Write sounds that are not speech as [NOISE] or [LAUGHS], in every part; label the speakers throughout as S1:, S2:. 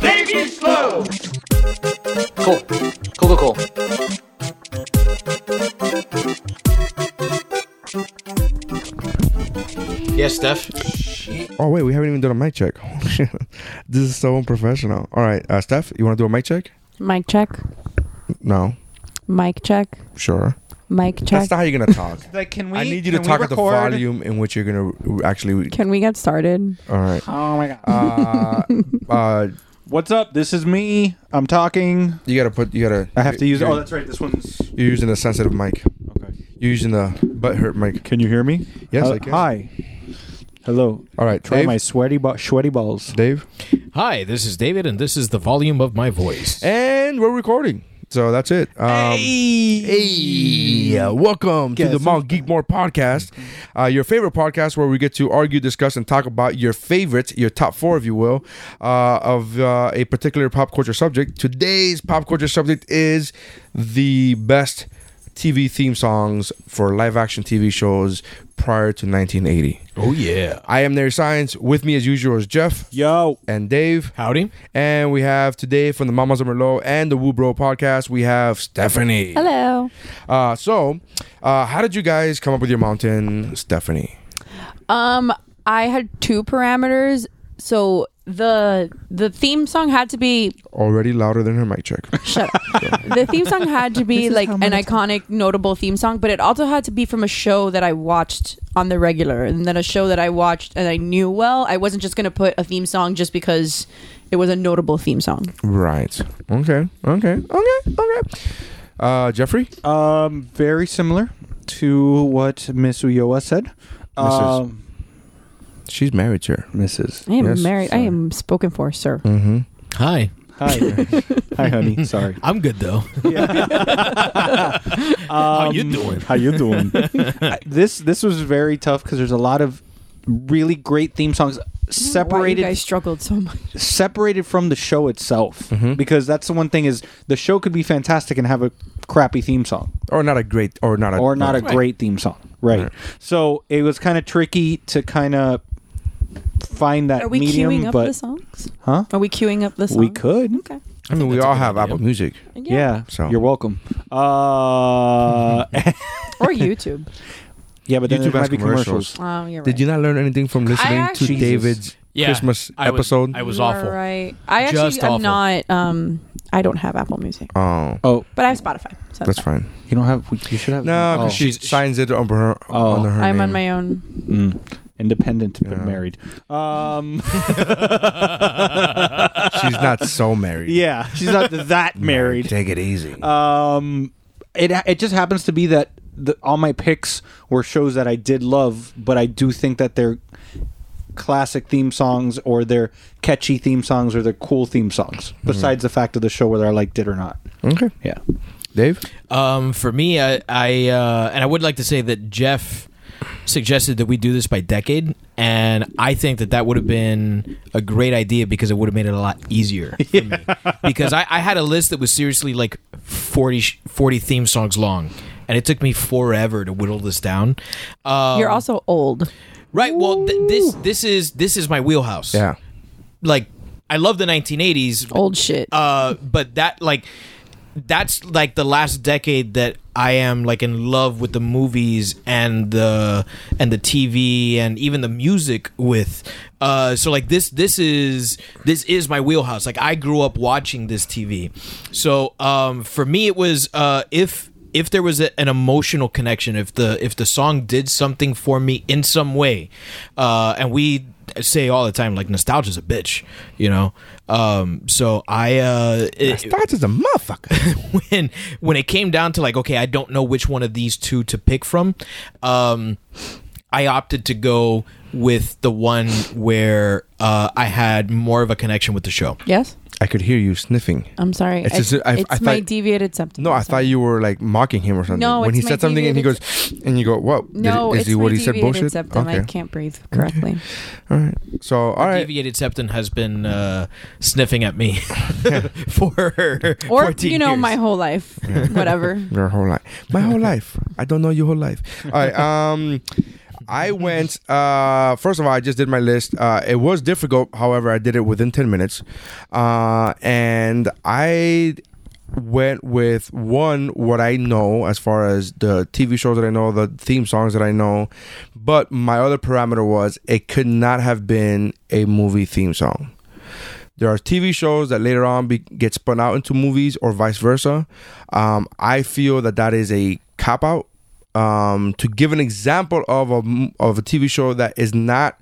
S1: They be slow.
S2: Cool. Cool, cool, cool. Yeah, Steph.
S3: Oh wait, we haven't even done a mic check. [LAUGHS] Holy shit. this is so unprofessional. All right, uh, Steph, you want to do a mic check?
S4: Mic check.
S3: No,
S4: Mic check.
S3: sure.
S4: Mic check.
S3: That's not how you're
S5: [LAUGHS]
S3: gonna talk.
S5: Like, can we?
S3: I need you
S5: can
S3: to
S5: we
S3: talk at the
S5: record?
S3: volume in which you're gonna actually.
S4: Can we get started?
S3: All right.
S5: Oh my god.
S3: Uh, uh,
S5: What's up? This is me. I'm talking.
S3: you gotta put. You gotta.
S5: I have to use.
S3: You're,
S5: Oh, that's right. This one's.
S3: you're using a sensitive mic.
S5: Okay.
S3: You're using the butt hurt mic.
S5: Can you hear me?
S3: Yes,
S5: Uh,
S3: I can.
S5: Hi. Hello.
S3: All right,
S5: Try
S3: Dave?
S5: my sweaty, ba- sweaty balls.
S3: Dave.
S2: Hi, this is David, and this is the volume of my voice.
S3: And we're recording. So that's it. Um, hey. uh, welcome to
S5: Guess
S3: the Mount Geekmore podcast, uh, your favorite podcast where we get to argue, discuss, and talk about your favorites, your top four, if you will, uh, of uh, a particular pop culture subject. Today's pop culture subject is the best TV theme songs for live action TV shows prior to 1980.
S2: Oh, yeah.
S3: I am Nary Science. With me, as usual, is Jeff
S5: Yo.
S3: and Dave.
S2: Howdy.
S3: And we have today from the Mamas of Merlot and the Woo Bro podcast, we have Stephanie.
S4: Hello.
S3: Uh, so, uh, how did you guys come up with your mountain, Stephanie?
S4: Um, I had two parameters. So the the theme song had to be
S3: Already louder than her mic check.
S4: shut up. the theme song had to be like an iconic, notable theme song, but it also had to be from a show that I watched on the regular, and then a show that I watched and I knew well. I wasn't just gonna put a theme song just because it was a notable theme song.
S3: [LAUGHS] right. Okay. Okay. Okay. Okay. Uh, Jeffrey?
S5: Um, very similar to what Miss Uyoa said.
S3: Mrs..
S5: Um,
S3: She's married to her.
S5: Mrs.
S4: I am
S3: Yes,
S4: married. I
S3: sorry.
S4: am spoken for, sir.
S3: Mm-hmm.
S2: Hi.
S3: [LAUGHS]
S5: Hi. Hi, honey. Sorry.
S2: I'm good, though. How you doing?
S5: How you doing? I- this this was very tough because there's a lot of really great theme songs separated
S4: Why you guys struggled so much.
S5: separated from the show itself because that's the one thing is the show could be fantastic and have a crappy theme song
S3: Or not a great, or not a.
S5: or not a
S2: Right.
S5: great theme song right, so it was kind of tricky to kind of find that
S4: Are we
S5: medium
S4: queuing up
S5: but
S4: the songs?
S5: huh
S4: Are we queuing up the songs?
S5: we could
S4: Okay.
S3: I mean, we
S2: That's a
S3: all
S2: good
S3: have
S2: idea.
S3: Apple Music.
S5: yeah,
S3: So-
S5: you're welcome uh [LAUGHS]
S3: [LAUGHS]
S4: or YouTube.
S5: yeah but then
S3: YouTube
S5: there
S3: has
S5: might be
S3: commercials.
S5: commercials,
S4: Oh, you're right.
S3: Did you not learn anything from listening to
S4: actually-
S3: David's Christmas
S2: I was-
S3: episode?
S2: I was
S4: You are
S2: awful.
S4: Right. I
S2: Just
S4: actually am
S2: awful.
S4: not. Um, I don't have Apple Music,
S3: oh,
S5: oh
S4: but I have Spotify. So
S3: that's fine.
S5: you don't have you should have
S3: No,
S5: oh.
S3: because she signs it under her.
S5: Oh.
S3: under her
S4: I'm on
S3: name.
S4: my own.
S5: Mm. independent
S3: Yeah.
S5: but married um [LAUGHS]
S3: She's not so [LAUGHS] married.
S5: yeah she's not that [LAUGHS] married
S3: Take it easy.
S5: Um, it it just happens to be that the, all my picks were shows that I did love, but I do think that they're classic theme songs or they're catchy theme songs or they're cool theme songs.
S3: Mm-hmm.
S5: Besides the fact of the show whether I liked it or not.
S3: okay.
S5: Yeah.
S3: Dave?
S2: Um, for me, I, I uh, and I would like to say that Jeff suggested that we do this by decade, and I think that that would have been a great idea because it would have made it a lot easier for me. Because I, I had a list that was seriously like 40, sh- 40 theme songs long, and it took me forever to whittle this down. Um,
S4: You're also old.
S2: right. Well, th- this this is this is my wheelhouse.
S3: Yeah.
S2: like I love the 1980s.
S4: Old shit.
S2: Uh, but that like that's like the last decade that I am like in love with the movies and the and the TV and even the music with. Uh, so like this this is this is my wheelhouse. Like I grew up watching this TV. So um, for me it was uh, if if there was a, an emotional connection, if the if the song did something for me in some way, uh, and we say all the time like nostalgia's a bitch, you know. Um, so I uh, it-
S3: Starts as a motherfucker.
S2: [LAUGHS] when when it came down to like okay i don't know which one of these two to pick from um I opted to go with the one where uh, I had more of a connection with the show.
S4: Yes.
S3: I could hear you sniffing.
S4: I'm sorry.
S3: It's
S4: I-
S3: just- I-
S4: it's
S3: I
S4: my
S3: thought-
S4: deviated septum.
S3: No, I
S4: I'm
S3: thought
S4: sorry.
S3: you were like mocking him or something.
S4: No,
S3: when
S4: it's
S3: he
S4: my
S3: said something and he goes,
S4: deviated-
S3: and you go, "Whoa!" did-
S4: No,
S3: is
S4: it's
S3: he
S4: my
S3: what he said
S4: deviated
S3: bullshit?
S4: septum. I can't breathe correctly.
S3: All right. So all right.
S2: Deviated septum has been uh, sniffing at me [LAUGHS] for
S3: [LAUGHS]
S4: Or
S2: 14
S4: you know,
S2: years.
S4: my whole life. Whatever.
S3: Your whole life. My whole life. I don't know your whole life. All right. Um, I went. Uh, first of all, I just did my list. Uh, it was difficult. However, I did it within ten minutes, uh, and I went with one what I know as far as the TV shows that I know, the theme songs that I know. But my other parameter was it could not have been a movie theme song. There are TV shows that later on be, get spun out into movies or vice versa. Um, I feel that that is a cop out. Um, to give an example of a m- of a TV show that is not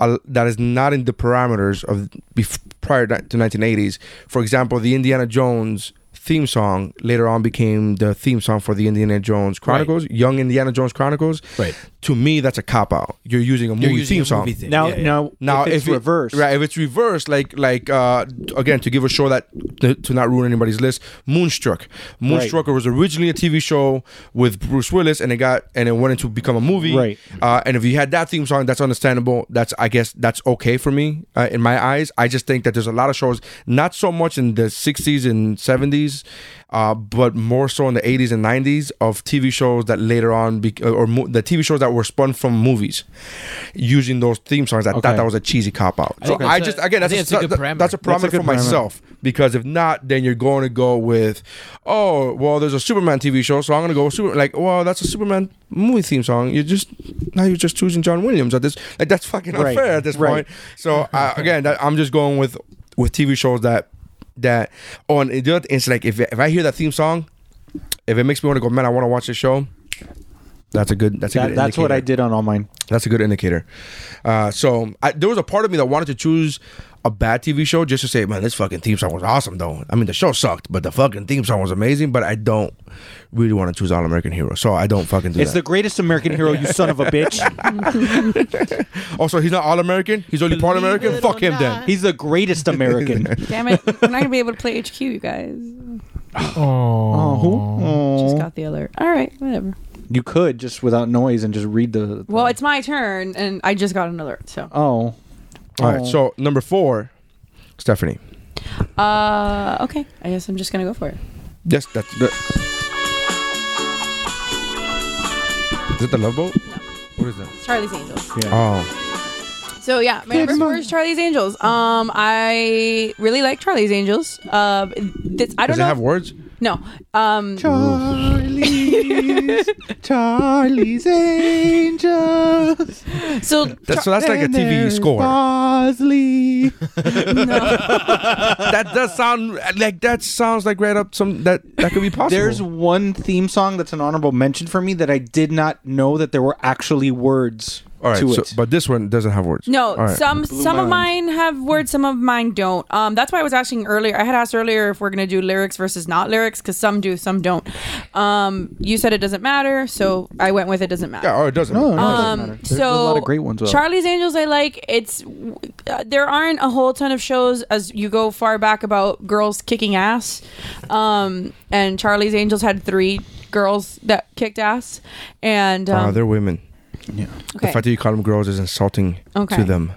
S3: a, that is not in the parameters of bef- prior to 1980s. For example, the Indiana Jones theme song later on became the theme song for the Indiana Jones Chronicles, Young Indiana Jones Chronicles.
S2: Right.
S3: To me, that's a cop out. You're using a movie
S2: You're using
S3: theme
S2: a
S3: song.
S2: movie thing.
S5: Now,
S2: Yeah, yeah.
S5: now,
S3: Now,
S5: if it's
S3: it-
S5: reversed,
S3: right? If it's reversed, like like uh, again to give a show that to, to not ruin anybody's list, Moonstruck. Moonstruck was originally a TV show with Bruce Willis, and it got and it went into become a movie,
S5: Right.
S3: Uh, and if you had that theme song, that's understandable. That's I guess that's okay for me uh, in my eyes. I just think that there's a lot of shows, not so much in the '60s and '70s, uh, but more so in the '80s and '90s of TV shows that later on bec uh, or mo- the TV shows that were spun from movies using those theme songs. I thought
S5: Okay.
S3: that was a cheesy cop out.
S2: I
S3: So
S2: think
S3: I
S2: that's
S3: just
S2: a-
S3: again
S2: I
S3: that's a,
S2: think it's a good
S3: that-
S2: parameter.
S3: that's a parameter
S5: That's a good
S3: for
S5: parameter.
S3: myself because if not, then you're going to go with oh well, there's a Superman TV show, so I'm going to go with Super like well, that's a Superman movie theme song. You just now you're just choosing John Williams at this like that's fucking
S5: Right,
S3: unfair at this point.
S5: right.
S3: So
S5: [LAUGHS]
S3: uh, again, that, I'm just going with with TV shows that that on the other it's like if if I hear that theme song, if it makes me want to go, man, I want to watch this show. That's a good. That's a
S5: that,
S3: good.
S5: that's what I
S3: indicator.
S5: did on all mine.
S3: That's a good indicator. Uh, so I, there was a part of me that wanted to choose a bad TV show just to say, man, this fucking theme song was awesome, though. I mean, the show sucked, but the fucking theme song was amazing. But I don't really want to choose All American Hero, so I don't fucking do
S5: It's the
S3: that.
S5: greatest American hero, you son of a
S3: [LAUGHS]
S5: bitch.
S3: also, he's not All American. He's only part American. Fuck him then.
S5: He's the greatest
S3: [LAUGHS]
S5: American.
S4: Damn it! We're not gonna be able to play HQ, you guys.
S3: Uh,
S5: oh, who?
S4: Just got the alert. All right, whatever.
S5: You could just without noise and just read the.
S4: Well, it's my turn, and I just got an alert. So,
S5: oh,
S3: All right. So number four, Stephanie.
S4: uh, okay. I guess I'm just gonna go for it.
S3: Yes, that's the. Is it the Love Boat? What is that?
S4: It's Charlie's Angels.
S3: Oh,
S4: So yeah, my number four is Charlie's Angels. Um, I really like Charlie's Angels. Uh, this, I don't
S3: does it
S4: know.
S3: have words?
S4: if- no. Um,
S5: Charlie's, Charlie's Angels.
S4: so
S3: That's, so that's like a TV score.
S5: Bosley.
S3: that does sound like that sounds like right up some that that could be possible.
S5: There's one theme song that's an honorable mention for me that I did not know that there were actually words
S3: all right,
S5: to
S3: so-
S5: it.
S3: but this one doesn't have words.
S4: No,
S3: All right.
S4: some some of mine have words, some of mine don't. Um, that's why I was asking earlier. I had asked earlier if we're gonna do lyrics versus not lyrics because some do, some don't. Um, you said it doesn't matter, so I went with it doesn't matter.
S3: yeah, or it doesn't.
S5: no, no, it doesn't
S4: Um,
S5: matter. There's
S4: so
S5: a lot of great ones. out.
S4: Charlie's Angels, I like. It's uh, there aren't a whole ton of shows as you go far back about girls kicking ass, um, and Charlie's Angels had three girls that kicked ass, and um,
S3: Uh, they're women.
S4: okay.
S3: The fact that you call them girls is insulting
S4: Okay.
S3: to them.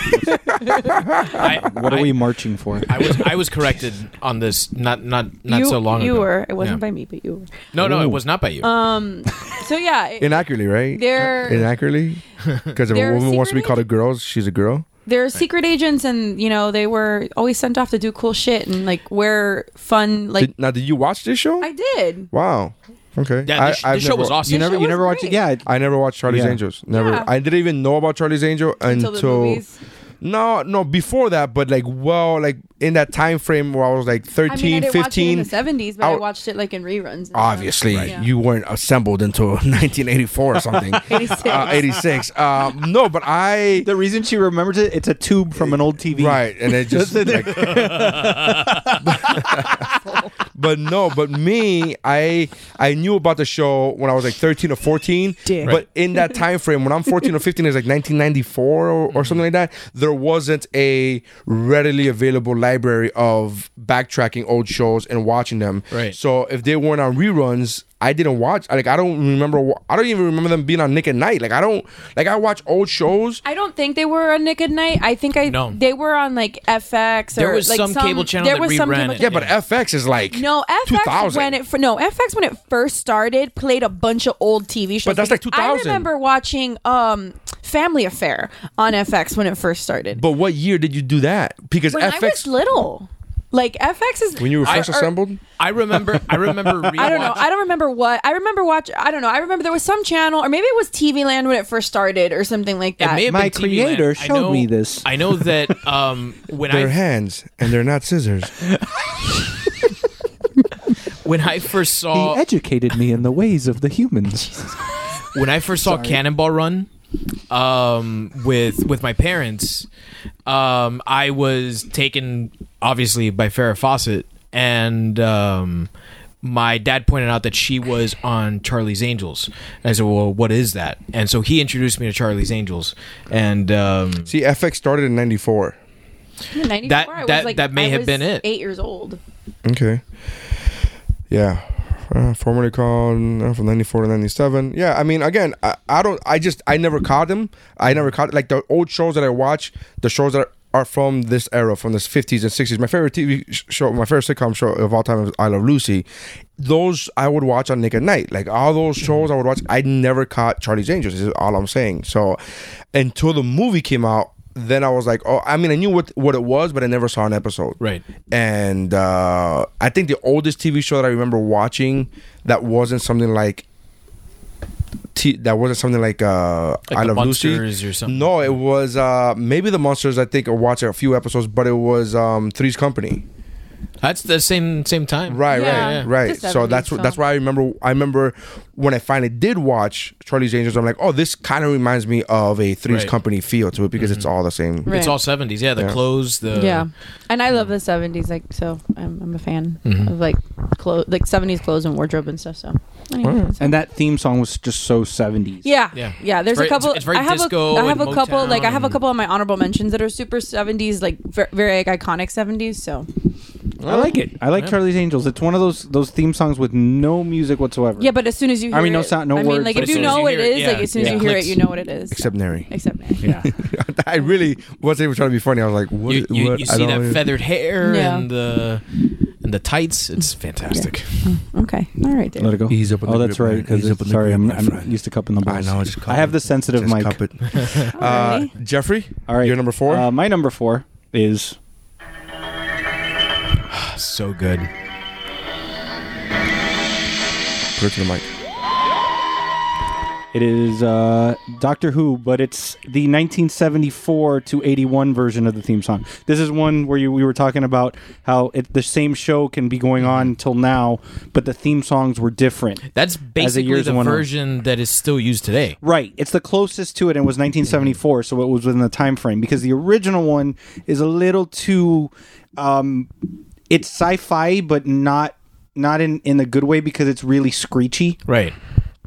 S4: [LAUGHS]
S2: I,
S5: what are
S2: I-
S5: we marching for?
S3: [LAUGHS]
S2: I was I was corrected on this not not not
S4: you,
S2: so long
S4: you
S2: ago.
S4: were. It wasn't
S2: Yeah.
S4: by Uh, me, but you were.
S2: No, no, it was not by you.
S4: So yeah, it-
S3: Inaccurately, right?
S4: They're-
S3: Uh, inaccurately
S4: [LAUGHS]
S3: because if a
S4: They're
S3: woman wants to be
S4: secretive?
S3: called a girl, she's a girl.
S4: they're secret agents, and you know they were always sent off to do cool shit and like wear fun. Like
S3: Did, now, did you watch this show?
S4: I did.
S3: wow. Okay.
S2: yeah, this,
S3: I've
S2: this show
S3: never-
S2: was awesome.
S5: you never,
S4: shit
S5: you
S4: was
S5: never watched it.
S4: great.
S5: Yeah, it-
S3: I never watched Charlie's
S5: Yeah.
S3: Angels. Never.
S4: Yeah.
S3: I didn't even know about Charlie's Angel until,
S4: Until the movies.
S3: no, no, before that, but like, well, like in that time frame where I was like 13,
S4: I mean, I didn't watch it
S3: 15.
S4: in the seventies, but I
S3: out-
S4: watched it like in reruns. and
S3: Obviously,
S4: stuff. Yeah.
S3: you weren't assembled until [LAUGHS] 1984 or
S4: [LAUGHS]
S3: something. 86. Uh, 86. Um, no, but I.
S5: The reason she remembers it, it's a tube from an old TV.
S3: Right, and it just like, [LAUGHS] but no, but me, I I knew about the show when I was like 13 or 14.
S4: Dick.
S3: But in that time frame, when I'm 14 or 15, it's like 1994 or, or something like that. There wasn't a readily available library of backtracking old shows and watching them.
S2: Right.
S3: So if they weren't on reruns, I didn't watch. Like I don't remember. wa- I don't even remember them being on Nick at Night. Like I don't. Like I watch old shows.
S4: I don't think they were on Nick at Night. I think I
S2: No.
S4: they were on like FX. Or,
S2: There was
S4: like,
S2: some cable channel
S4: There
S2: that
S4: was some
S2: reran
S4: cable
S2: it.
S3: Yeah, but FX is like
S4: No, FX
S3: 2000.
S4: when it fir- no FX when it first started played a bunch of old TV shows.
S3: But that's like 2000.
S4: I remember watching um, Family Affair on FX when it first started.
S3: But what year did you do that? Because
S4: when I was er,
S3: FX
S4: little, like FX is
S3: when you were
S2: I-
S3: first
S2: or-
S3: assembled.
S2: I remember. I remember.
S4: [LAUGHS] I don't know. I don't remember what. I remember watch. I don't know. I remember there was some channel, or maybe it was TV Land when it first started, or something like that.
S2: It may have
S5: My
S2: been TV Land.
S5: creator
S2: I
S5: showed
S2: know-
S5: me this.
S2: I know
S5: [LAUGHS]
S2: that um, when
S3: They're
S2: I
S3: hands and they're not scissors.
S2: when I first saw
S5: He educated me in the ways of the humans.
S2: [LAUGHS] when I first saw Cannonball Run um, with with my parents, um, I was taken obviously by Farrah Fawcett, and um, my dad pointed out that she was on Charlie's Angels. And I said, "Well, what is that?" And so he introduced me to Charlie's Angels, and um,
S3: See, FX started in '94.
S4: In 94,
S2: That-
S4: I was,
S2: that-
S4: like-
S2: that may
S4: I
S2: have
S4: was
S2: been it.
S4: Eight years old.
S3: Okay. Yeah. Uh, formerly called uh, from 94 to 97 yeah i mean again I, I don't i just i never caught them i never caught like the old shows that i watch the shows that are from this era from this 50s and 60s my favorite tv sh- show my favorite sitcom show of all time is i love lucy those i would watch on nick at night like all those shows i would watch i never caught charlie's angels is all i'm saying so until the movie came out then i was like oh i mean i knew what what it was but i never saw an episode
S2: Right.
S3: and uh, I think the oldest TV show that I remember watching that wasn't something like t- that wasn't something like uh,
S2: Like
S3: I
S2: The
S3: Love
S2: Munsters
S3: Lucy
S2: or something.
S3: No, it was uh, maybe the monsters. I think I watched a few episodes, but it was um, Three's Company.
S2: that's the same same time,
S3: Right,
S4: Yeah.
S3: right,
S4: Yeah.
S3: right.
S4: It's the
S3: So that's
S4: 70s,
S3: wh- that's
S4: so.
S3: why I remember. I remember when I finally did watch Charlie's Angels. I'm like, oh, this kind of reminds me of a Three's
S2: Right. Mm-hmm.
S3: Company feel to it because it's all the same.
S4: Right.
S2: It's all seventies. Yeah, the clothes, the
S4: yeah, and I love the '70s. Like, so I'm, I'm a fan
S3: Mm-hmm.
S4: of like clothes, like '70s clothes and wardrobe and stuff. So, anyway, so-
S5: and that theme song was just so 70s.
S4: yeah,
S2: Yeah.
S4: yeah, There's
S2: It's very-
S4: a couple.
S2: it's- it's very
S4: I have
S2: disco
S4: a, I have
S2: and
S4: a couple. Like, I have a
S2: Motown
S4: couple of my honorable mentions that are super '70s, like ver- very like, iconic '70s. So,
S5: I like it. I like Charlie's Angels. It's one of those those theme songs with no music whatsoever.
S4: yeah, but as soon as you, hear
S5: I mean, no
S4: it-
S5: sound- no
S4: I
S5: words,
S4: mean, like
S5: but
S4: if
S5: as
S4: you
S5: soon
S2: as
S4: know
S2: you
S4: what
S2: hear
S4: it
S2: it,
S4: is, like
S2: yeah.
S4: as soon as
S2: Yeah.
S4: you hear
S2: Clicks.
S4: it, you know what it is.
S3: Except Neri.
S4: Except me.
S5: yeah.
S3: [LAUGHS] I really wasn't even trying to be funny. I was like, what?
S2: you, you,
S3: what?
S2: you
S3: I
S2: see
S3: don't
S2: that
S3: even-
S2: feathered hair
S4: Yeah. Mm.
S2: and the and the tights. It's fantastic.
S4: Okay, all right, Dave.
S5: Let it go.
S3: Ease up on
S5: oh,
S3: the
S5: that's
S3: grip,
S5: right.
S3: man.
S5: Because
S3: Ease up on the
S5: sorry,
S3: grip,
S5: I'm,
S3: my
S5: I'm
S3: friend.
S5: used to cupping the balls.
S3: I know, just cup
S5: I
S3: it.
S5: have the sensitive
S3: Just
S5: mic.
S3: cup it. Uh,
S4: Alrighty.
S3: Jeffrey,
S5: All right,
S3: you're number four.
S5: Uh, my number four is
S2: [LAUGHS] So good.
S3: Go to the mic.
S5: it is uh, Doctor Who, but it's the 1974 to 81 version of the theme song. This is one where you, we were talking about how it, the same show can be going on till now, but the theme songs were different.
S2: That's basically
S5: years
S2: the
S5: went on.
S2: version that is still used today.
S5: Right. It's the closest to it and it was 1974, so it was within the time frame because the original one is a little too um it's sci-fi but not not in in a good way because it's really screechy
S2: Right.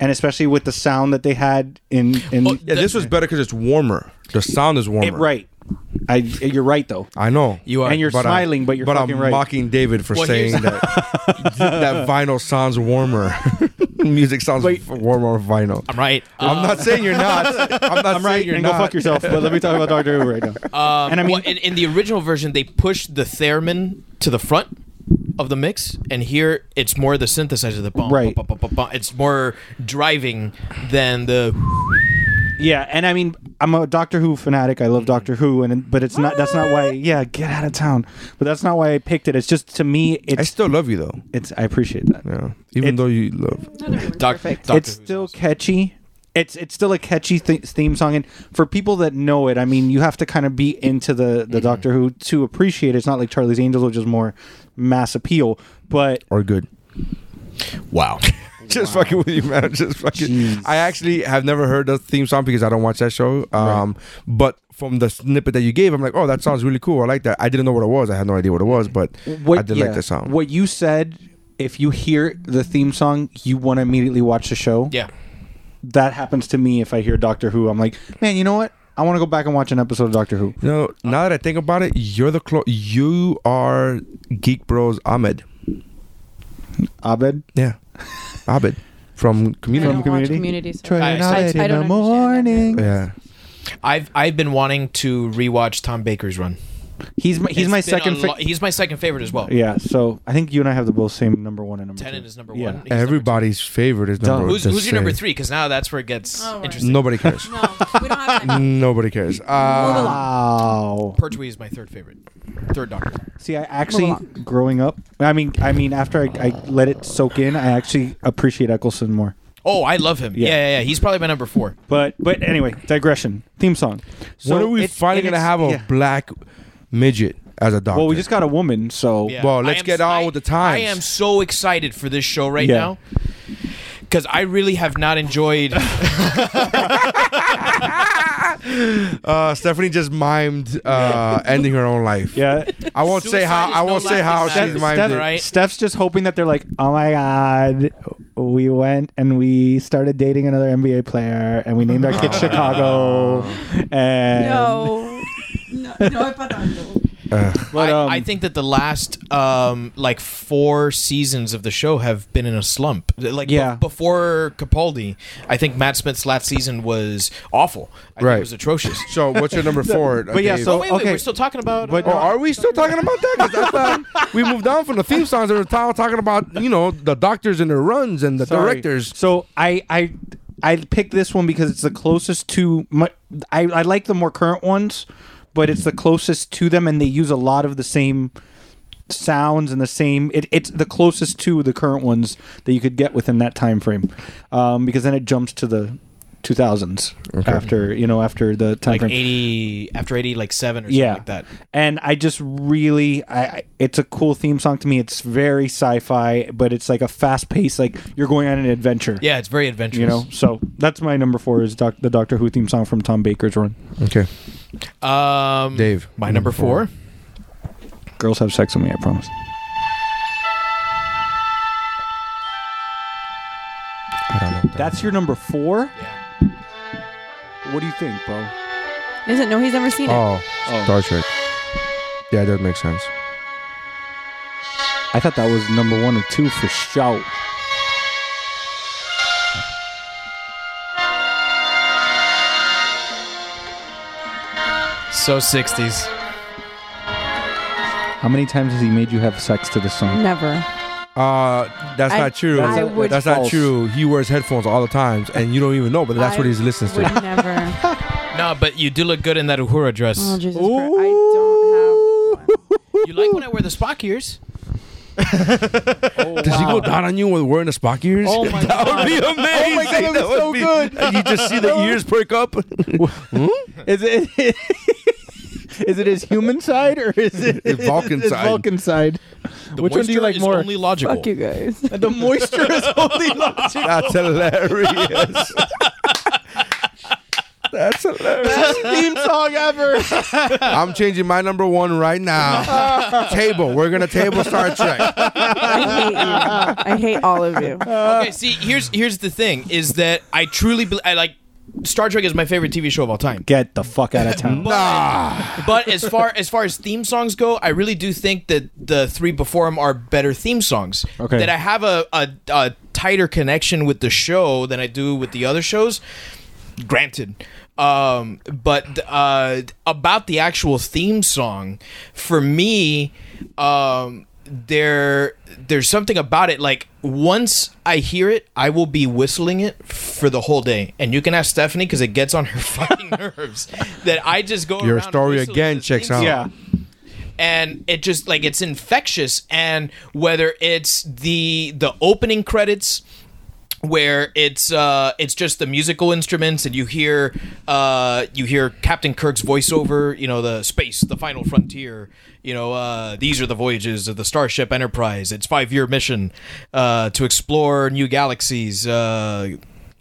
S5: and especially with the sound that they had in in
S2: Oh,
S3: Yeah, this was better because it's warmer. The sound is warmer.
S5: right. I you're right though.
S3: I know.
S2: You are.
S5: and you're
S3: I'm-
S5: smiling but you're
S3: but
S5: fucking
S3: I'm
S5: right.
S3: mocking David for
S2: Well,
S3: saying
S2: here's-
S3: that [LAUGHS] that vinyl sounds [LAUGHS] warmer. Music sounds f- warmer on vinyl.
S2: I'm right.
S3: I'm not saying you're [LAUGHS] not. I'm not saying
S5: right,
S3: you're
S5: and
S3: not. Uh,
S5: go fuck yourself. But let me talk about Doctor Who
S3: [LAUGHS]
S5: right now.
S2: Um,
S5: and I mean-
S2: well, in, in the original version, they pushed the theremin to the front of the mix, and here it's more the synthesizer. The bump,
S5: Right.
S2: bump, bump, bump, bump. It's more driving than the.
S5: Yeah, and I mean, I'm a Doctor Who fanatic. I love Doctor Who, and but it's not. That's not why. Yeah, get out of town. But that's not why I picked it. It's just to
S3: I
S5: me, it's
S3: still love you though.
S5: it's. I appreciate that.
S3: Yeah. Even
S5: It-
S3: though you love
S4: Not everyone's
S2: Doc,
S4: perfect.
S2: Doctor
S5: it's
S2: Who's
S5: still
S2: awesome.
S5: catchy. it's it's still a catchy th- theme song, and for people that know it, I mean, you have to kind of be into the
S3: Mm-hmm.
S5: the Doctor Who to appreciate it. It's not like Charlie's Angels, which is more mass appeal, but
S3: or good.
S2: Wow.
S3: Just fucking with you, man. [LAUGHS] Just fucking. I actually have never heard the theme song because I don't watch that show. Um, but from the snippet that you gave, I'm like, oh, that sounds really cool. I like that. I didn't know what it was. I had no idea what it was, but
S5: what
S3: I did
S5: yeah,
S3: like the song.
S5: What you said, if you hear the theme song, you want to immediately watch the show.
S2: Yeah.
S5: that happens to me if I hear Doctor Who. I'm like, man, you know what? I want to go back and watch an episode of Doctor Who.
S3: you know, now that I think about it, you're the clo- you are Geek Bros Ahmed.
S5: Abed [LAUGHS]
S3: Yeah, Ahmed from Community.
S4: don't watch Community, so-
S5: Try
S2: I-
S5: it
S2: I-
S5: out
S2: I
S4: don't
S5: in the
S4: understand that.
S5: morning.
S3: Yeah.
S2: I've I've been wanting to rewatch Tom Baker's run.
S5: He's my, he's
S2: It's
S5: my
S2: been
S5: second.
S2: a
S5: Fi-
S2: lo- he's my second favorite as well.
S5: yeah, so I think you and I have the both same number one and number
S2: Tennant
S5: two.
S2: is number
S5: Yeah.
S2: one. He's number two.
S3: Everybody's favorite is number.
S5: Dumb.
S2: Who's,
S3: just
S2: who's your number
S3: saying.
S2: three? Because now that's where it gets
S6: All right.
S2: interesting. [LAUGHS]
S3: Nobody cares. [LAUGHS]
S4: No, we don't have time.
S3: Nobody cares. Uh,
S5: Wow.
S2: Pertwee is my third favorite. Third Doctor.
S5: See, I actually
S4: Move
S5: growing up. I mean, I mean, after I, I let it soak in, I actually appreciate Eccleston more.
S2: Oh, I love him. Yeah,
S5: Yeah.
S2: yeah, yeah. He's probably my number four.
S5: But but anyway, digression. Theme song.
S3: when are we
S5: it's-
S3: finally
S5: and
S3: gonna
S5: it's-
S3: have a
S5: yeah.
S3: black midget as a doctor?
S5: Well, we just got a woman, so
S2: Yeah.
S3: Well,
S2: I
S3: let's
S2: am-
S3: get on
S2: I-
S3: with the times.
S2: I am so excited for this show right
S5: Yeah.
S2: now because I really have not enjoyed.
S3: Uh, Stephanie just mimed uh, ending her own life.
S5: yeah.
S3: [LAUGHS] I won't say
S2: Suicide
S3: how.
S2: is
S3: I
S2: no
S3: won't say
S2: life
S3: how
S2: without
S3: she
S2: it.
S3: mimed
S5: Steph-
S3: it.
S2: Right.
S5: Steph's just hoping that they're like, oh my god, we went and we started dating another NBA player, and we named our [LAUGHS] kid Chicago. And
S4: No. No, no,
S5: but, um,
S2: I, I think that the last um, like four seasons of the show have been in a slump. Like
S5: Yeah.
S2: be- before Capaldi, I think Matt Smith's last season was awful. I think
S3: Right.
S2: it was atrocious.
S3: So, what's your [LAUGHS] number four?
S5: But yeah,
S3: Dave?
S5: so-
S2: Oh, wait, wait,
S5: Okay.
S2: we're still talking about.
S5: But-
S2: uh,
S3: Oh, are we still talking about that? 'Cause I thought we moved on from the theme songs. and We're ta- talking about you know the doctors and their runs and the
S5: sorry.
S3: directors.
S5: So I I I picked this one because it's the closest to my. I I like the more current ones, but it's the closest to them, and they use a lot of the same sounds and the same it, it's the closest to the current ones that you could get within that time frame um, because then it jumps to the 2000s after you know after the time
S2: like
S5: frame
S2: eighty after eighty, like seven or something
S5: yeah
S2: like that.
S5: and i just really I, I it's a cool theme song to me it's very sci-fi but it's like a fast pace like you're going on an adventure
S2: Yeah, it's very adventurous.
S5: you know so that's my number four is doc- the doctor who theme song from tom baker's run
S3: Okay,
S2: um,
S3: Dave,
S2: My number four.
S5: girls have sex with me i promise that's your number four what do you think bro
S4: Doesn't know he's never seen it.
S3: Oh, Star Trek. Yeah, that makes sense.
S5: I thought that was number one or two for shout.
S2: So sixties.
S5: How many times has he made you have sex to this song?
S4: Never.
S3: Uh, that's
S4: I-
S3: not true.
S4: I would-
S3: that's
S5: False.
S3: not true. He wears headphones all the times, and you don't even know, but that's
S4: I
S3: what he listens
S4: would
S3: to.
S4: Never.
S2: No, but you do look good in that Uhura dress.
S4: Oh Jesus Christ! I don't have.
S2: you like when I wear the Spock ears?
S3: Does he go down on you when wearing the Spock ears?
S2: Oh my
S3: [LAUGHS] that would be amazing. Oh my god, that would so good. you just see the ears perk [LAUGHS] up.
S2: Hmm?
S5: [LAUGHS] Is it is it his human side or is it
S3: His Vulcan
S5: his
S3: side.
S5: Vulcan side? Which one do
S2: Moisture
S5: you like
S2: is
S5: more?
S2: Only logical.
S4: Fuck you
S2: [LAUGHS]
S4: guys. [LAUGHS]
S5: the moisture is only logical.
S3: That's hilarious. [LAUGHS] That's hilarious.
S5: theme song ever.
S3: [LAUGHS] I'm changing my number one right
S5: [LAUGHS]
S3: now. table. We're gonna table Star Trek.
S4: I hate you. I hate all of you.
S2: Okay, see, here's here's the thing: is that I truly be- I like Star Trek is my favorite TV show of all time.
S5: Get the fuck out of town.
S2: But as far as far as theme songs go, I really do think that the three before them are better theme songs.
S5: Okay.
S2: That I have a, a, a tighter connection with the show than I do with the other shows. Granted. Um, but uh, about the actual theme song, for me, um, there there's something about it. Like once I hear it, I will be whistling it for the whole day. And you can ask Stephanie because it gets on her [LAUGHS] fucking nerves. That I just go.
S3: Your
S2: around
S3: story
S2: whistling
S3: again
S2: this
S3: checks
S2: theme
S3: out.
S2: song
S5: yeah.
S2: and it just like it's infectious and whether it's the the opening credits where it's uh, it's just the musical instruments, and you hear uh, you hear Captain Kirk's voiceover. You know, the space, the final frontier. You know, uh, these are the voyages of the Starship Enterprise. Its five year mission uh, to explore new galaxies. Uh,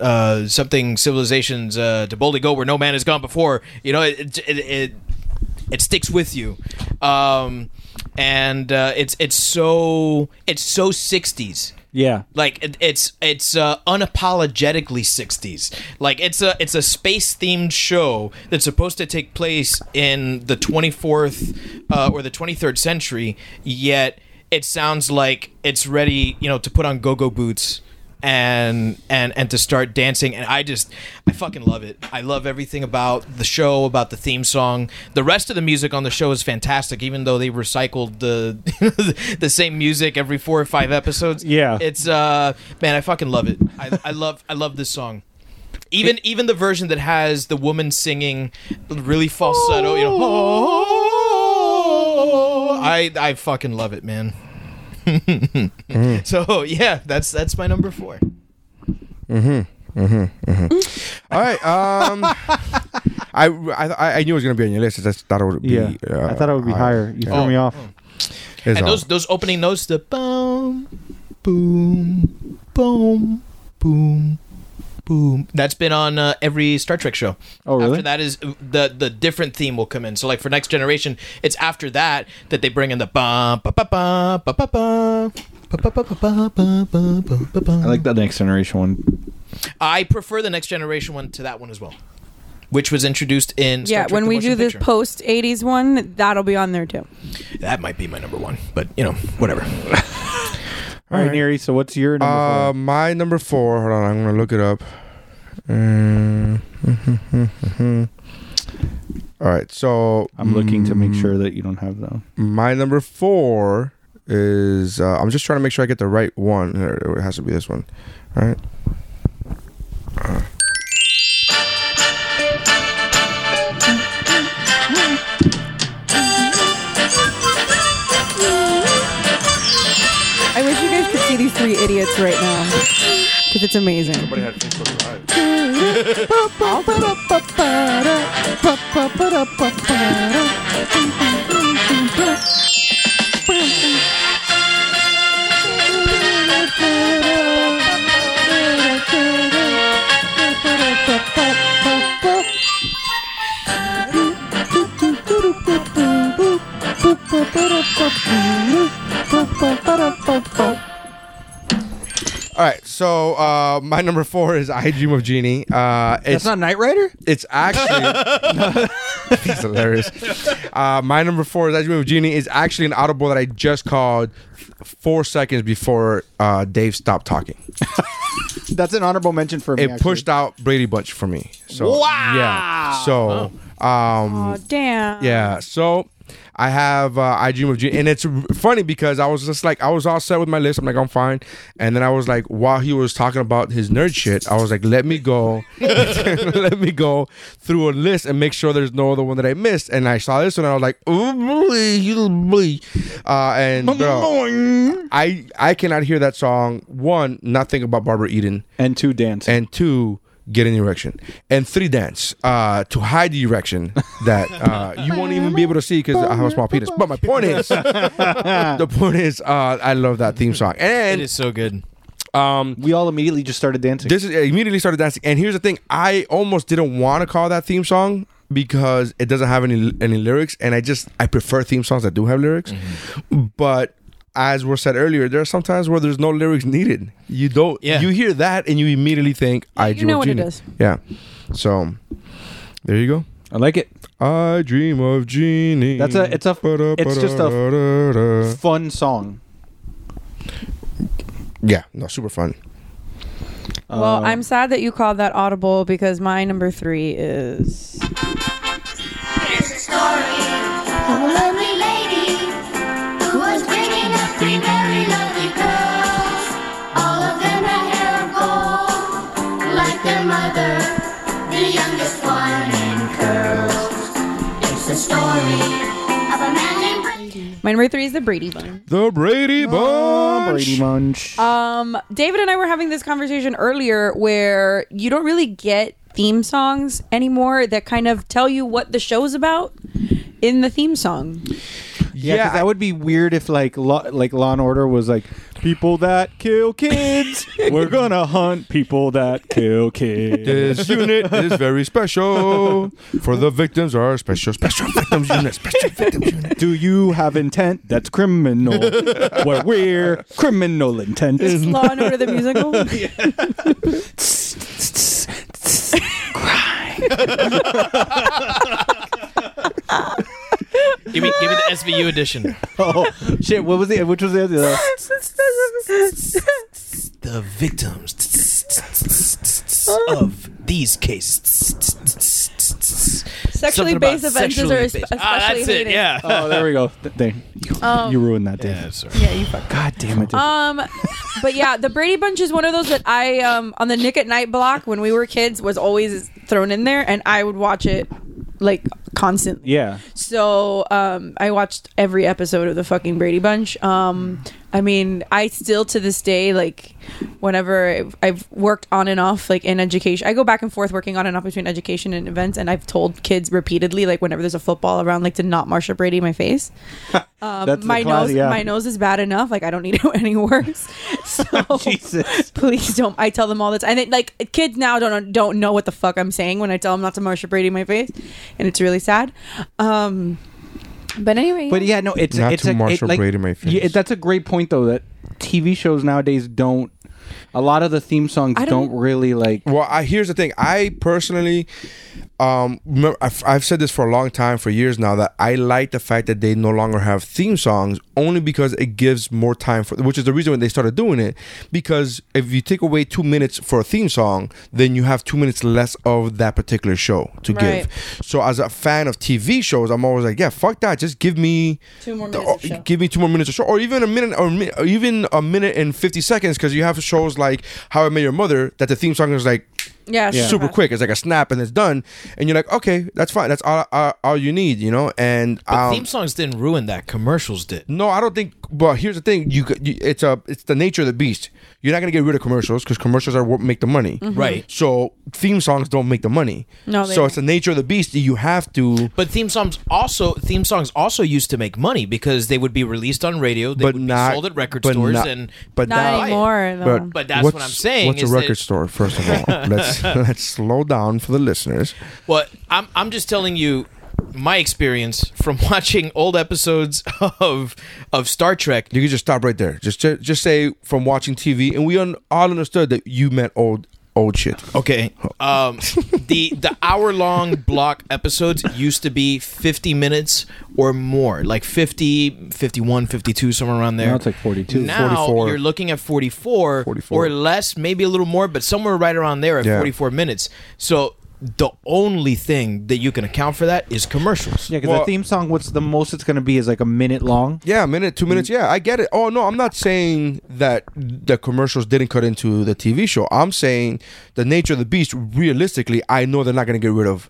S2: uh, something civilizations uh, to boldly go where no man has gone before. You know, it it, it, it sticks with you, um, and uh, it's it's so it's so sixties
S5: Yeah.
S2: like it, it's it's uh, unapologetically 60s like it's a it's a space themed show that's supposed to take place in the 24th uh, or the 23rd century yet it sounds like it's ready you know to put on go-go boots and and and to start dancing and i just i fucking love it i love everything about the show about the theme song the rest of the music on the show is fantastic even though they recycled the [LAUGHS] the same music every four or five episodes
S5: Yeah.
S2: it's uh man i fucking love it i, I love i love this song even even the version that has the woman singing really falsetto you know "Oh, i i fucking love it man [LAUGHS] so yeah that's that's my number four
S3: All right. Um, I, I I knew it was gonna be on your list. I just thought it would be.
S5: Yeah.
S3: uh,
S5: I thought it would be higher. You threw
S2: Oh.
S5: me off.
S3: It's all-
S2: and those those opening notes the boom boom boom boom boom that's been on uh, every star trek show
S5: Oh, really?
S2: after that is uh, the the different theme will come in so like for next generation it's after that that they bring in the bum ba ba ba ba ba ba ba ba ba ba ba ba ba ba ba
S5: I like that next generation one.
S2: I prefer the next generation one to that one as well which was introduced in Star
S4: yeah,
S2: Trek
S4: when
S2: The
S4: we
S2: Motion
S4: do this
S2: Picture.
S4: post '80s one, that'll be on there too.
S2: that might be my number one but you know whatever
S5: All right, Neri. So what's your number?
S3: Uh,
S5: four?
S3: my number four. Hold on, I'm gonna look it up. Um, Mm-hmm. all right, so
S5: I'm looking to make sure that you don't have that. one.
S3: my number four is. Uh, I'm just trying to make sure I get the right one. Here, It has to be this one, all right?
S4: I wish you guys could see these three idiots right now because it's amazing.
S3: All right, so uh, my number four is I Dream of Genie. Uh, it's
S5: Knight Rider.
S3: It's actually he's hilarious. Uh, my number four is actually with Genie is actually an audible that I just called four seconds before uh, Dave stopped talking.
S5: That's an honorable mention for me.
S3: It
S5: actually.
S3: pushed out Brady Bunch for me. So yeah. So um,
S4: Oh damn!
S3: yeah. So I have uh, I Dream of Genie, and it's r- funny because I was just like I was all set with my list. I'm like I'm fine, and then I was like while he was talking about his nerd shit, I was like let me go, [LAUGHS] let me go through a list and make sure there's no other one that I missed. And I saw this one, and I was like, oh boy, you little boy, uh, and bro, I I cannot hear that song. One, not think about Barbara Eden
S5: and two dance.
S3: and two get an erection and three dance uh to hide the erection that uh you won't even be able to see because i have a small penis but my point is the point is uh i love that theme song
S2: it
S3: and
S2: is so good
S3: um
S5: we all immediately just started dancing.
S3: this is I immediately started dancing and here's the thing i almost didn't want to call that theme song because it doesn't have any any lyrics and i just i prefer theme songs that do have lyrics
S5: Mm-hmm.
S3: but as was said earlier, there are some times where there's no lyrics needed. You don't.
S2: Yeah.
S3: You hear that and you immediately think, "I
S4: you
S3: dream
S4: know
S3: of
S4: what it
S3: Jeannie."
S4: is.
S3: Yeah. So there you
S5: I like it.
S3: go. I dream of Jeannie.
S5: That's a- it's a- it's just
S3: a.
S5: Fun song.
S3: Yeah. No, super fun.
S4: Well, I'm sad that you called that audible because my number three is
S7: Here's a story of a lovely lady who was bringing up three very lovely girls. All of them had hair of gold, like their mother, the youngest one in curls. It's the story of a man named Brady.
S4: My number three is the Brady Bunch.
S3: The Brady Bunch.
S5: Brady Bunch.
S4: Um, David and I were having this conversation earlier where you don't really get theme songs anymore that kind of tell you what the show's about in the theme song.
S5: yeah, 'cause
S3: I-
S5: that would be weird if like law, like Law and Order was like people that kill kids. [LAUGHS] we're gonna hunt people that kill kids.
S3: This unit is very [LAUGHS] special. For the victims are special, special victims unit, special victims unit.
S5: Do you have intent that's criminal? [LAUGHS] Where we're criminal intent.
S4: Is Law and Order the musical?
S2: Give me, give me the SVU
S4: [LAUGHS]
S2: edition.
S5: [LAUGHS] oh shit! What was the which was the other?
S2: The victims of these cases.
S4: Sexually based offenses are espe- especially
S2: Ah, that's
S4: hated. Um,
S2: it. Yeah.
S5: [LAUGHS] Oh, there we go. Th- there. You, you ruined that, David.
S4: Yeah, you fuck.
S5: God damn it, David.
S4: Um, but yeah, the Brady Bunch is one of those that I um on the Nick at Night block when we were kids was always thrown in there, and I would watch it like constantly.
S5: yeah.
S4: So um, I watched every episode of the fucking Brady Bunch. Um, I mean, I still to this day like whenever I've, I've worked on and off like in education, I go back and forth working on and off between education and events, and I've told kids repeatedly like whenever there's a football around, like to not Marsha Brady in my face. Um,
S5: That's the
S4: my
S5: class-
S4: nose,
S5: yeah.
S4: my nose is bad enough. Like I don't need [LAUGHS] it any
S3: [LAUGHS]
S4: worse. So
S5: Jesus.
S4: please don't. I tell them all the time. And it, like kids now don't don't know what the fuck I'm saying when I tell them not to Marsha Brady in my face, and it's really sad. Um, but anyway,
S3: e-,
S5: But yeah, no, it's
S3: Not
S5: it's
S3: to
S5: a,
S3: Marshall
S5: it, like,
S3: Brady my face.
S5: Yeah, that's a great point though. That TV shows nowadays don't. A lot of the theme songs
S4: I
S5: don't,
S4: don't-
S5: really like.
S3: Well, I, here's the thing. I personally, um, remember, I've, I've said this for a long time, for years now, that I like the fact that they no longer have theme songs, only because it gives more time for, which is the reason when they started doing it. Because if you take away two minutes for a theme song, then you have two minutes less of that particular show to
S4: Right.
S3: give. So as a fan of TV shows, I'm always like, yeah, fuck that. Just give me
S4: Two more
S3: the-
S4: minutes of
S3: or-
S4: show.
S3: give me two more minutes or so, or even a minute, or, mi- or even a minute and fifty seconds, because you have shows like How I Met Your Mother that the theme song is like
S4: yeah,
S3: super quick. It's like a snap and it's done, and you're like, okay, that's fine. That's all all, all you need, you know. And
S2: But
S3: um,
S2: theme songs didn't ruin that. Commercials did.
S3: no, I don't think. But here's the thing: you, c- you it's a it's the nature of the beast. You're not gonna get rid of commercials because commercials are what make the money,
S2: Right.
S3: So theme songs don't make the money.
S4: Mm-hmm. No, they
S3: so it's the nature of the beast. that You have to.
S2: But theme songs also theme songs also used to make money because they would be released on radio, they
S3: but
S2: would
S3: not
S2: be sold at record
S3: but
S2: stores,
S3: not-
S2: and
S3: but
S4: not
S3: now-
S4: anymore. Though.
S3: But,
S2: But that's what I'm saying
S3: What's
S2: is
S3: a
S2: that-
S3: record store? First of all,
S2: [LAUGHS]
S3: let's let's slow down for the listeners.
S2: Well, I'm I'm just telling you my experience from [LAUGHS] watching old episodes of of Star Trek.
S3: You can just stop right there. Just ju- just say from watching TV, and we un- all understood that you meant old old shit.
S2: Okay. Um, the the hour long block episodes used to be 50 minutes or more, like 50, 51, 52, somewhere around there.
S5: Now it's like 42.
S2: Now
S3: 44.
S2: you're looking at 44,
S3: 44.
S2: or less, maybe a little more, but somewhere right around there at
S3: Yeah.
S2: 44 minutes. So the only thing that you can account for that is commercials.
S5: Yeah, because
S3: Well-
S5: the theme song, what's the most it's going to be is like a minute long.
S3: Yeah, a minute, two minutes. Yeah, I get it. Oh no, I'm not saying that the commercials didn't cut into the TV show. I'm saying the nature of the beast. Realistically, I know they're not going to get rid of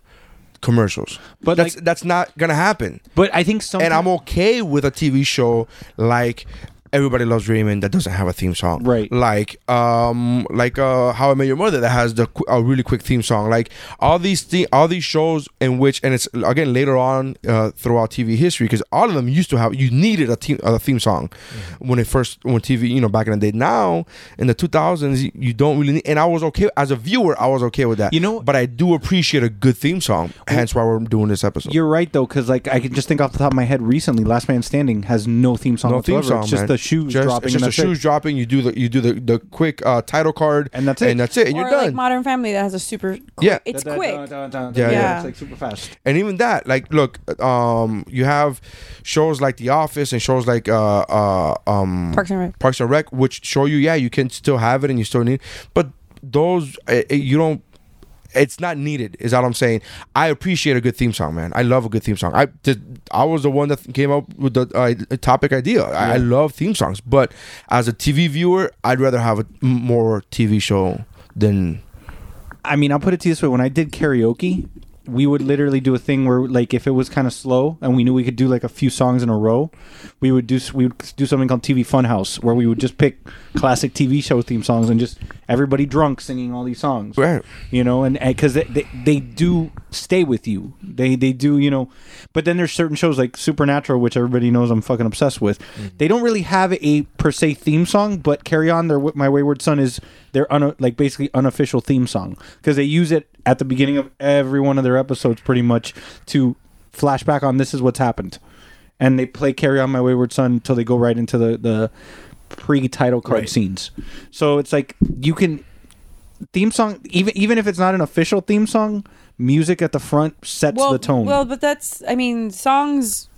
S3: commercials.
S5: But,
S3: But that's
S5: like-
S3: that's not going to happen.
S5: But I think some.
S3: and I'm okay with a TV show like Everybody Loves Raymond that doesn't have a theme song,
S5: Right.
S3: Like, um, like uh, How I Met Your Mother that has the qu- a really quick theme song. Like all these the- all these shows in which, and it's again later on uh, throughout TV history because all of them used to have you needed a theme a theme song
S5: Mm-hmm.
S3: when it first when TV you know back in the day. Now in the 2000s you- you don't really need, and I was okay as a viewer I was okay with that.
S5: You know-
S3: but I do appreciate a good theme song. Hence why we're doing this episode.
S5: You're right though, because like I can just think off the top of my head. Recently, Last Man Standing has no theme song.
S3: no theme
S5: whatsoever.
S3: song,
S5: It's just
S3: man.
S5: the shoes
S3: Just-
S5: dropping.
S3: It's just
S5: and
S3: the
S5: that's it.
S3: shoes dropping. You do the you do the the quick uh, title card,
S5: And that's it.
S3: and that's it, and
S4: or
S3: you're
S4: like
S3: done.
S4: Modern Family that has a super.
S3: Yeah.
S4: it's
S5: Da- da-
S4: quick.
S5: da- da- da- da-
S3: Yeah,
S4: yeah.
S5: It's like super fast.
S3: and even that, like, look, um, you have shows like The Office and shows like uh, uh, um,
S4: Parks and Rec.
S3: Parks and Rec, which show you, yeah, you can still have it and you still need, but those uh, uh, you don't. It's not needed, is all I'm saying. I appreciate a good theme song, man. I love a good theme song. I did, I was the one that came up with the uh, topic idea. I, I love theme songs, but as a TV viewer, I'd rather have a m- more TV show than
S5: I mean, I'll put it to you this way: when I did karaoke, we would literally do a thing where like if it was kind of slow and we knew we could do like a few songs in a row, we would do s- we would do something called TV Funhouse where we would just pick classic TV show theme songs and just everybody drunk singing all these songs.
S3: Right.
S5: You know, and because they, they they do stay with you. They they do you know, but then there's certain shows like Supernatural, which everybody knows I'm fucking obsessed with. They don't really have a per se theme song, but Carry On, their My Wayward Son is their un, like basically unofficial theme song because they use it at the beginning of every one of their episodes, pretty much to flashback on this is what's happened, and they play Carry On, My Wayward Son until they go right into the the pre-title card
S2: Right.
S5: scenes. So it's like you can theme song even even if it's not an official theme song music at the front sets
S4: well,
S5: the tone
S4: Well, but that's I mean songs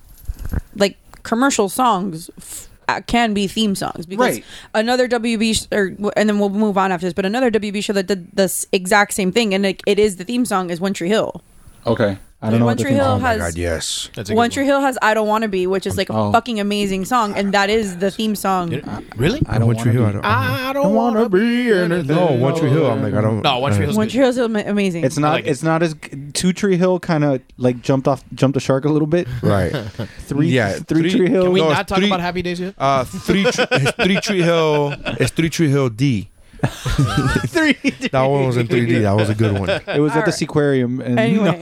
S4: like commercial songs f- uh, can be theme songs because
S5: Right.
S4: another WB sh- or and then we'll move on after this. But another WB show that did this exact same thing and it, it is the theme song is One Tree Hill.
S5: okay i don't know
S4: One
S5: what the
S4: Tree
S5: theme
S4: Hill
S5: song
S4: has
S3: Oh God, yes.
S2: That's a good
S4: One Tree Hill has I Don't Want to Be, which is like a
S5: Oh.
S4: fucking amazing song, and that is the theme song.
S2: Uh, Really?
S5: i don't Ah,
S3: One Tree Hill. I
S5: want
S3: don't,
S2: I don't
S5: want to be anything
S3: no, One Tree Hill. I'm like, I don't.
S2: No, One Tree Hill's
S4: One
S2: good.
S4: Tree Hill's ama- amazing.
S5: it's not
S2: like it.
S5: it's not as two tree hill kind of like jumped off jumped the shark a little bit
S3: [LAUGHS] Right.
S5: three
S3: Yeah, three-
S5: three, tree hill
S2: Can we
S3: No,
S2: not
S3: it's
S2: talk
S3: three-
S2: about Happy Days yet?
S3: Uh, three, tr- it's three Tree Hill. It's Three Tree Hill [LAUGHS] D.
S2: Three.
S3: That one was in 3D. That was a good [LAUGHS] one.
S5: it was at the sequarium and [LAUGHS]
S4: anyway.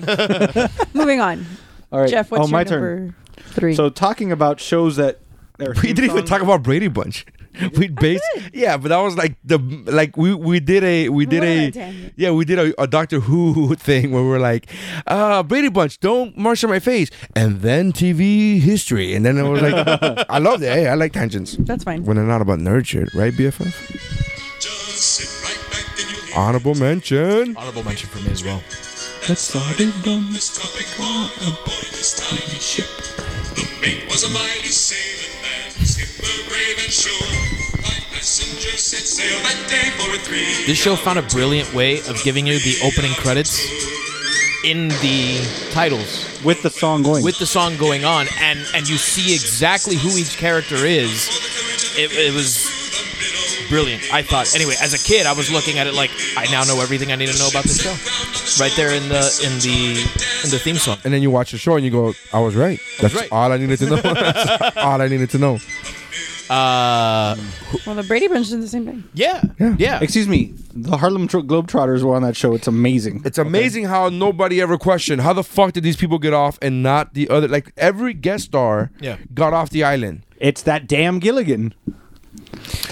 S4: [LAUGHS] moving on.
S5: all right
S4: Jeff, what's
S5: oh
S4: your
S5: my
S4: number
S5: turn
S4: three?
S5: so talking about shows that their
S3: We
S5: theme
S3: didn't even
S5: songs-
S3: talk about Brady Bunch. [LAUGHS] We based, yeah, but that was like the like we we did a we did
S4: Well, damn
S3: a
S4: it.
S3: yeah we did a, a Doctor Who [LAUGHS] thing where we are like, uh, Brady Bunch, don't march on my face, and then TV history, and then it was like, [LAUGHS] I love that. Hey, I like tangents
S4: that's fine.
S3: when they're not about nerd shit, right? BFF. Honorable mention.
S2: Honorable mention for me as well. This show found a brilliant way of giving you the opening credits in the titles
S5: with the song going
S2: with the song going on, and and you see exactly who each character is. It, it was brilliant. I thought. Anyway, as a kid, I was looking at it like I now know everything I need to know about this show. Right there in the in the in the theme song.
S3: And then you watch the show and you go, I was right. That's
S2: right.
S3: all I needed to know. [LAUGHS] That's all I needed to know.
S2: Uh,
S4: Well, the Brady Bunch did the same thing.
S2: yeah,
S3: Yeah.
S2: yeah.
S5: excuse me the harlem Tro- globetrotters were on that show it's amazing
S3: It's amazing how nobody ever questioned how the fuck did these people get off and not the other. Like every guest star
S2: Yeah.
S3: got off the island.
S5: it's that damn gilligan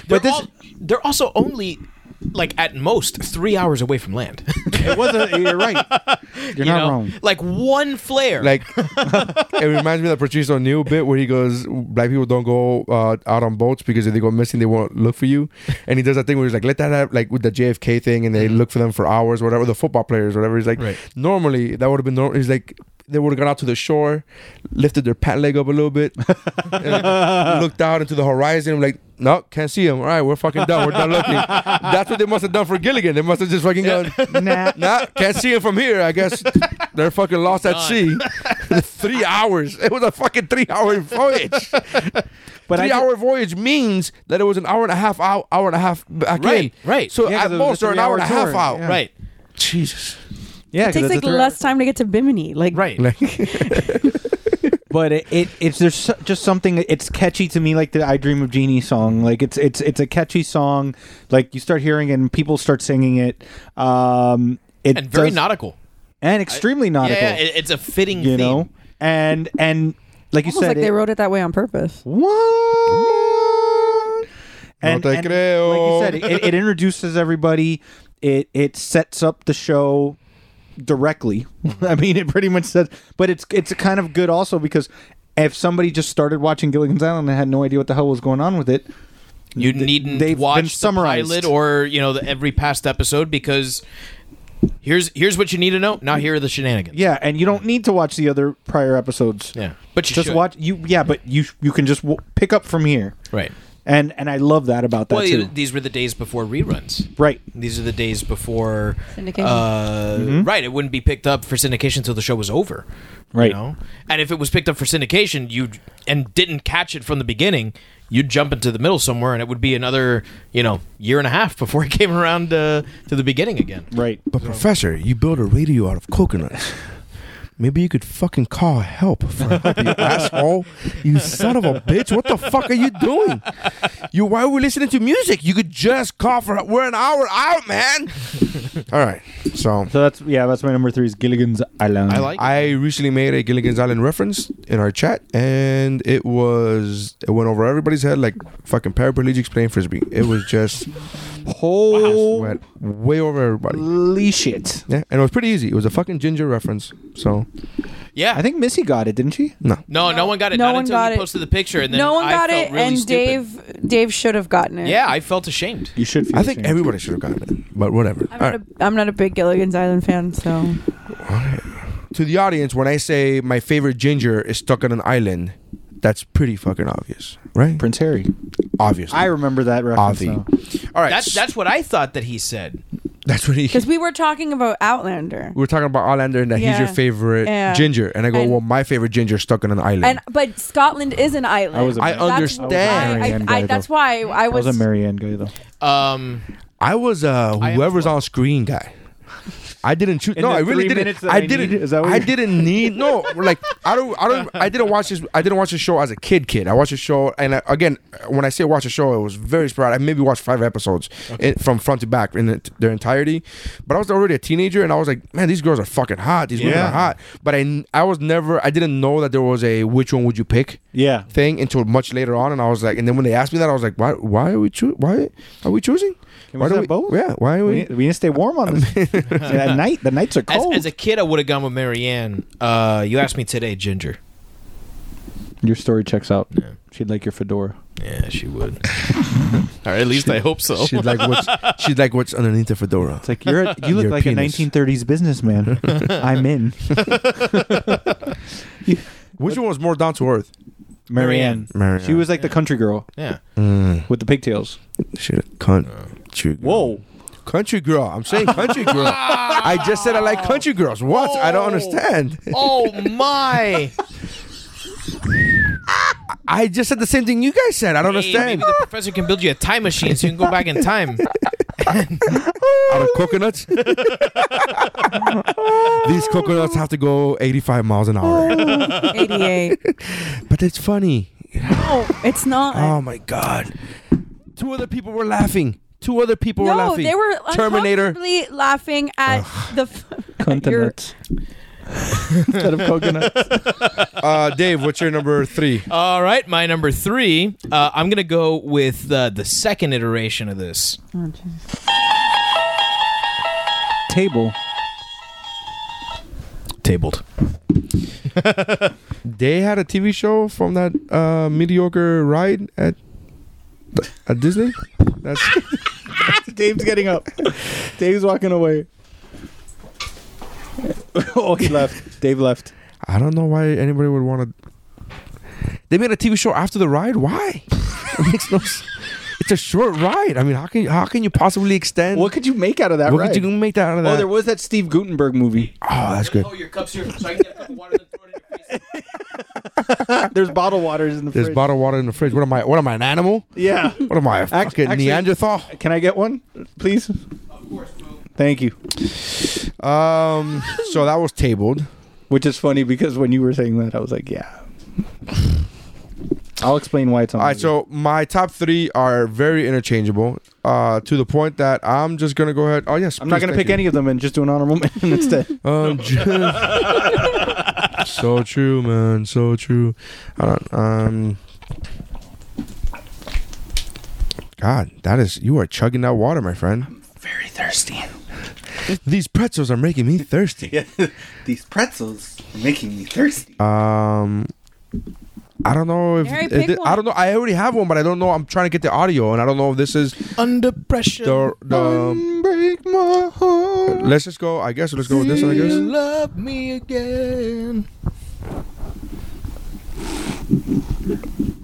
S2: They're
S5: this-
S2: al- they're also only like at most three hours away from land. [LAUGHS]
S5: It was a, you're right.
S2: you
S5: You're not
S2: know?
S5: wrong.
S2: Like one flare.
S3: Like [LAUGHS] it reminds me of the Patrice O'Neill bit where he goes, "Black people don't go uh, out on boats because if they go missing, they won't look for you." And he does that thing where he's like, "Let that happen," like with the JFK thing, and they look for them for hours, or whatever. The football players, or whatever. He's like,
S2: Right.
S3: normally that would have been normal. He's like. They would have gone out to the shore, lifted their pant leg up a little bit, and like, looked out into the horizon. I'm like, no, can't see him. All right, we're fucking done. We're done looking. That's what they must have done for Gilligan. They must have just fucking gone,
S5: [LAUGHS] Nah.
S3: nah, can't see him from here. I guess they're fucking lost at sea. [LAUGHS] three hours. It was a fucking three hour voyage.
S5: But
S3: three
S5: I
S3: hour voyage means that it was an hour and a half out, hour and a half back in.
S2: Right, right.
S3: So
S5: Yeah, 'cause
S3: at
S5: it was a
S3: most, they're an hour
S5: three-hour
S3: and a half out.
S5: tour, yeah.
S2: right,
S3: Jesus.
S5: yeah,
S4: It takes like less time to get to Bimini. Like
S2: right.
S5: But it, it it's there's so- just something it's catchy to me like the I Dream of Jeannie song. Like it's it's it's a catchy song. Like you start hearing it and people start singing it. Um it
S2: and very
S5: does-
S2: nautical.
S5: and extremely nautical.
S2: Yeah, yeah, it- it's a fitting
S5: you
S2: theme.
S5: know? And and like you
S4: almost
S5: said
S4: like
S5: it-
S4: they wrote it that way on purpose.
S5: What?
S3: te creo.
S5: Like you said, it, it introduces everybody. It it sets up the show directly. [LAUGHS] I mean, it pretty much says, but it's it's kind of good also because if somebody just started watching Gilligan's Island and had no idea what the hell was going on with it,
S2: You needn't
S5: they've been
S2: watch the
S5: summarized.
S2: pilot or you know the, every past episode because here's here's what you need to know. Now here are the shenanigans.
S5: yeah, and you don't need to watch the other prior episodes.
S2: yeah. But you
S5: just
S2: should.
S5: watch you. Yeah, but you you can just w- pick up from here.
S2: Right.
S5: And and I love that about that
S2: Well,
S5: too.
S2: you- these were the days before reruns.
S5: right.
S2: These are the days before
S4: Syndication.
S2: Uh,
S5: Mm-hmm.
S2: Right, it wouldn't be picked up for syndication until the show was over.
S5: Right.
S2: You know? And if it was picked up for syndication, you and didn't catch it from the beginning, you'd jump into the middle somewhere, and it would be another you know year and a half before [LAUGHS] it came around uh, to the beginning again.
S5: Right.
S3: But, Professor, you build a radio out of coconuts. Maybe you could fucking call help for help,
S2: [LAUGHS]
S3: you asshole. You son of a bitch. What the fuck are you doing? You why are we listening to music? You could just call for help. We're an hour out, man. [LAUGHS] All right. So
S5: So that's yeah, that's my number three is Gilligan's Island.
S2: I like.
S3: I recently made a Gilligan's Island reference in our chat, and it was it went over everybody's head like fucking paraplegics playing frisbee. It was just
S5: holy
S3: went way over everybody.
S5: shit!
S3: Yeah, and it was pretty easy. It was a fucking ginger reference. So
S2: yeah.
S5: I think Missy got it, didn't she?
S3: no,
S2: no, no one got it.
S4: No
S2: Not
S4: one
S2: until
S4: got
S2: you
S4: it.
S2: posted the picture, and then
S4: no one
S2: I
S4: got
S2: felt
S4: it,
S2: really
S4: and
S2: stupid.
S4: Dave Dave should have gotten it.
S2: Yeah, I felt ashamed.
S5: You should. Feel
S3: I think
S5: ashamed.
S3: everybody should have gotten it, but whatever.
S4: I'm
S3: All
S4: not,
S3: right.
S4: a, I'm not a big Gilligan's Island fan, so
S3: To the audience, when I say my favorite ginger is stuck on an island, that's pretty fucking obvious, right?
S5: Prince Harry.
S3: Obviously.
S5: I remember that reference.
S3: Avi.
S5: now.
S3: All right.
S2: That's that's what I thought that he said.
S3: that's what he.
S4: because we were talking about Outlander,
S3: we were talking about Olander and that he's your
S4: Yeah.
S3: favorite
S4: Yeah.
S3: ginger. And I go,
S4: And-
S3: well, my favorite ginger is stuck on an island.
S4: and but Scotland is an island.
S5: I was a
S3: I
S5: Mary- I was
S3: understand.
S4: That's why,
S5: Marianne
S4: I, I,
S5: Guy,
S4: that's
S5: though.
S4: why I
S5: I was
S4: was.
S5: a Marianne guy though.
S2: Um,
S3: I was uh,
S2: am
S3: whoever's on screen guy. I didn't choose.
S5: [LAUGHS] In
S3: No,
S5: the
S3: I really
S5: three
S3: didn't.
S5: minutes that
S3: I
S5: I
S3: didn't.
S5: need, is that what
S3: I
S5: you're-
S3: didn't need.
S5: [LAUGHS]
S3: No, like I don't. I don't. I didn't watch this. I didn't watch the show as a kid. Kid. I watched the show, and I, again, when I say watch a show, it was very sporadic. I maybe watched five episodes in, from front to back in the, their entirety. But I was already a teenager, and I was like, man, these girls are fucking hot. These women
S2: Yeah.
S3: are hot. But I, I was never. I didn't know that there was a which one would you pick
S5: Yeah.
S3: thing until much later on, and I was like, and then when they asked me that, I was like, why? Why are we choo- Why are we choosing?
S5: Can
S3: why
S5: we
S3: do
S5: say
S3: we
S5: both?
S3: Yeah. Why are
S5: We
S3: we?
S5: need, we need to stay warm on [LAUGHS] this. at night, the nights are
S2: as,
S5: cold.
S2: as a kid, I would have gone with Marianne. Uh, you asked me today, Ginger.
S5: your story checks out. She'd like your fedora.
S2: Yeah, she would. [LAUGHS] Or at least I hope so.
S3: She'd like what's she'd like what's underneath the fedora.
S5: It's like you're a, [LAUGHS] you look
S3: Your
S5: like
S3: penis.
S5: a 1930s
S3: [LAUGHS]
S5: businessman. I'm in.
S3: Which one was more down to earth?
S2: Marianne.
S5: Marianne.
S3: Marianne.
S5: She was like the country girl
S2: Yeah.
S5: with the pigtails.
S3: Shit, country. Girl. country girl. I'm saying country girl. I just said I like country girls. What? I don't understand.
S2: [LAUGHS] Oh my!
S3: I just said the same thing you guys said. I don't
S2: Hey, maybe
S3: understand.
S2: the professor can build you a time machine so you can go back in [LAUGHS] time.
S3: Out of coconuts. These coconuts have to go 85 miles an hour.
S5: [LAUGHS]
S4: 88.
S3: But it's funny.
S4: no, it's not.
S3: Oh my god. Two other people were laughing. Two other people
S4: no,
S3: were laughing.
S4: they were
S3: Terminator.
S4: uncomfortably laughing at the.
S5: [LAUGHS]
S4: F- at your-
S5: Coconuts. [LAUGHS] Instead of coconuts.
S3: Uh, Dave, what's your number three?
S2: All right, my number three. Uh, I'm gonna go with uh, the second iteration of this.
S5: [LAUGHS] Oh, Table.
S2: Tabled.
S3: they had a TV show from that uh, mediocre ride at at Disney. That's
S5: Dave's getting up. Dave's walking away. [LAUGHS] oh, he left. Dave left.
S3: I don't know why anybody would want to. They made a TV show after the ride. Why? it makes no. s- It's a short ride. I mean, how can how can you possibly extend?
S5: What could you make out of that?
S3: what
S5: ride?
S3: could you make that out of
S5: Oh,
S3: that?
S5: there was that Steve Gutenberg movie.
S3: oh, that's good.
S2: your cups here, so I can get a cup of water and throw it in your face.
S5: There's bottled waters in the
S3: There's
S5: fridge.
S3: bottled water in the fridge. What am I? What am I? An animal?
S5: yeah.
S3: What am I? A fucking
S5: actually-
S3: Neanderthal?
S5: [LAUGHS] Can I get one, please? Thank you.
S3: Um. so that was tabled.
S5: Which is funny because when you were saying that, I was like, yeah. I'll explain why it's on.
S3: All right, so my top three are very interchangeable uh, to the point that I'm just gonna go ahead. Oh yes,
S5: I'm not
S3: please,
S5: going to
S3: thank
S5: pick any of them and just do an honorable mention instead.
S3: you. Um, ju- so true, man. So true. I don't. Um. God, that is you are chugging that water, my friend. I'm very thirsty. These pretzels are making me thirsty.
S5: These pretzels are making me thirsty.
S3: Um, I don't know if
S4: Harry,
S3: if
S4: pick
S3: thi- I
S4: one.
S3: don't know. I already have one, but I don't know. I'm trying to get the audio, and I don't know if this is
S2: [LAUGHS] Under pressure.
S3: the the.
S5: Break my heart.
S3: Let's just go. I guess let's go with this. I
S2: You
S3: guess.
S2: love me again.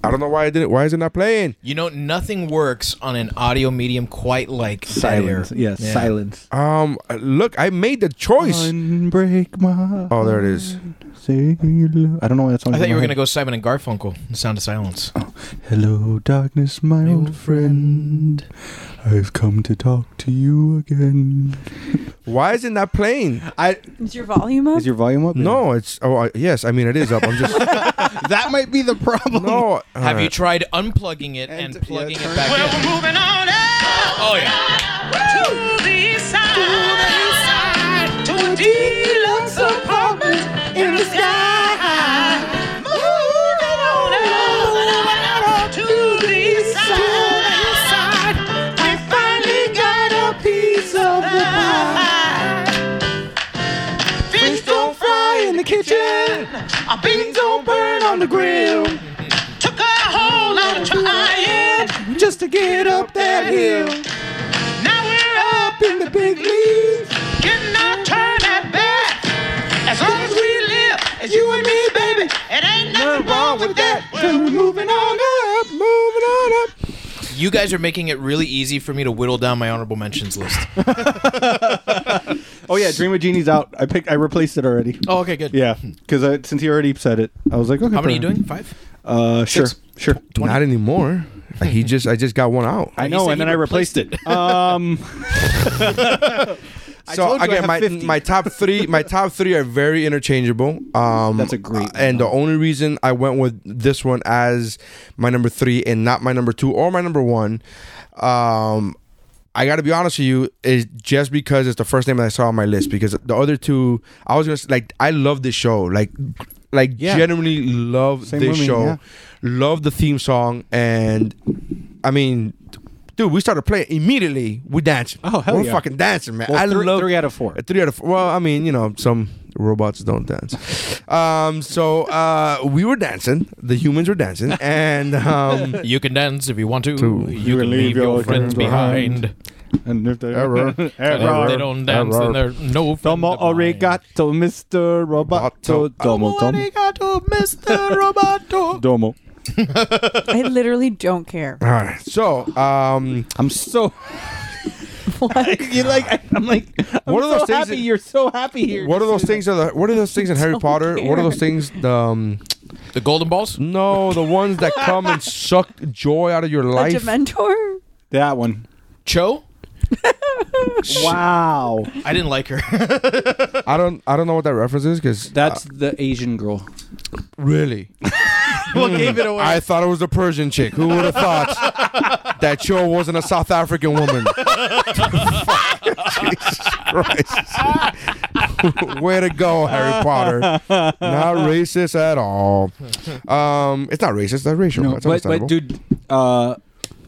S3: I don't know why I didn't. Why is it not playing?
S2: You know, nothing works on an audio medium quite like dead
S5: Silence.
S2: air.
S5: Yes,
S2: Yeah.
S5: silence.
S3: Um, look, I made the choice.
S5: Unbreak my heart.
S3: Oh, there it is.
S5: Say hello. I don't know why that's on.
S2: I thought you were gonna go Simon and Garfunkel, The Sound of Silence.
S5: Hello, darkness, my old friend. I've come to talk to you again.
S3: Why isn't that playing?
S5: I
S4: Is your volume up?
S5: is your volume up?
S3: No, it's oh I, yes. I mean, it is up. I'm just
S5: [LAUGHS] that might be the problem.
S3: no.
S2: Have you
S3: alright.
S2: tried unplugging it and,
S5: And, yeah,
S2: plugging
S5: turn-
S2: it back
S8: Well,
S2: in?
S8: we're moving on up
S2: Oh yeah.
S8: to the east side. To the east side. To a deluxe apartment in the sky. Moving on up. Moving on up to the east side. To the east side. We finally got a piece of the pie. Fish don't fry in the kitchen. Our beans don't burn on the grill. Took a whole lot of trying.
S5: just to get up that hill.
S8: Now we're up in the big leagues. Cannot turn that back. As long as we live, it's you and me, baby. It ain't nothing wrong with that. We're moving on up, moving on up.
S2: You guys are making it really easy for me to whittle down my honorable mentions list.
S5: Oh yeah, Dream of Genie's out. I picked. I replaced it already.
S2: Oh, okay, good.
S5: Yeah, because since he already said it, I was like, okay.
S2: How many are you
S5: fair.
S2: doing? Five.
S5: Uh, sure, sure.
S3: Not anymore. He just I just got one out.
S5: I
S2: he
S5: know,
S2: said
S5: Oh, and
S2: he
S5: then I
S2: replaced
S5: replaced it. um,
S3: so
S5: told you I
S3: again,
S5: have
S3: my
S5: 50.
S3: my top three my top three are very interchangeable. Um,
S5: That's a great
S3: And the only reason I went with this one as my number three and not my number two or my number one, um, I got to be honest with you, is just because it's the first name that I saw on my list. Because the other two, I was gonna s- like I love this show, like like
S5: Yeah.
S3: genuinely love
S5: Same
S3: this
S5: with me,
S3: show,
S5: yeah.
S3: love the theme song, and I mean. Dude, we started playing immediately. We danced.
S5: Oh, hell
S3: We're
S5: yeah.
S3: fucking dancing, man.
S5: Well,
S3: I
S5: three-
S3: love
S5: three out of four.
S3: Uh, Three out of four. Well, I mean, you know, some robots don't dance. Um, so uh, we were dancing. The humans were dancing, and
S2: [LAUGHS]
S3: um,
S2: You can dance if you want to.
S3: Two.
S2: You, can leave, your friends behind.
S5: and if they,
S3: Error.
S5: error,
S2: And if they don't dance, then
S3: Error.
S2: they're no friend
S5: Domo
S2: of mine.
S5: arigato, Mr. Roboto.
S3: Roboto.
S5: Domo,
S2: [LAUGHS]
S5: domo,
S2: Arigato, Mr. Roboto.
S5: domo.
S4: I literally don't care.
S3: all right. So um,
S5: I'm so. [LAUGHS] you like? I, I'm like. I'm
S3: What are
S5: so
S3: those things
S5: happy.
S3: that-
S5: You're so happy here.
S3: what are those things? Are the, what are those things in Harry Potter? What are those things? The, um,
S2: The golden balls?
S3: no, the ones that come and suck joy out of your
S4: A
S3: life.
S4: Dementor?
S5: That one.
S2: Cho?
S5: Wow.
S3: Uh,
S2: I didn't like her.
S3: I don't. I don't know what that reference is because
S5: That's the Asian girl.
S3: really.
S2: [LAUGHS] what gave it away?
S3: I thought it was a Persian chick. Who would have thought
S2: [LAUGHS]
S3: that Cho wasn't a South African woman? Jesus Christ. [LAUGHS] Way to go, Harry Potter. Not racist at all. Um, it's not racist. That's racial.
S5: No,
S3: that's
S5: but, but
S3: understandable.
S5: dude, uh,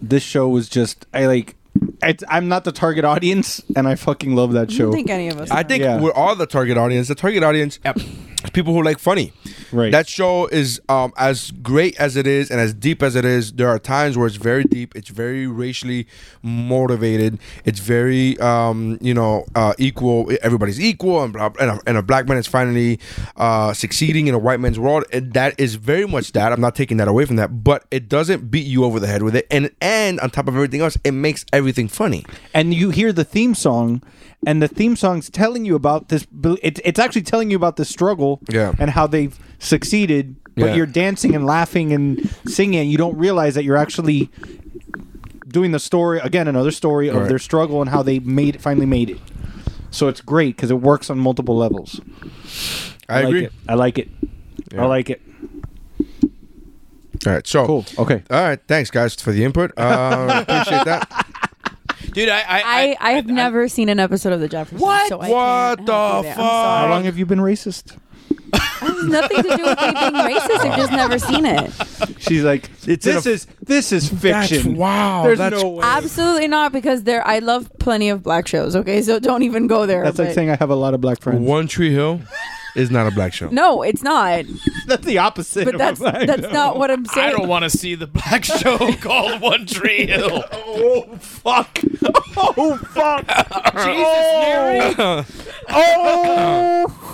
S5: this show was just I like. It's, I'm not the target audience, and I fucking love that
S4: I don't
S5: show.
S4: think any of us.
S3: I
S4: are.
S3: think
S5: Yeah.
S3: we're all the target audience. The target audience [CLEARS THROAT] is people who like funny.
S5: Right.
S3: That show is um, as great as it is and as deep as it is. There are times where it's very deep. It's very racially motivated. It's very um, you know uh, equal. Everybody's equal, and blah, and a, and a black man is finally uh, succeeding in a white man's world. And that is very much that. I'm not taking that away from that, but it doesn't beat you over the head with it. And and on top of everything else, it makes everything funny.
S5: and you hear the theme song and the theme song's telling you about this it's, it's actually telling you about the struggle
S3: Yeah.
S5: and how they've succeeded but
S3: Yeah.
S5: you're dancing and laughing and singing and you don't realize that you're actually doing the story again another story of
S3: Right.
S5: their struggle and how they made finally made it so it's great because it works on multiple levels
S3: I,
S5: like
S3: agree.
S5: it i like it i like it
S3: All right, so
S5: cool okay
S3: All right, thanks guys for the input. Uh, appreciate [LAUGHS] that.
S2: [LAUGHS] Dude, I. I,
S4: I, I have never seen an episode of The Jeffersons.
S2: What?
S4: So I
S3: What
S4: can't
S3: the
S4: help you there. I'm
S3: fuck?
S4: sorry.
S5: how long have you been racist
S4: It has nothing to do with me being racist. I've just never seen
S5: [LAUGHS]
S4: it.
S5: she's like
S3: It's in
S5: this
S3: a-
S5: is this is fiction
S3: wow.
S5: there's
S3: that's-
S5: no way
S4: Absolutely not, because there I love plenty of black shows. Okay, so don't even go there.
S5: that's like
S4: but-
S5: saying i have a lot of black friends
S3: One Tree Hill is not a black show.
S4: no, it's not.
S5: That's [LAUGHS] the opposite.
S4: But that's
S5: [LAUGHS]
S4: that's not what I'm saying.
S2: I don't want to see the black [LAUGHS] show called One Tree Hill. oh, fuck. [LAUGHS]
S5: Oh fuck!
S3: Oh.
S4: Oh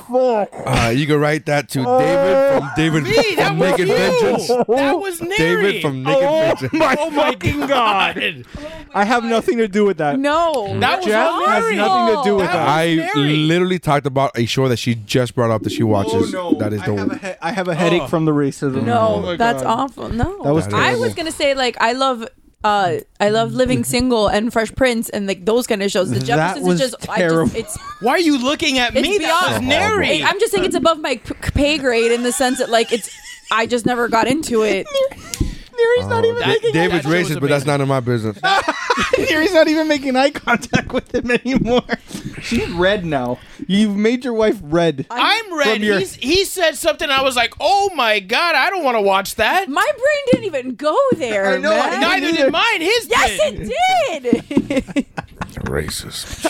S3: Uh, you can write that to David
S5: Oh.
S3: from David from Naked Vengeance.
S2: That was Neri. Oh
S3: David from Naked
S5: Oh.
S3: Vengeance.
S5: my,
S2: fucking God.
S5: I have nothing to do with Mm. that.
S4: No,
S2: That was
S5: Jeff has
S2: Neri.
S5: nothing to do with that.
S3: I literally talked about a show that she just brought up that she watches. That is
S5: Oh, I
S3: the
S5: have a he- I have a headache from the racism.
S4: no, that's awful. No,
S5: Oh That was
S3: That is-
S4: I
S5: terrible.
S4: was gonna say like I love uh, I love
S5: [LAUGHS]
S4: Living Single and Fresh Prince and like those kind of shows. The
S5: That
S4: Jeffersons
S5: was
S4: is just, I
S5: terrible.
S4: just it's
S2: Why are you looking at
S4: It's
S2: me? That was
S4: beyond-
S2: Neri.
S4: Like, I'm just saying it's above my p- pay grade in the sense that like it's I just never got into it.
S5: Neri's not even
S2: that- making-
S3: Uh, David's
S2: that shit was
S3: racist, but that's
S2: amazing.
S3: none of my
S5: [LAUGHS]
S3: business.
S5: Neri's not even making eye contact with him anymore. She's red now. You've made your wife red.
S2: [LAUGHS] I'm red.
S5: From your-
S2: He's, he said something. I was like, "Oh my god, I don't want to watch that."
S4: My brain didn't even go there.
S5: I know, I
S4: man.
S5: know.
S2: Neither did mine. His
S4: Yes,
S2: did.
S4: it did. [LAUGHS]
S3: racist.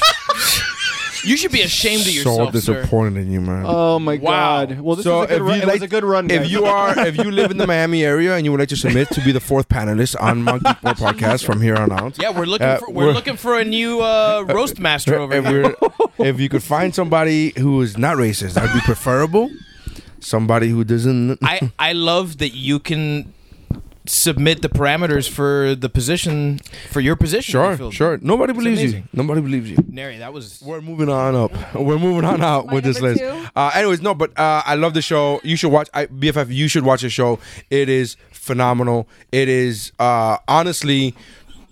S2: You should be ashamed of
S3: so
S2: yourself, sir.
S3: disappointed in you, man.
S5: Oh my
S2: Wow.
S5: god! Well, this
S3: so
S5: was a good
S3: if
S5: run.
S3: you
S5: it
S3: like,
S5: was a good run.
S3: If
S5: guys.
S3: you are, if
S2: [LAUGHS]
S3: you live in the Miami area and you would like to submit to be the fourth panelist on Monkey
S2: [LAUGHS]
S3: Boy podcast from here on out,
S2: Yeah, we're looking
S3: Uh,
S2: for we're,
S3: we're-
S2: looking for a new uh, roast master over
S3: if,
S2: here.
S3: we're,
S2: [LAUGHS]
S3: if you could find somebody who is not racist, that'd be preferable. Somebody who doesn't.
S2: I I love that you can submit the parameters for the position for your position. you
S3: sure,
S2: filled.
S3: sure. Nobody believes you.
S2: amazing.
S3: Nobody believes you.
S2: Neri, that was
S3: We're moving on up. [LAUGHS] We're moving on out
S4: My
S3: with this
S4: number
S3: list.
S4: two.
S3: Uh, anyways, no, but uh, I love the show. You should watch I, BFF. You should watch the show. It is phenomenal. It is uh, honestly,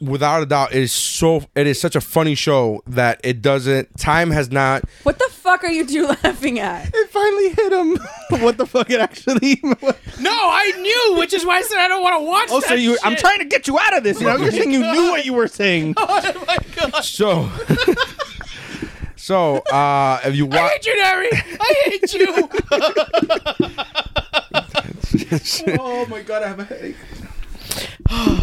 S3: without a doubt, it is so. It is such a funny show that it doesn't. Time has not.
S4: what the fuck are you two [LAUGHS] laughing at?
S5: it finally hit him.
S3: [LAUGHS]
S5: [LAUGHS] what the fuck? It actually. [LAUGHS]
S2: no. I knew, which is why I said I don't want to watch.
S5: oh, so
S2: that
S5: you?
S2: Shit.
S5: I'm trying to get you out of this. You know, you're saying you knew what you were
S4: [LAUGHS]
S5: saying.
S2: Oh my god!
S3: So. [LAUGHS] so uh, if you
S2: I
S3: watch,
S2: hate you, Neri. I hate
S3: [LAUGHS]
S2: you.
S5: oh my god, I have a headache.
S3: All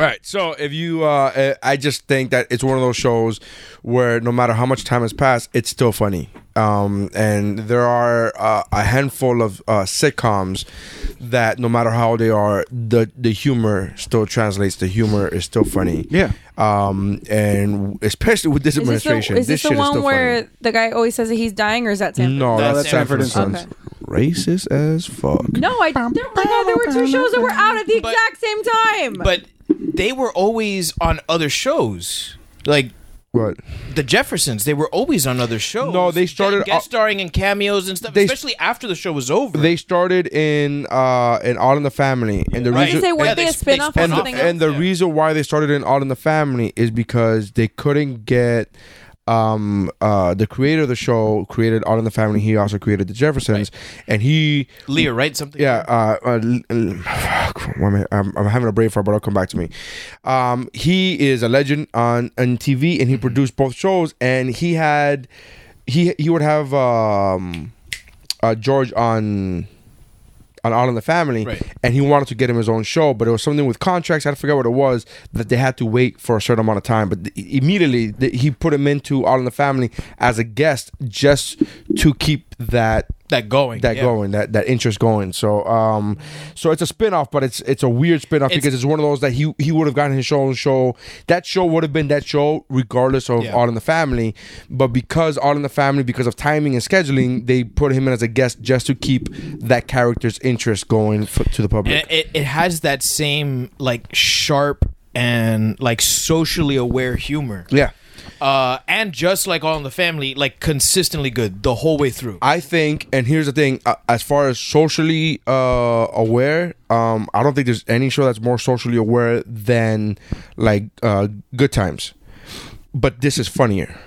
S3: right. So if you, uh, eh, I just think that it's one of those shows where no matter how much time has passed, it's still funny. Um, and there are uh, a handful of uh, sitcoms that no matter how they are, the the humor still translates. The humor is still funny.
S5: Yeah.
S3: Um, and especially with this
S4: Is this the,
S3: administration,
S4: is this the
S3: shit is
S4: one
S3: still
S4: where
S3: funny.
S4: the guy always says that he's dying, or is that Sanford?
S3: No,
S2: That's
S3: that's Sanford and
S2: Sanford
S3: Sons. Racist as fuck.
S4: No, I there, oh my God, there were two shows that were out at the
S2: But-
S4: exact same time.
S2: but they were always on other shows, like.
S3: What?
S2: The Jeffersons, they were always on other shows.
S3: No, they started-
S2: guest starring and cameos and stuff,
S3: They-
S2: especially after the show was over.
S3: They started in uh in All in the Family, and the
S2: Right.
S3: reason
S4: Did they weren't
S2: Yeah,
S4: they,
S2: they
S4: a spin off
S2: spun
S3: and
S4: or
S3: the,
S4: something?
S2: off.
S3: and the reason why they started in All in the Family is because they couldn't get um uh the creator of the show created All in the Family. He also created the Jeffersons, and he
S2: Leah, right? Something.
S3: yeah uh, uh l- l- fuck, why am I- I'm, I'm having a brain fart, but it'll come back to me. Um, he is a legend on on TV, and
S2: Mm-hmm.
S3: he produced both shows, and he had he he would have um uh George on on All in the Family,
S2: Right.
S3: and he wanted to get him his own show, but it was something with contracts. I forget what it was that they had to wait for a certain amount of time. But th- immediately th- he put him into All in the Family as a guest just to keep that
S2: that going.
S3: that
S2: yeah.
S3: going that that interest going. So um, so it's a spin off, but it's it's a weird spin off
S2: It's-
S3: because it's one of those that he he would have gotten his own show. That show would have been that show regardless of
S2: Yeah.
S3: All in the Family, but because All in the Family, because of timing and scheduling, they put him in as a guest just to keep that character's interest going for, to the public.
S2: And it, it has that same like sharp and like socially aware humor.
S3: yeah.
S2: Uh, and just like All in the Family, like consistently good the whole way through.
S3: I think, and here's the thing: uh, as far as socially uh, aware, um, I don't think there's any show that's more socially aware than like uh, Good Times. But this is funnier.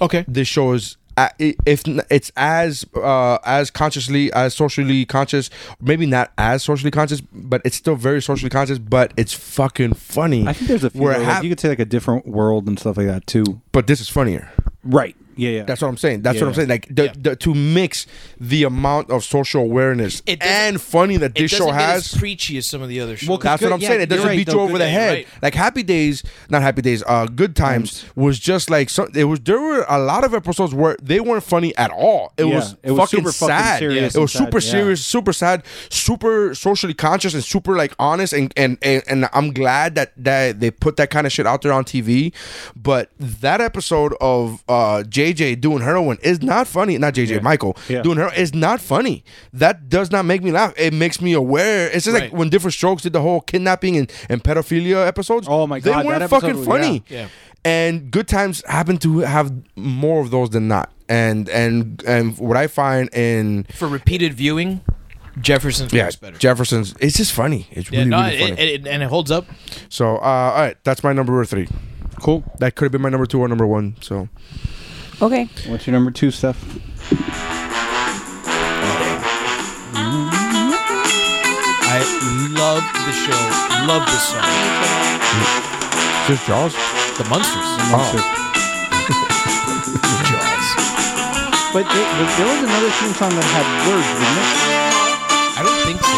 S2: okay.
S3: This show is uh, i- if n- it's as uh, as consciously as socially conscious, maybe not as socially conscious, but it's still very socially conscious. But it's fucking funny.
S5: I think there's a few.
S3: Where
S5: though,
S3: half-
S5: like, you could say like a different world and stuff like that too.
S3: but this is funnier.
S5: Right. Yeah. Yeah.
S3: That's what I'm saying. That's what I'm
S5: Yeah.
S3: saying. Like the,
S2: Yeah.
S3: the, to mix the amount of social awareness
S2: It doesn't-
S3: and funny that
S2: It
S3: this show
S2: doesn't get
S3: has.
S2: as preachy as some of the other shows.
S5: Well, 'cause
S3: That's
S5: good-
S3: what I'm
S5: yeah,
S3: saying. It
S5: you're
S3: doesn't
S5: right,
S3: beat
S5: though.
S3: you
S5: Good
S3: over the
S2: day,
S3: head.
S2: right.
S3: Like Happy Days, not Happy Days. Uh, Good Times was just like some, it was. There were a lot of episodes where they weren't funny at all. It
S5: Yeah,
S3: was
S5: it was
S3: fucking
S5: super fucking
S3: sad.
S5: serious
S3: It was
S5: and sad,
S3: super
S5: yeah.
S3: serious, super sad, super socially conscious, and super like honest. And and and, and I'm glad that that they put that kind of shit out there on TV. But that episode of uh, JJ doing heroin is not funny. Not JJ, Michael
S5: Yeah.
S3: doing heroin is not funny. That does not make me laugh. It makes me aware. It's just
S2: Right.
S3: like when different strokes did the whole kidnapping and, and pedophilia episodes.
S5: Oh my God,
S3: they
S5: that
S3: weren't
S5: episode
S3: fucking
S5: was-
S3: funny.
S2: yeah. Yeah.
S3: And good times happen to have more of those than not. And and and what I find in
S2: for repeated viewing, Jefferson's
S3: Yeah,
S2: works better.
S3: Jefferson's. It's just funny. It's
S2: yeah,
S3: really,
S2: no,
S3: really
S2: it-
S3: funny.
S2: it- it- and it holds up.
S3: so, uh, all right, that's my number three.
S5: Cool.
S3: That could have been my number two or number one. So,
S4: Okay.
S5: What's your number two, Steph?
S2: I love the show. Love this song.
S3: just Jaws.
S2: The Munsters.
S3: Oh, [LAUGHS]
S5: But there, but there was another theme song that had words, wasn't
S2: I don't think so.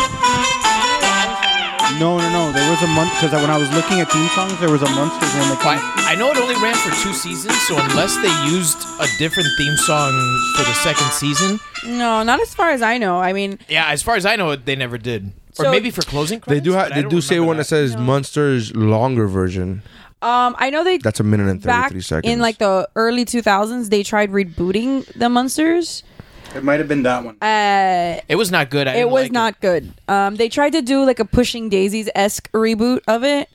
S5: it? No, no, no. There was a month because when I was looking at theme songs, there was a monster one that
S2: But
S5: came.
S2: I know it only ran for two seasons, so unless they used a different theme song for the second season,
S4: No, not as far as I know. I mean,
S2: yeah, as far as I know, they never did. Or
S4: So-
S2: maybe for closing
S3: they
S2: credits.
S3: do have.
S2: but I
S3: They
S2: don't
S3: do say
S2: remember
S3: one that says Monsters longer version.
S4: um, I know they
S3: That's a minute and
S4: back
S3: thirty-three seconds.
S4: in like the early 2000s they tried rebooting the Munsters.
S5: It might have been that one.
S4: Uh,
S2: It was not good. I
S4: it
S2: didn't
S4: was
S2: like
S4: not good. Um, they tried to do like a Pushing Daisies esque reboot of it,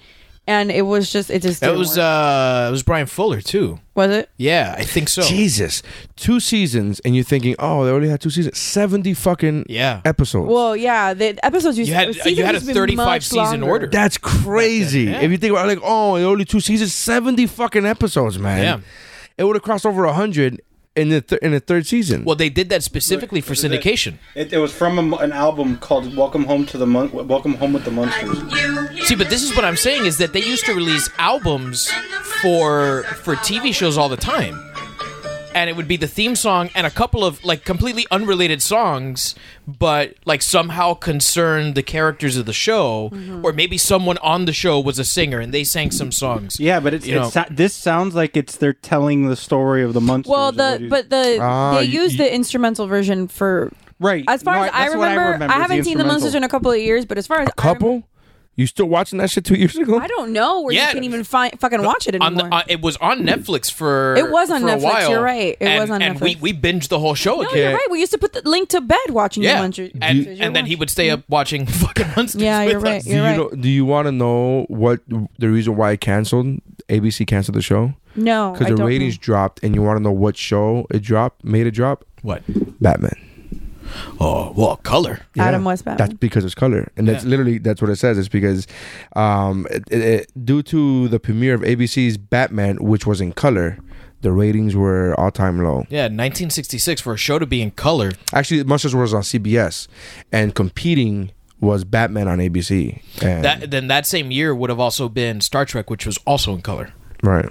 S4: and it was just it just
S2: It,
S4: didn't
S2: was
S4: work.
S2: uh, it was Brian Fuller too.
S4: was it
S2: Yeah, I think so.
S3: Jesus, two seasons, and you're thinking, oh, they only had two seasons, seventy fucking
S2: Yeah.
S3: episodes.
S4: well yeah the episodes used
S2: You had- uh,
S4: seasons
S2: you had a
S4: used to be
S2: 35
S4: much
S2: season
S4: longer.
S2: order.
S3: That's crazy.
S2: Yeah.
S3: If you think about it, like, oh, only two seasons, seventy fucking episodes, man.
S2: Yeah.
S3: it would have crossed over hundred in the th- in the third season.
S2: Well, they did that specifically for syndication.
S5: It, it was from a, an album called "Welcome Home to the Mon- Welcome Home with the Monsters."
S2: See, but this is what I'm saying is that they used to release albums for for TV shows all the time. And it would be the theme song and a couple of like completely unrelated songs, but like somehow concerned the characters of the show,
S4: Mm-hmm.
S2: or maybe someone on the show was a singer and they sang some songs.
S5: Yeah, but it's,
S2: You
S5: it's this sounds like it's they're telling the story of the monsters.
S4: Well,
S5: or what
S4: the
S5: you-
S4: but the
S3: Ah,
S4: they
S3: you-
S4: used
S3: you-
S4: the instrumental version for
S5: right
S4: as far
S5: No,
S4: as I
S5: that's what
S4: remember, I
S5: is
S4: haven't seen the
S5: instrumental.
S4: monsters in a couple of years, but as far as
S3: a couple? You still watching that shit two [LAUGHS] years ago?
S4: I, rem- I don't know where
S2: Yeah.
S4: you can even find fucking watch it
S2: On the,
S4: anymore.
S2: uh, it was on Netflix for
S4: It was on
S2: for a
S4: Netflix,
S2: while,
S4: you're right. It
S2: and,
S4: was on
S2: and we
S4: Netflix.
S2: we binged the whole show
S4: no,
S2: again.
S4: you're right. We used to put the link to bed watching the
S2: Yeah,
S4: monsters.
S2: and,
S4: You're
S2: and then he
S4: watching.
S2: would stay up watching [LAUGHS] fucking Monsters.
S4: Yeah,
S2: with
S4: you're right.
S2: us.
S3: do you
S4: You're right.
S3: know, do you want to know what the reason why it canceled? ABC canceled the show
S4: no, I
S3: because the
S4: don't
S3: ratings
S4: know.
S3: dropped, and you want to know what show it dropped, made it drop?
S2: What?
S3: Batman.
S2: Oh, well, color.
S4: Adam West Batman.
S3: That's because it's color, and that's
S2: Yeah.
S3: literally that's what it says. It's because, um, it, it- it- due to the premiere of ABC's Batman, which was in color, the ratings were all time low.
S2: Yeah, 1966 for a show to be in color.
S3: Actually, Monsters was on CBS, and competing was Batman on ABC. And,
S2: That then that same year would have also been Star Trek, which was also in color.
S3: right.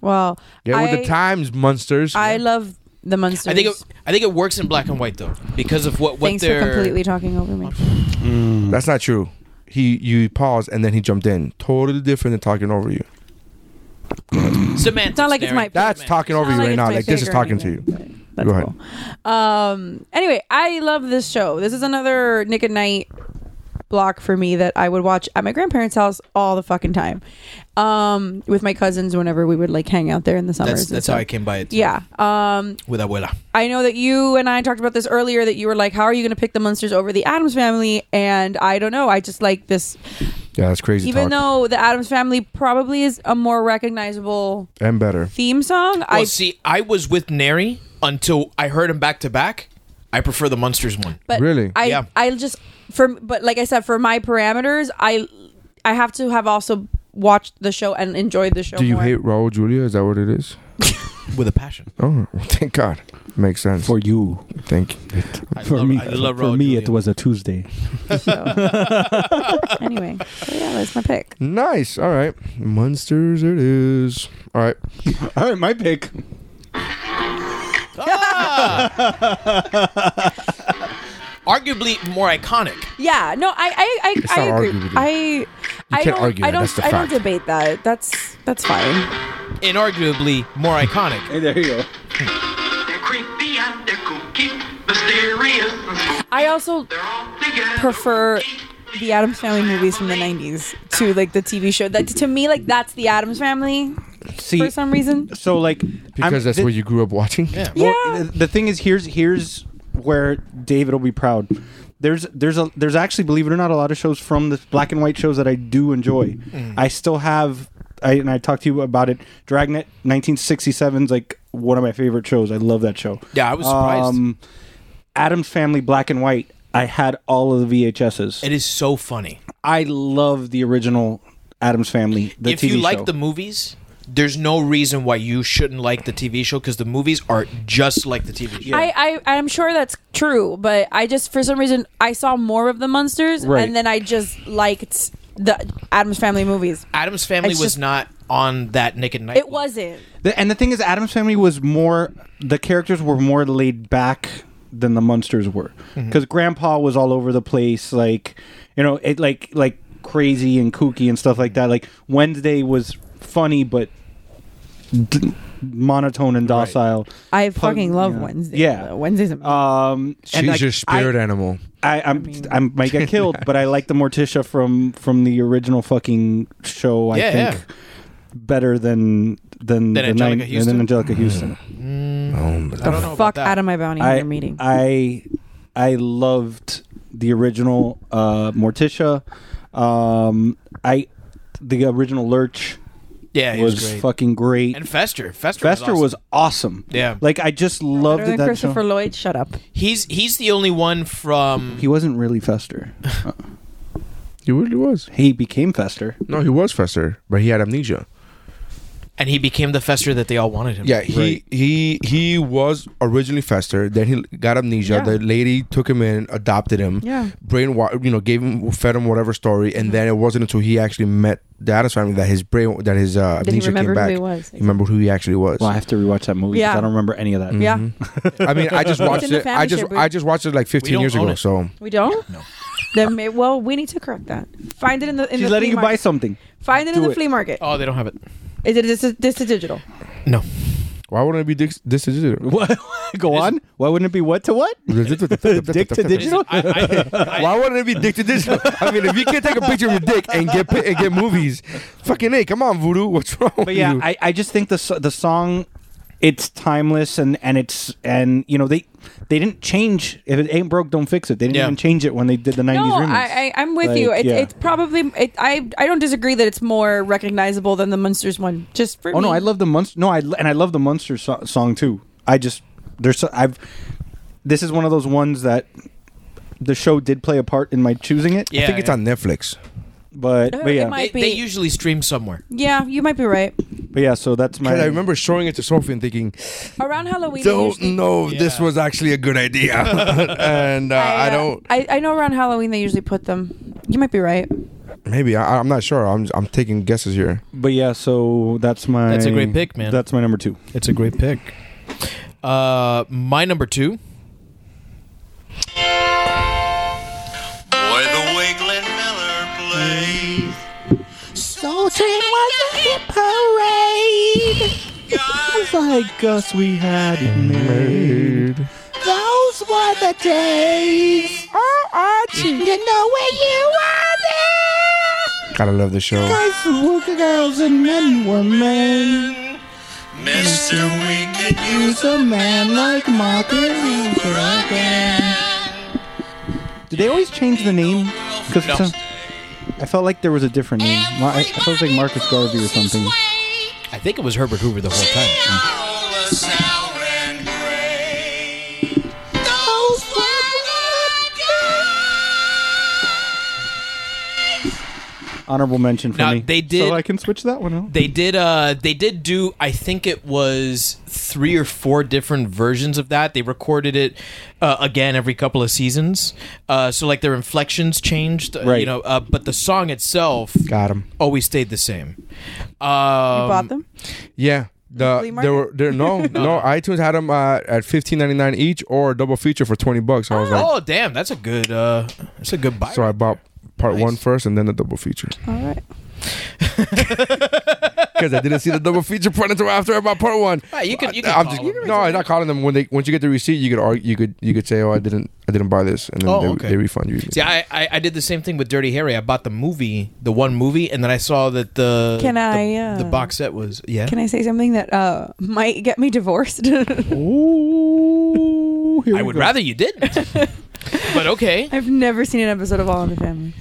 S4: well,
S3: Yeah,
S4: I,
S3: with the times, monsters.
S4: I love the monsters.
S2: I think it, I think it works in black and white though because of what what
S4: Thanks for
S2: they're
S4: completely talking over me.
S3: That's not true. He you paused and then he jumped in. Totally different than talking over you.
S2: semantics.
S4: It's not like it's
S2: Darren.
S4: my.
S3: That's
S2: Semantics.
S3: talking over
S4: It's
S3: you
S4: not
S3: right now.
S4: like it's my
S3: Like this is
S4: favorite
S3: talking to
S4: anyway,
S3: you.
S4: but That's
S3: Go ahead.
S4: cool. Um, anyway, I love this show. This is another Nick at Night block for me that I would watch at my grandparents' house all the fucking time. Um, with my cousins whenever we would like hang out there in the summers.
S2: That's
S4: and
S2: that's how
S4: stuff.
S2: I came by it.
S4: Yeah. Um,
S2: with Abuela.
S4: I know that you and I talked about this earlier that you were like, how are you going to pick the Munsters over the Adams family? And I don't know. I just like this,
S3: Yeah, that's crazy.
S4: even
S3: talk.
S4: though the Adams family probably is a more recognizable
S3: and better.
S4: theme song.
S2: Well,
S4: I
S2: see, I was with Neri until I heard him back to back. I prefer the Munsters one.
S4: but
S3: Really?
S4: I
S2: Yeah.
S4: I just for but like I said for my parameters I I have to have also watched the show and enjoyed the show.
S3: Do you
S4: more.
S3: hate Raul Julia? Is that what it is?
S2: with a passion.
S3: Oh, [LAUGHS] thank God. Makes sense.
S5: for you.
S3: Thank you.
S2: I
S5: For
S2: love-
S5: me,
S2: I love
S5: for
S2: Raul
S5: me,
S2: Julia.
S5: it was a Tuesday. [LAUGHS]
S3: [LAUGHS]
S4: anyway? So yeah, that's my pick.
S3: Mm. Nice. All right. Monsters it is. All right.
S5: All right, my pick.
S2: arguably more iconic.
S4: Yeah, no, I I I,
S3: It's
S4: I
S3: not
S4: agree.
S3: arguable.
S4: I I
S3: can't
S4: don't
S3: argue
S4: I
S3: that.
S4: don't
S3: That's the
S4: I don't
S3: fact.
S4: debate that. That's that's fine.
S2: Inarguably more iconic.
S5: Hey, there you go.
S1: creepy and the kooky, mysterious.
S4: I also
S1: They're all together.
S4: prefer the Adams Family movies from the '90s to like the TV show. That to me, like that's the Adams Family
S5: See,
S4: for some reason.
S5: so like
S3: Because that's
S5: what
S3: what you grew up watching. Yeah.
S5: Well,
S4: Yeah.
S5: th- the thing is, here's here's where David will be proud. There's there's a there's actually believe it or not a lot of shows from the black and white shows that I do enjoy.
S2: Mm.
S5: I still have. I, and I talked to you about it. Dragnet 1967's like one of my favorite shows. I love that show.
S2: Yeah, I was surprised.
S5: Um, Adam's Family Black and White. I had all of the VHSs.
S2: It is so funny.
S5: I love the original Adams Family. The
S2: if
S5: TV
S2: you like
S5: show.
S2: the movies, there's no reason why you shouldn't like the TV show because the movies are just like the TV show.
S4: I, I I'm sure that's true, but I just for some reason I saw more of the monsters,
S5: Right.
S4: and then I just liked the Adams Family movies.
S2: Adam's Family
S4: It's
S2: was
S4: just-
S2: not on that Nick and Night.
S4: It
S2: one.
S4: wasn't.
S5: The- and the thing is, Adam's Family was more. The characters were more laid back than the Munsters were,
S2: Mm-hmm.
S5: because Grandpa was all over the place, like you know, it like like crazy and kooky and stuff like that. Like Wednesday was funny, but d- monotone and docile.
S4: I fucking love
S5: yeah.
S4: Wednesday.
S5: Yeah.
S4: though. Wednesday's amazing.
S5: Um,
S3: She's
S5: and, like,
S3: your spirit
S5: I,
S3: animal.
S5: I, I'm, I, am might get killed, but I like the Morticia from from the original fucking show. I
S2: Yeah,
S5: think better than
S2: Than
S5: than the
S2: Angelica
S5: nine-
S2: Houston?
S5: than Angelica Houston.
S3: Oh,
S2: I don't know about
S4: Fuck
S2: that.
S4: out of my bounty
S5: I
S4: hunter meeting.
S5: I I loved the original uh, Morticia. Um, I the original Lurch
S2: Yeah, he
S5: was,
S2: was, great.
S5: fucking great.
S2: and Fester, Fester,
S5: Fester
S2: was.
S5: was
S2: awesome.
S5: awesome.
S2: Yeah.
S5: like I just
S4: Better
S5: loved
S4: than
S5: that
S4: Christopher
S5: show.
S4: Lloyd, shut up.
S2: He's he's the only one from.
S5: He wasn't
S2: [LAUGHS]
S5: really Fester.
S3: He really was.
S5: he became Fester.
S3: No, he was Fester, but he had amnesia.
S2: and he became the Fester that they all wanted him.
S3: Yeah, he he he was originally Fester. Then he got amnesia. The lady took him in, adopted him.
S4: Yeah.
S3: brainwa- you know, gave him, fed him whatever story, and then it wasn't until he actually met the Addams family that his brain, that his uh,
S4: he
S3: amnesia
S4: remember
S3: came
S4: who
S3: back.
S4: he was.
S3: remembered who he actually was.
S5: Well, I have to rewatch that movie 'cause
S4: Yeah.
S5: I don't remember any of that.
S4: Yeah.
S2: Mm-hmm.
S3: I mean,
S4: [LAUGHS]
S3: I just watched
S4: in the
S3: it. I
S4: family
S3: just
S4: share, boo.
S3: I just watched it like 15
S2: don't
S3: years
S2: own
S3: ago.
S2: it.
S3: So
S4: We don't? No. Then may, well, we need to correct that. Find it in the in
S5: She's
S4: the
S5: letting
S4: flea
S5: you buy
S4: market.
S5: something. [LAUGHS]
S4: Find it in
S5: Do
S4: the
S5: it.
S4: flea market.
S2: Oh, they don't have it.
S4: Is it this is this is digital?
S5: [LAUGHS]
S2: No.
S3: why wouldn't it be dis- this? Why
S5: What? Go
S3: [LAUGHS]
S5: on. Why wouldn't it be what to what? Dick to digital. [LAUGHS]
S3: wouldn't it be dick to digital? I mean, if you can't take a picture of your dick and get pi- and get movies, fucking hey, come on, voodoo, what's wrong?
S5: But
S2: Mm-hmm.
S5: yeah, I, I just think the so- the song, it's timeless and and it's and you know they they didn't change if it ain't broke don't fix it. They didn't
S2: Yeah.
S5: even change it when they did the '90s
S4: No,
S5: remix.
S4: I, I I'm with
S5: Like,
S4: you. It's,
S5: yeah.
S4: it's probably it, I I don't disagree that it's more recognizable than the Munsters one. Just for
S5: oh
S4: me.
S5: no, I love the Munster. No, I lo- and I love the Munster so- song too. I just there's so, I've this is one of those ones that the show did play a part in my choosing it.
S2: Yeah,
S3: think it's
S2: yeah.
S3: on Netflix.
S5: but
S4: Uh,
S5: but
S4: it
S5: yeah,
S4: might-
S2: They,
S4: be-
S2: they usually stream somewhere.
S4: Yeah, you might be right.
S5: but yeah. So that's my.
S3: And I remember showing it to Sophie and thinking,
S4: Around Halloween, I
S3: don't
S4: usually-
S3: know if this
S2: Yeah.
S3: was actually a good
S2: [LAUGHS]
S3: idea, and uh, I,
S4: uh,
S3: don't.
S4: I, I know around Halloween they usually put them. You might be right.
S3: Um, Maybe I, I'm not sure. I'm I'm taking guesses here.
S5: But yeah, so that's my.
S2: That's a great pick, man.
S5: That's my number two.
S2: It's a great pick. Uh, my number two.
S1: Boy, the way Glenn Miller plays.
S5: It's like us, we had it made. Those were the days. Oh, Archie. You know where you are there.
S3: Gotta love the show.
S5: Guys were girls and men were men.
S1: Mr. We could use
S5: Use a man like Marcus Luther again. Did they always change the name? Because
S2: No.
S5: I felt like there was a different name. Ma- I, I felt it was like Marcus Garvey or something.
S2: I think it was Herbert Hoover the whole time.
S1: all the sour and gray. Those
S5: Honorable mention for
S2: Now,
S5: me.
S2: they did-
S5: So I can switch that one out.
S2: They did. Uh, they did do. I think it was three or four different versions of that. They recorded it uh, again every couple of seasons. Uh, so like their inflections changed. uh, You
S5: Right.
S2: know, uh, but the song itself
S3: Got him.
S2: always stayed the same. Um,
S4: You bought them.
S3: Yeah. The,
S4: flea
S3: there were there
S2: [LAUGHS]
S3: no, no iTunes had them uh, at fifteen ninety nine each or a double feature for twenty bucks. I was like,
S2: Oh damn, that's a good. Uh, that's a good buy.
S3: so I bought part one first and then the double feature
S4: All right.
S3: because I didn't see the double feature part until after I bought part one.
S2: Right, you could- you
S3: I-
S2: could
S3: I'm
S2: call
S3: just-
S2: them.
S3: no, I'm not calling them when they once you get the receipt, you could argue, you could you could say, oh, I didn't I didn't buy this, and then
S2: Oh,
S3: they,
S2: okay.
S3: they refund you.
S2: See, I, I I did the same thing with Dirty Harry. I bought the movie, the one movie, and then I saw that the
S4: Can
S2: the,
S4: I, uh,
S2: the box set was yeah.
S4: Can I say something that uh, might get me divorced? [LAUGHS]
S5: Ooh, here
S2: I
S5: we
S2: would
S5: go.
S2: rather
S4: [LAUGHS]
S2: you didn't. but okay.
S4: I've never seen an episode of All in the Family.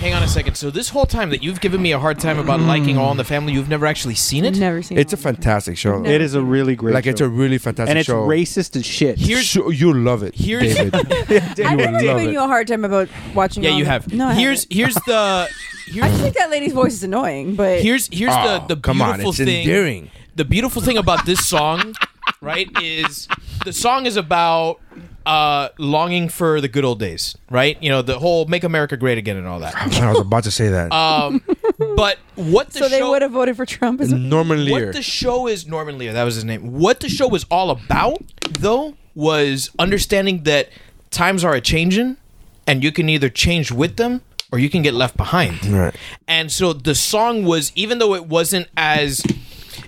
S2: Hang on a second. So this whole time that you've given me a hard time about liking All in the Family, you've never actually seen it.
S4: Never seen.
S3: It's a
S4: All of them.
S3: fantastic show. though.
S5: It is a really great
S3: like it's a
S5: show.
S3: really fantastic
S5: and it's
S3: show.
S5: racist as shit. [LAUGHS]
S2: Here's-
S3: Sure, you love it.
S2: here's- [LAUGHS]
S3: David.
S4: I've
S3: would
S4: never
S3: love
S4: given
S3: it.
S4: you a hard time about watching.
S2: yeah,
S4: all
S2: you
S4: of them.
S2: have.
S4: No, I
S2: here's
S4: haven't.
S2: here's the here's
S4: I just think that lady's voice is annoying, but
S2: here's here's
S3: Oh,
S2: the the beautiful
S3: come on, it's
S2: thing.
S3: endearing.
S2: The beautiful thing about this song, right, is the song is about uh longing for the good old days, right? You know, the whole "Make America Great Again" and all that.
S4: [LAUGHS]
S3: I was about to
S2: [LAUGHS]
S3: say that.
S2: Uh, But what the
S4: so they
S2: show-
S4: would have voted for Trump as well.
S3: Norman Lear.
S2: What the show is Norman Lear, that was his name. What the show was all about, though, was understanding that times are a changing and you can either change with them or you can get left behind.
S3: Right.
S2: And so the song was even though it wasn't as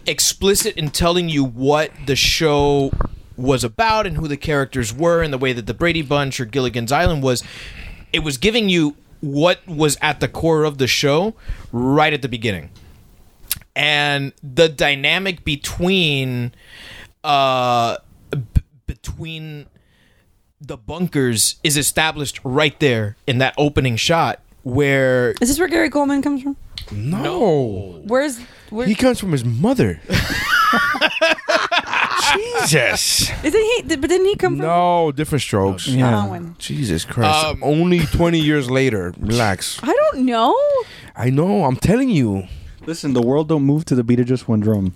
S2: explicit in telling you what the show was about and who the characters were and the way that the Brady Bunch or Gilligan's Island was, it was giving you what was at the core of the show right at the beginning and the dynamic between uh b- between the bunkers is established right there in that opening shot where
S4: Is this where Gary Goldman comes from?
S3: no.
S4: Where's where,
S3: He comes from
S2: [LAUGHS]
S3: his mother. Jesus.
S4: isn't he? But didn't he come from?
S3: No, different strokes.
S4: Yeah. one.
S3: Jesus Christ.
S2: Um,
S3: Only 20 years later. Relax.
S4: I don't know.
S3: I know. I'm telling you.
S5: Listen, the world don't move to the beat of just one drum.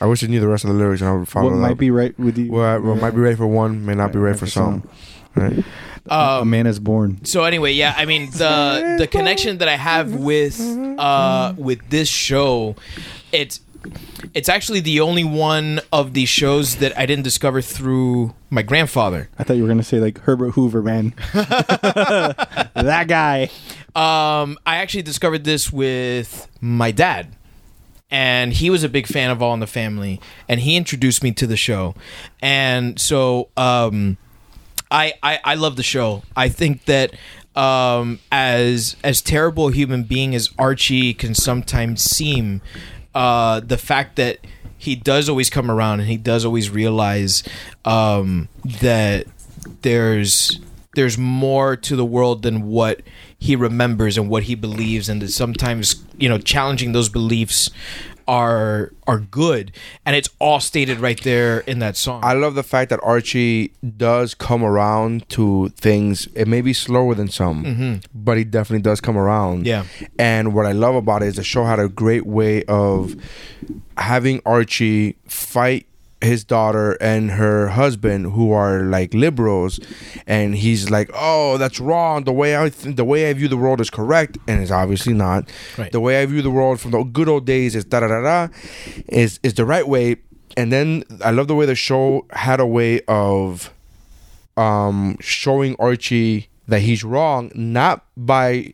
S3: I wish I knew the rest of the lyrics and I would follow
S5: What
S3: that.
S5: might be right with you?
S3: Well, I- well, might be ready for one, may not be ready for some. Right.
S2: Oh.
S5: a man is born.
S2: so anyway yeah i mean the the connection that i have with uh with this show it's it's actually the only one of these shows that i didn't discover through my grandfather
S5: I thought you were gonna say like Herbert Hoover,
S2: [LAUGHS]
S5: man. [LAUGHS] that guy.
S2: Um, I actually discovered this with my dad, and he was a big fan of All in the Family, and he introduced me to the show, and so um, I, I I love the show. I think that um, as as terrible a human being as Archie can sometimes seem, uh, the fact that he does always come around and he does always realize um, that there's there's more to the world than what he remembers and what he believes and that sometimes you know challenging those beliefs are are good and it's all stated right there in that song
S3: I love the fact that Archie does come around to things. It may be slower than some, but he definitely does come around.
S2: Yeah.
S3: And what I love about it is the show had a great way of having Archie fight his daughter and her husband who are like liberals and he's like oh that's wrong the way i th- the way i view the world is correct and it's obviously not
S2: Right.
S3: the way i view the world from the good old days is da da da da is is the right way and then i love the way the show had a way of um, showing Archie that he's wrong, not by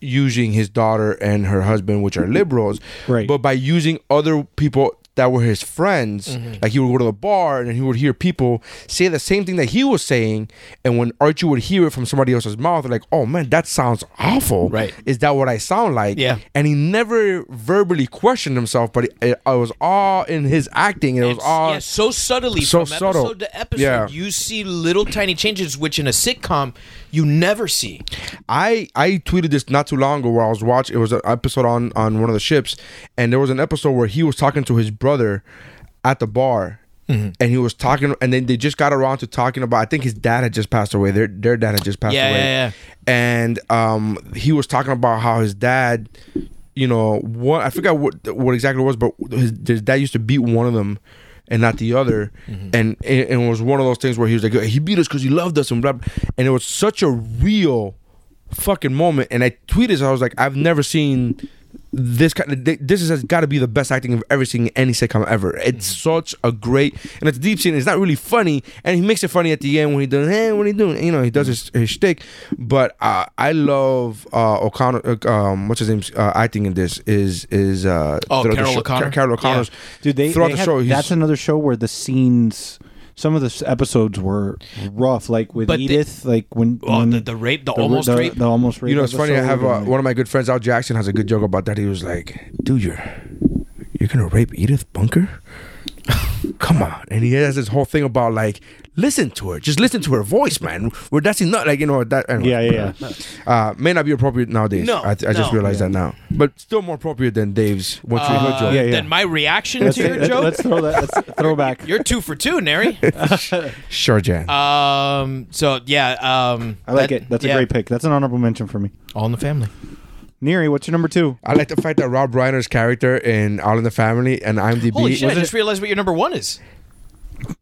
S3: using his daughter and her husband, which are liberals,
S5: Right.
S3: but by using other people that were his friends.
S2: Mm-hmm.
S3: Like he would go to the bar and he would hear people say the same thing that he was saying. And when Archie would hear it from somebody else's mouth, like, oh man, that sounds awful.
S2: Right.
S3: Is that what I sound like?
S2: Yeah.
S3: And he never verbally questioned himself, but it, it was all in his acting. It was
S2: It's-
S3: all
S2: yeah, so subtly from
S3: so subtle.
S2: episode to episode
S3: Yeah.
S2: you see little tiny changes which in a sitcom you never see
S3: I I tweeted this not too long ago where I was watching. It was an episode on on one of the ships, and there was an episode where he was talking to his brother at the bar.
S2: Mm-hmm.
S3: And he was talking, and then they just got around to talking about. I think his dad had just passed away. Their their dad had just passed
S2: Yeah,
S3: away,
S2: yeah, yeah.
S3: and um, he was talking about how his dad, you know, what I forgot what what exactly it was, but his, his dad used to beat one of them and not the other,
S2: Mm-hmm.
S3: and, and and it was one of those things where he was like, he beat us because he loved us and blah, blah. and it was such a real fucking moment. And I tweeted, this, I was like, I've never seen this kind. Of, this has got to be the best acting I've ever seen in any sitcom ever. It's
S5: Mm-hmm.
S3: such a great, and it's deep scene. It's not really funny, and he makes it funny at the end when he does, hey, what are you doing? And, you know, he does his, his shtick. But uh, I love uh, O'Connor. Uh, um, what's his name? Uh, acting in this is is uh,
S2: Oh,
S3: throughout the
S2: Carol
S3: show-
S2: O'Connor?
S3: Carol O'Connor's.
S5: Dude, they,
S3: throughout
S5: they
S3: the
S5: had-
S3: show, he's,
S5: that's another show where the scenes. Some of the s- episodes were rough, like with
S2: But they-
S5: Edith, like when,
S2: Oh,
S5: when
S2: the- the rape, the
S5: ra-
S2: almost rape?
S5: the almost rape.
S3: you know, it's funny. I have
S5: episode
S3: uh,
S2: [LAUGHS]
S5: and,
S3: one of my good friends, Al Jackson, has a good joke about that. He was like, "Dude, you're you're gonna rape Edith Bunker." [LAUGHS] Come on. And he has this whole thing about like, listen to her. Just listen to her voice, man. We're that's not like you know that anyway.
S5: Yeah, yeah, yeah.
S3: Uh may not be appropriate nowadays.
S2: No,
S3: I, I just
S2: no.
S3: realized that now. But still more appropriate than Dave's once you heard
S2: Uh,
S3: joke.
S5: yeah, yeah.
S2: Then my reaction
S5: Let's,
S2: to your
S5: let,
S2: joke.
S5: let's throw that.
S2: [LAUGHS]
S5: Let's throw back.
S2: you're two for two, Neri.
S3: Sure, Jan.
S2: Um. So yeah. Um.
S5: I like
S2: that-
S5: it. That's
S2: yeah.
S5: a great pick. That's an honorable mention for me.
S2: All in the family.
S5: Neri, what's your number two?
S3: I like the fact that Rob Reiner's character in All in the Family and IMDb
S2: Holy shit! I
S3: Wasn't-
S2: just realized what your number one is.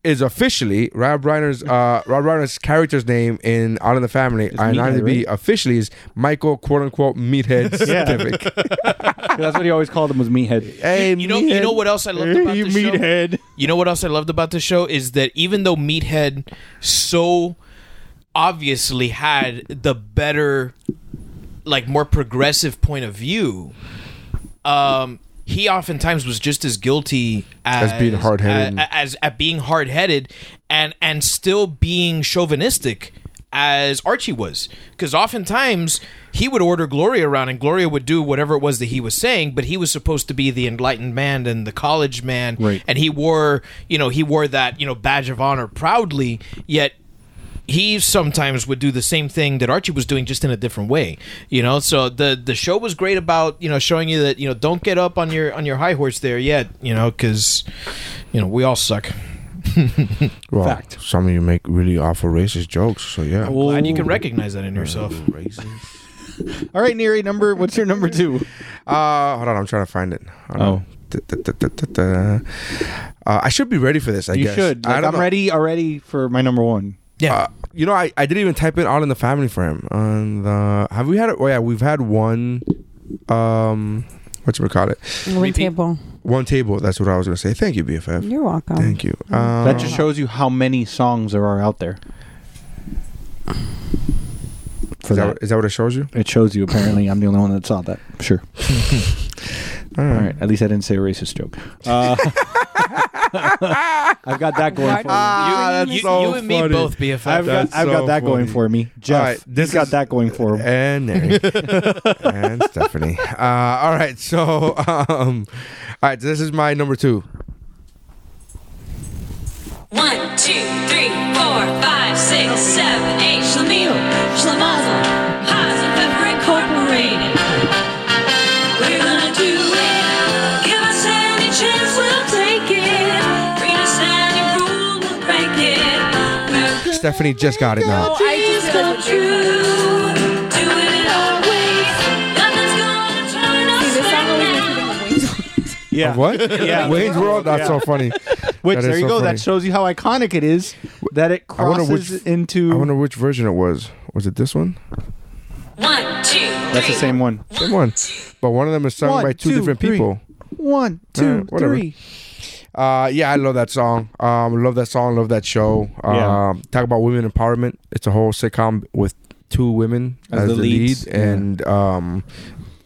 S3: is officially Rob Reiner's uh, Rob Reiner's character's name in All in the Family and
S5: Meathead,
S3: IMDb
S5: right?
S3: officially is Michael quote unquote
S5: [LAUGHS]
S3: Meathead Stivic.
S5: That's what he always called him was meathead.
S3: Hey,
S2: You know. You know what else I loved about
S5: [LAUGHS] you
S2: this show?
S5: meathead.
S2: You know what else I loved about this show is that even though Meathead so obviously had the better, like more progressive point of view, um, he oftentimes was just as guilty as,
S3: As being hard-headed.
S2: a- as at being hard headed, and and still being chauvinistic as Archie was, because oftentimes he would order Gloria around, and Gloria would do whatever it was that he was saying, but he was supposed to be the enlightened man and the college man,
S5: Right.
S2: and he wore you know he wore that you know badge of honor proudly, yet he sometimes would do the same thing that Archie was doing, just in a different way. You know, so the the show was great about you know showing you that you know don't get up on your on your high horse there yet. You know, because you know we all suck.
S3: well, Some of you make really awful racist jokes, so yeah.
S2: Glad you can recognize that in yourself.
S3: [LAUGHS]
S5: All right, Neri, number. What's your number two?
S3: Uh, hold on, I'm trying to find it. Hold on.
S5: Oh.
S3: Da, da, da, da, da. Uh, I should be ready for this. [LAUGHS] I
S5: You
S3: guess
S5: should.
S3: I
S5: Like,
S3: don't
S5: I'm
S3: know.
S5: ready already for my number one.
S2: Yeah,
S3: Uh, you know, I, I didn't even type in All in the Family for him. On the have we had? Oh yeah, we've had one. Um, what you call it?
S4: One table.
S3: One table. That's what I was gonna say. Thank you, BFF.
S4: You're welcome.
S3: Thank you. Um,
S5: That just shows you how many songs there are out there. For
S3: is, that
S5: that,
S3: what- is that what it shows you?
S5: it shows you. Apparently, I'm the only one that saw that. Sure. [LAUGHS] All right. At least I didn't say a racist joke. Uh, [LAUGHS] I've got that going for me.
S3: Ah, that's
S2: you,
S3: so
S2: you and me
S3: funny.
S2: both BFF.
S5: I've got,
S3: That's
S5: I've
S3: so
S5: got that going
S3: funny.
S5: for me.
S3: All
S5: Jeff,
S3: right, this
S5: he's got
S3: is- Eh,
S5: that going for him.
S3: and [LAUGHS] Neri. and Stephanie. Uh, all right, so um, all right, this is my number two.
S7: One, two, three, four, five, six, seven, eight. Schlemiel, Schlemazel, Haas and Pfeffer Incorporated. We're gonna do it. Give us any chance, we'll take it. Bring us any rule, we'll break it. We're gonna
S3: Stephanie just got it now.
S7: dreams come true. Doing it always. Nothing's gonna turn us back now.
S5: Yeah.
S3: Of What?
S5: Yeah.
S3: Wayne's World. That's so
S5: [LAUGHS]
S3: funny.
S5: Which
S3: That is
S5: there you
S3: so
S5: go.
S3: funny.
S5: That shows you how iconic it is that it
S3: I wonder
S5: crosses
S3: which-
S5: into.
S3: I wonder which version it was. Was it this one?
S7: One, two,
S5: that's the same one.
S3: Same one. But one of them is sung
S5: One,
S3: by two,
S5: two,
S3: different
S5: three.
S3: people.
S5: One, two,
S3: Alright, whatever.
S5: three.
S3: Uh, yeah, I love that song. Um, love that song. Love that show. Um,
S5: Yeah.
S3: Talk about women empowerment. It's a whole sitcom with two women as, the, lead,
S5: leads, yeah.
S3: and um,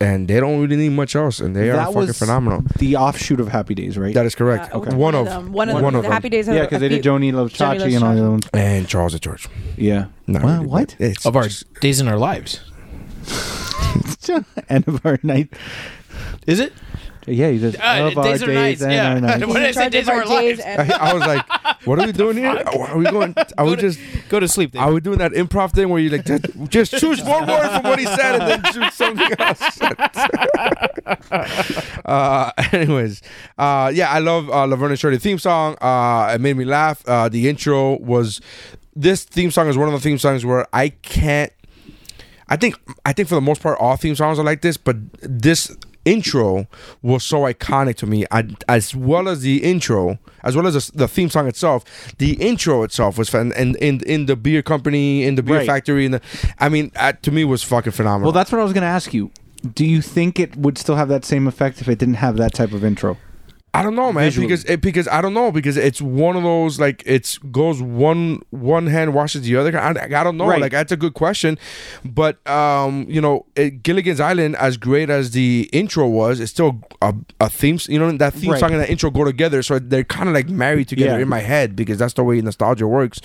S3: and they don't really need much else, and they are
S5: that
S3: fucking
S5: was
S3: phenomenal.
S5: the offshoot of Happy Days, right?
S3: That is correct.
S4: Uh,
S3: One, of
S4: them. One of them. the Happy Days. had
S5: yeah,
S4: a
S5: because they did
S4: few-
S5: Joni Love
S4: Joni Loves
S5: Chachi and all the
S4: Chachi.
S5: other ones.
S3: and Charles the Church.
S5: Yeah.
S3: Not
S5: Wow,
S3: really,
S5: what?
S3: but It's
S2: of our
S3: just- [LAUGHS]
S2: days in our lives.
S5: [LAUGHS] End of our night.
S2: Is it?
S5: Yeah, you just
S2: Uh,
S5: of our
S2: days or nights,
S5: and
S2: yeah.
S4: [LAUGHS]
S5: our nights.
S2: What did I say?
S4: Charge
S2: Days
S4: of
S2: of our
S4: our days
S2: lives.
S3: I,
S4: and-
S3: I was like, what are we doing
S5: [LAUGHS]
S3: here? Are we going? I
S2: Go
S3: was
S2: to-
S3: just.
S2: Go to sleep. Dave.
S3: I was doing that improv thing where you like just, just choose one word from what he said and then choose something else. [LAUGHS] uh, anyways, uh, yeah, I love uh, Laverne and Shirley theme song. Uh, it made me laugh. Uh, the intro was this theme song is one of the theme songs where I can't. I think I think for the most part all theme songs are like this, but this intro was so iconic to me. I, as well as the intro, as well as the, s- the theme song itself, the intro itself was fun. And in in the beer company, in the beer
S5: Right.
S3: factory, in the, I mean, uh, to me was fucking phenomenal.
S5: Well, that's what I was going to ask you. Do you think it would still have that same effect if it didn't have that type of intro?
S3: I don't know, man.
S5: Visually.
S3: Because it, because I don't know because it's one of those like it's goes one one hand washes the other. I, I don't know.
S5: Right.
S3: Like that's a good question, but um, you know, it, Gilligan's Island, as great as the intro was, it's still a, a theme. s- You know, that theme
S5: Right.
S3: song and that intro go together, so they're kind of like married together
S5: Yeah.
S3: in my head because that's the way nostalgia works.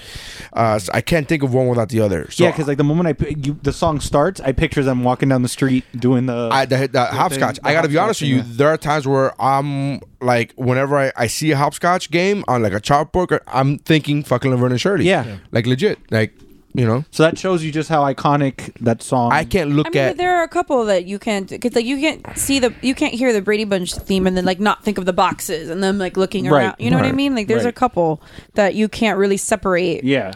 S3: Uh, so I can't think of one without the other. So
S5: yeah, because like the moment I pi- you, the song starts, I picture them walking down the street doing the.
S3: I the, the hopscotch.
S5: the
S3: I gotta be honest
S5: hopscotch,
S3: with you.
S5: yeah.
S3: There are times where I'm like whenever I, I see a hopscotch game on like a chalkboard, I'm thinking fucking Laverne and Shirley.
S5: Yeah. Um, Yeah.
S3: like legit, like you know,
S5: So that shows you just how iconic that song.
S3: I can't look
S4: I mean,
S3: at.
S4: there are a couple that you can't because like you can't see the you can't hear the Brady Bunch theme and then like not think of the boxes and them like looking
S5: Right,
S4: around. You know what I
S5: right,
S4: mean? Like there's a
S5: right.
S4: couple that you can't really separate.
S5: Yeah.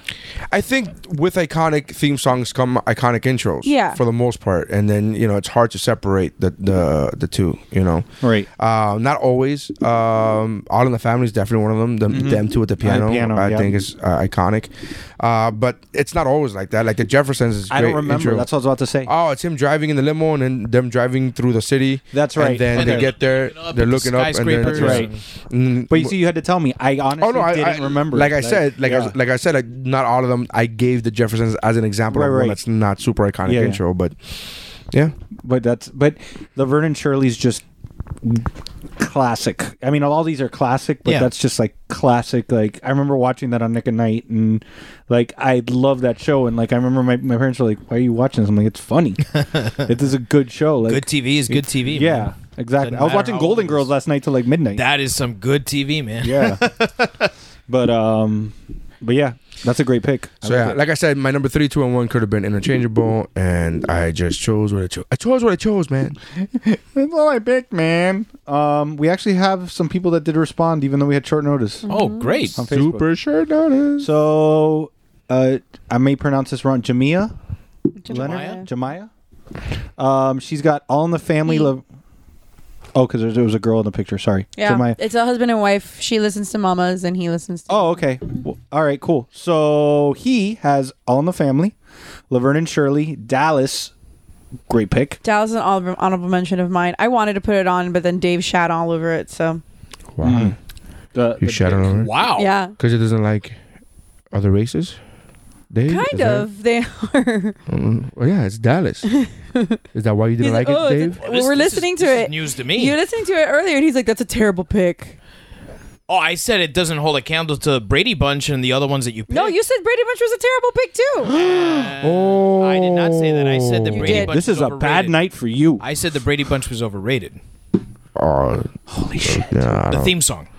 S3: I think with iconic theme songs come iconic intros.
S4: Yeah.
S3: for the most part, and then you know it's hard to separate the the the two. You know,
S5: Right.
S3: Uh, not always. Um, All in the Family is definitely one of them. Them, them two at the piano,
S5: Mm-hmm. piano,
S3: I
S5: yeah.
S3: think is uh, iconic. Uh, but it's not always like that. Like the Jeffersons is.
S5: I
S3: great
S5: don't remember.
S3: intro.
S5: That's what I was about to say.
S3: Oh, it's him driving in the limo and then them driving through the city.
S5: That's
S3: And
S5: right.
S3: then they
S5: Okay.
S3: get there,
S2: Looking up
S3: they're
S2: at the
S3: looking up, and then
S2: skyscrapers.
S5: That's right.
S3: Mm,
S5: but you see, you had to tell me. I honestly
S3: oh no, I,
S5: didn't
S3: I-
S5: remember.
S3: Like I said, like I,
S5: yeah.
S3: was- like I said, like not all of them. I gave the Jeffersons as an example of
S5: Right,
S3: one
S5: right.
S3: that's not super iconic
S5: Yeah, yeah.
S3: intro, but yeah,
S5: but that's but Laverne and Shirley's just classic. I mean, all these are classic, but
S2: Yeah.
S5: that's just like classic. Like I remember watching that on Nick and Night, and like I love that show. And like I remember my, my parents were like, "Why are you watching this?" I'm like, "It's funny. it is a good show. Like
S2: Good TV is good TV.
S5: yeah,
S2: man.
S5: exactly.
S2: Doesn't
S5: I was
S2: matter
S5: watching
S2: how
S5: Golden
S2: old it
S5: Girls
S2: is.
S5: last night till like midnight.
S2: That is some good TV, man.
S5: yeah, but um, but yeah, that's a great pick. I
S3: so
S5: like
S3: yeah,
S5: it.
S3: like I said, my number three, two, and one could have been interchangeable, and I just chose what I chose. I chose what I chose, man.
S5: That's all I picked, man. Um, we actually have some people that did respond, even though we had short notice.
S2: Oh, great.
S5: On Facebook.
S3: Super sure notice.
S5: So, uh, I may pronounce this wrong. Jamia Leonard Jamia. Um, she's got all in the family. Lo- oh, because there was a girl in the picture. Sorry,
S4: Yeah,
S5: Jemaya.
S4: it's a husband and wife. She listens to mamas and he listens. to
S5: Oh, okay. Well, all right, cool. So he has all in the family. Laverne and Shirley, Dallas. Great pick.
S4: Dallas is an honorable, honorable mention of mine. I wanted to put it on, but then Dave shat all over it. So
S3: Wow,
S5: The-
S3: you
S5: the-
S3: shut on her
S5: Oh.
S2: Wow.
S4: yeah,
S3: because it doesn't like other races. They, is
S4: kind
S3: that-
S4: of. They [LAUGHS] are.
S3: Mm, well, yeah, it's Dallas. is that why you didn't
S4: He's
S3: like
S4: like,
S3: it,
S4: "Oh, it's-
S3: Dave?
S2: Well,
S4: Well, we're
S2: this is-
S4: listening to
S2: this is
S4: it.
S2: news to me.
S4: You were listening to it earlier, and he's like, "That's a terrible pick."
S2: oh, I said it doesn't hold a candle to Brady Bunch and the other ones that you picked.
S4: No, you said Brady Bunch was a terrible pick too.
S3: Oh,
S2: I did not say that. I said the
S4: You
S2: Brady
S4: did.
S2: Bunch
S5: This
S2: was
S5: is a bad
S2: overrated.
S5: night for you.
S2: I said the Brady Bunch was overrated.
S3: Oh,
S5: Holy shit.
S3: yeah, I
S2: The
S5: Oh.
S3: don't,
S2: theme song,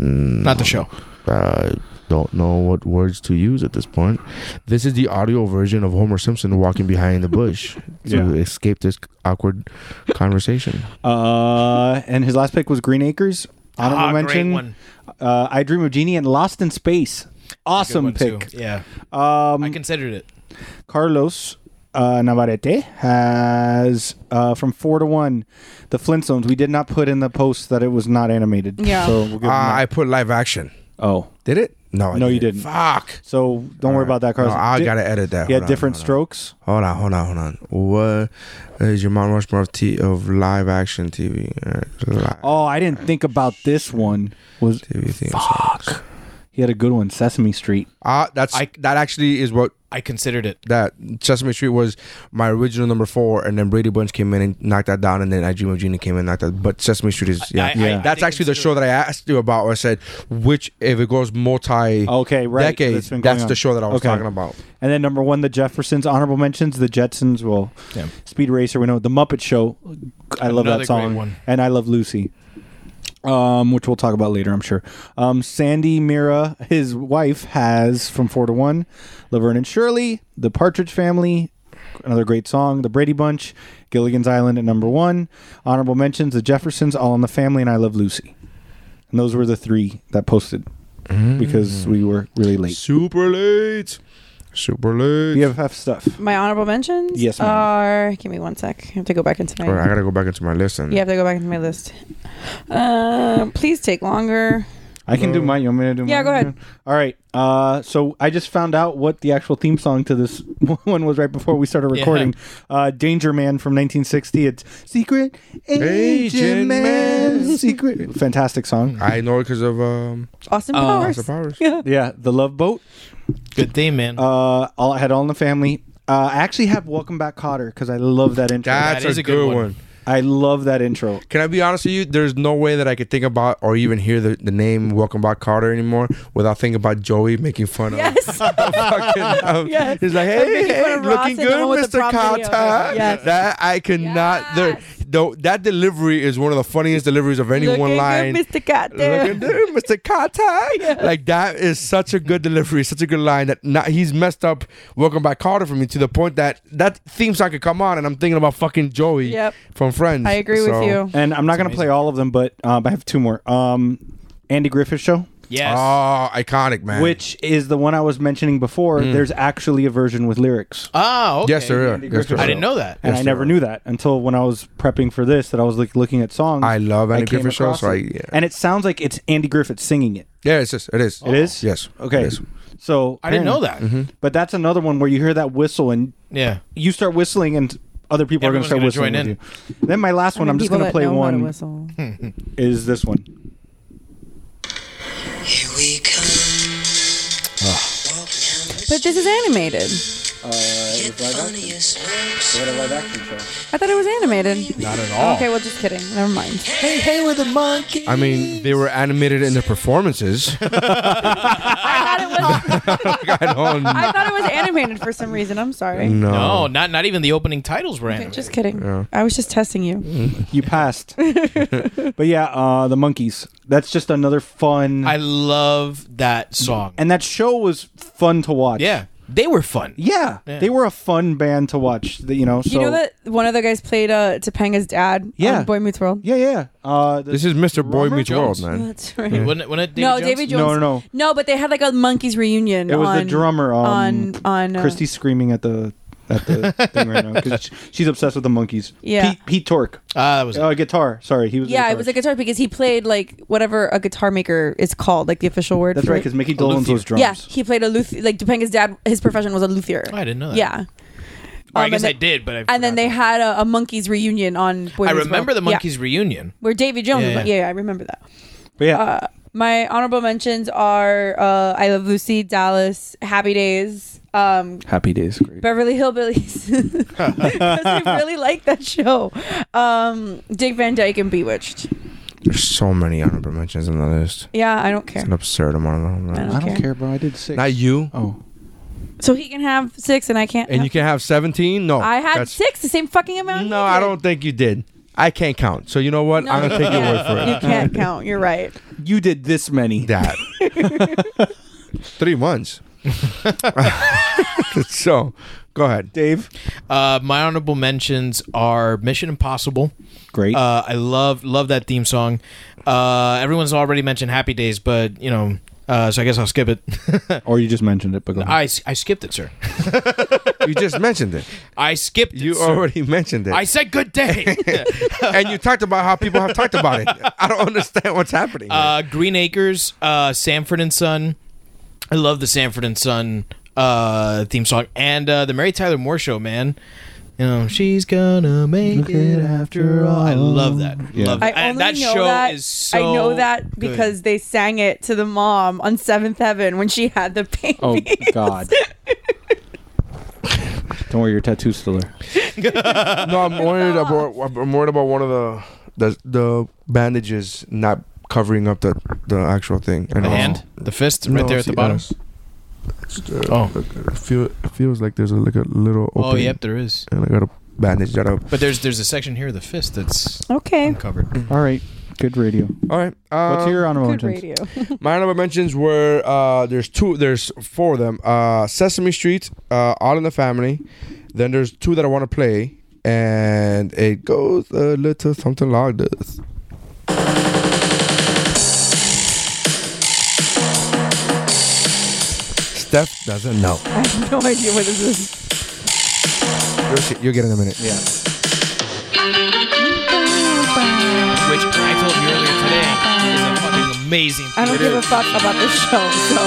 S5: Mm.
S2: not the show.
S3: I don't know what words to use at this point. This is the audio version of Homer Simpson walking behind the bush to
S5: [LAUGHS] Yeah.
S3: escape this awkward conversation.
S5: Uh, and his last pick was Green Acres. Honorable
S2: Ah, great
S5: mention.
S2: one.
S5: Uh, I Dream of Jeannie and Lost in Space.
S2: Good
S5: Awesome
S2: one, too.
S5: pick.
S2: Yeah, I
S5: Um,
S2: considered it.
S5: Carlos uh, Navarrete has uh, from four to one the Flintstones. We did not put in the post that it was not animated.
S4: Yeah.
S5: So we'll give him that.
S3: Uh, I put live action.
S5: oh,
S3: Did it? No, I
S5: No, you didn't.
S3: Fuck.
S5: so don't worry about that, Carlos.
S3: No, I
S5: Di-
S3: gotta edit that.
S5: Yeah,
S3: Hold on,
S5: different
S3: hold on.
S5: strokes.
S3: Hold on, hold on, hold on. What is your Mount Rushmore of, t- of live action TV? Uh, live
S5: Oh, I didn't think about this one. Was
S3: TV theme songs.
S5: he had a good one? Sesame Street.
S3: Ah, that's
S2: I-
S3: that actually is what
S2: I considered it.
S3: that Sesame Street was my original number four, and then Brady Bunch came in and knocked that down, and then I Dream of Jeannie came in and knocked that. But Sesame Street is
S2: I-
S3: yeah,
S2: I- Yeah. I
S3: that's
S2: did
S3: actually the
S2: consider
S3: show that I asked you about. Where I said which if it goes multi
S5: Okay, right.
S3: decades,
S5: That's been
S3: that's,
S5: going
S3: the
S5: on.
S3: show that I was
S5: Okay.
S3: talking about.
S5: And then number one, the Jeffersons. Honorable mentions, the Jetsons. Well,
S2: Yeah.
S5: Speed Racer. We know the Muppet Show. I love
S2: Another
S5: that
S2: great
S5: song.
S2: one.
S5: And I love Lucy. Um, which we'll talk about later, I'm sure. Um, Sandy Mira, his wife, has from four to one, Laverne and Shirley, The Partridge Family, another great song, The Brady Bunch, Gilligan's Island at number one, honorable mentions, The Jeffersons, All in the Family, and I Love Lucy. And those were the three that posted Mm. because we were really late.
S3: Super late, super late.
S5: BFF
S4: [GASPS]
S5: stuff.
S4: My honorable mentions
S5: Yes, ma'am.
S4: are. Give me one sec. I have to go back into my.
S3: All right, I gotta go back into my list. And
S4: You have to go back into my list. Uh, please take longer.
S5: I can do mine. You want me to do mine?
S4: Yeah, go ahead.
S5: All right. Uh, so I just found out what the actual theme song to this [LAUGHS] one was right before we started recording. Uh, Danger Man from 1960. It's Secret Agent,
S3: Agent
S5: Man.
S3: Man.
S5: Secret. Fantastic [LAUGHS] song.
S3: I know it because of um,
S4: Austin Powers.
S3: Austin Powers.
S5: Yeah, The Love Boat.
S2: Good theme, man.
S5: Uh, all I had all in the family. Uh, I actually have Welcome Back Cotter because I love that intro.
S3: That's
S2: That is
S3: a,
S2: a
S3: good,
S2: good
S3: one.
S2: one.
S5: I love that intro.
S3: Can I be honest with you? There's no way that I could think about or even hear the, the name Welcome Back Carter anymore without thinking about Joey making fun of. [LAUGHS]
S4: Yes.
S3: fucking, um,
S4: [LAUGHS] Yes.
S3: He's like,
S4: making
S3: hey,
S4: fun
S3: hey
S4: of Ross
S3: looking
S4: and the one
S3: good,
S4: with the
S3: Mr.
S4: prop video.
S3: Carter.
S4: Yes.
S3: That I cannot. There, though that delivery is one of the funniest deliveries of any one line.
S4: Mr. Cat
S3: Look at there,
S4: [LAUGHS]
S3: Mr. Carter. Like that is such a good delivery, such a good line that not, he's messed up. Welcome back, Carter, for me to the point that that theme song could come on, and I'm thinking about fucking Joey
S4: Yep.
S3: from Friends.
S4: I agree
S3: So-
S4: with you.
S5: And I'm not going to play all of them, but um, I have two more. Um, Andy Griffith Show,
S2: Yes.
S5: uh,
S3: Oh, iconic man.
S5: which is the one I was mentioning before.
S3: Mm.
S5: There's actually a version with lyrics.
S2: oh, okay.
S3: yes, sir. Yes, sir.
S2: I didn't know that.
S5: and
S3: Yes,
S5: I
S3: there
S5: never
S3: are.
S5: knew that until when I was prepping for this that I was like looking at songs.
S3: I love Andy
S5: came
S3: Griffith Show,
S5: across
S3: so I-
S5: it.
S3: yeah.
S5: and it sounds like it's Andy Griffith singing it.
S3: Yeah, it's just, it is.
S5: It is
S3: Oh, Yes.
S5: Okay,
S3: It is.
S5: so
S2: I didn't know that.
S5: apparently- Mm-hmm. But that's another one where you hear that whistle and [LAUGHS]
S2: Yeah.
S5: you start whistling and other people
S2: Everyone's
S5: are going
S2: gonna
S5: to
S2: join
S5: start whistling with you. Then my last one, I'm just going to play one is this one.
S1: Here we come.
S4: But this is animated. I thought it was animated.
S3: Not at all.
S4: Okay, well, just kidding. Never mind.
S2: Hey, hey, with the monkey.
S3: I mean, they were animated in
S2: [LAUGHS]
S3: their performances.
S4: I thought it was.
S3: I don't
S4: I thought it was animated for some reason. I'm sorry.
S3: know.
S5: Um,
S2: No, not not even the opening titles were animated.
S4: Just kidding. I was just testing you. [LAUGHS]
S5: You passed. but yeah, uh, the monkeys. That's just another fun.
S2: I love that song.
S5: and that show was fun to watch.
S2: yeah, they were fun.
S5: Yeah, they were a fun band to watch. the- You know, so
S4: you know that one of the guys played uh, Topanga's dad
S5: Yeah.
S4: on Boy Meets World?
S5: Yeah, yeah. Uh, the-
S3: This is Mr. Boy
S5: Drummer
S3: Meets
S2: Jones.
S3: World, man.
S4: That's right.
S2: Wasn't it, wasn't it Oh, David Jones?
S4: no, David
S5: No,
S4: Jones.
S5: no, no.
S4: No, but they had like a monkeys reunion.
S5: it was
S4: on,
S5: the drummer um,
S4: on on uh,
S5: Christy's screaming at the at the thing right
S2: [LAUGHS]
S5: now because she's obsessed with the monkeys.
S4: Yeah.
S5: Pete, Pete Torque.
S2: Ah, that was
S5: Uh, guitar. Sorry, he was.
S4: Yeah,
S5: guitar.
S4: it was a guitar because he played like whatever a guitar maker is called, like the official word.
S5: That's
S4: for
S5: right,
S4: it.
S5: because Mickey Dolenz was drums.
S4: Yeah, he played a luthier. Like Topanga's dad, his profession was a luthier.
S2: I didn't know that.
S4: Yeah.
S2: Or I
S4: Um,
S2: guess
S4: and
S2: I
S4: the-
S2: did, but I
S4: And then
S2: forgot
S4: they
S2: that.
S4: had a, a monkeys reunion on. Boy
S2: I
S4: Meets
S2: remember
S4: World.
S2: the
S4: Yeah,
S2: monkeys reunion.
S4: where David Jones.
S2: Yeah,
S4: Yeah,
S2: yeah.
S4: yeah, I remember that. Uh,
S5: But yeah,
S4: My honorable mentions are uh, I Love Lucy, Dallas, Happy Days, um,
S5: Happy Days. Great.
S4: Beverly Hillbillies. [LAUGHS] 'Cause I really like that show. Um, Dick Van Dyke and Bewitched.
S3: There's so many honorable mentions on the list.
S4: Yeah, I don't care.
S3: An absurd amount of them.
S4: I
S5: I
S4: don't
S5: don't
S4: care.
S5: care, bro. I did six.
S3: Not you.
S5: oh,
S4: So he can have six and I can't.
S3: And you can have 17? No.
S4: I had
S3: that's-
S4: six, the same fucking amount.
S3: No,
S4: he
S3: I
S4: did.
S3: don't think you did. I can't count. So you know what?
S4: No,
S3: I'm going to
S4: you
S3: take your word
S4: can't. [LAUGHS]
S3: for
S4: You
S3: it.
S4: can't count. You're
S3: [LAUGHS]
S4: right.
S5: you did this many.
S3: That.
S2: [LAUGHS]
S3: Three months. [LAUGHS] so go ahead.
S5: Dave,
S2: Uh, my honorable mentions are Mission Impossible.
S5: great.
S2: Uh, I love love that theme song. Uh, everyone's already mentioned Happy Days, but you know, uh, so I guess I'll skip it. [LAUGHS]
S5: or you just mentioned it, but go ahead.
S2: I, I skipped it, sir.
S3: You just mentioned it.
S2: I skipped it.
S3: You
S2: sir.
S3: already mentioned it.
S2: I said good day.
S3: [LAUGHS] and you talked about how people have talked about it. I don't understand what's happening. here.
S2: uh, Green Acres, uh, Sanford and Son. I love the Sanford and Son uh, theme song and uh, the Mary Tyler Moore Show. Man, you know she's gonna make it after all. I love that.
S5: Oh, Yeah.
S2: Love
S4: I
S2: that. And
S4: only
S2: that
S4: know
S2: show
S4: that.
S2: is so.
S4: I know that
S2: good.
S4: because they sang it to the mom on Seventh Heaven when she had the baby.
S5: [LAUGHS]
S4: [LAUGHS]
S5: oh God. Don't worry, your tattoo's still there.
S2: Uh,
S3: No, I'm worried about I'm worried about one of the the the bandages not covering up the the actual thing.
S2: the hand, the fist, right there at the bottom.
S3: oh,
S2: Oh.
S3: it, feel, it feels like there's a, like a little opening.
S2: Oh, yep, there is.
S3: And I got a bandage that up.
S2: But there's there's a section here, the fist that's
S4: Okay.
S2: covered.
S5: All right, good radio.
S3: All right. Um,
S5: What's
S2: uh,
S5: your honorable
S4: Good
S5: mentions?
S4: radio.
S3: My honorable mentions were uh, there's two there's four of them. Uh, Sesame Street, uh, All in the Family. Then there's two that I want to play, and it goes a little something like this. Steph doesn't know.
S4: I have no idea what this is.
S3: You'll, see, you'll get it in a minute. Yeah.
S2: Which I told you earlier today is a fucking amazing.
S4: I don't give a fuck about this show. So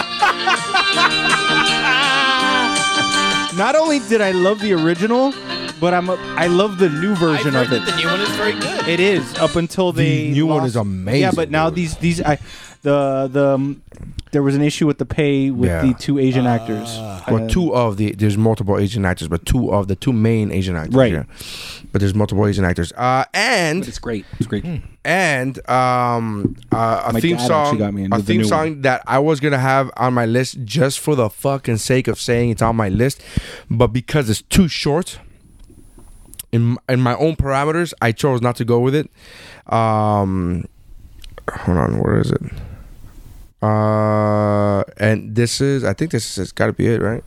S2: Oh
S5: Not only did I love the original, but I'm a, I love the new
S2: boy, I've
S5: version
S2: heard
S5: of
S2: that
S5: it.
S2: the new one is very good.
S5: It is up until they
S3: new one
S5: lost-
S3: is amazing,
S5: Yeah, but now
S3: dude.
S5: these these I the the um, there was an issue with the pay with
S3: Yeah.
S5: the two Asian actors.
S3: Well,
S5: Uh,
S3: two of the there's multiple Asian actors, but two of the two main Asian actors.
S5: Right.
S3: yeah. But there's multiple Asian actors. Uh, and
S5: But it's great. It's great.
S3: and um uh, a
S5: My
S3: theme
S5: dad
S3: song
S5: actually got me into
S3: a
S5: the
S3: theme
S5: new
S3: song that I was gonna have on my list just for the fucking sake of saying it's on my list, but because it's too short, in in my own parameters, I chose not to go with it. Um, hold on, where is it? Uh, and this is I think this has got to be it, right?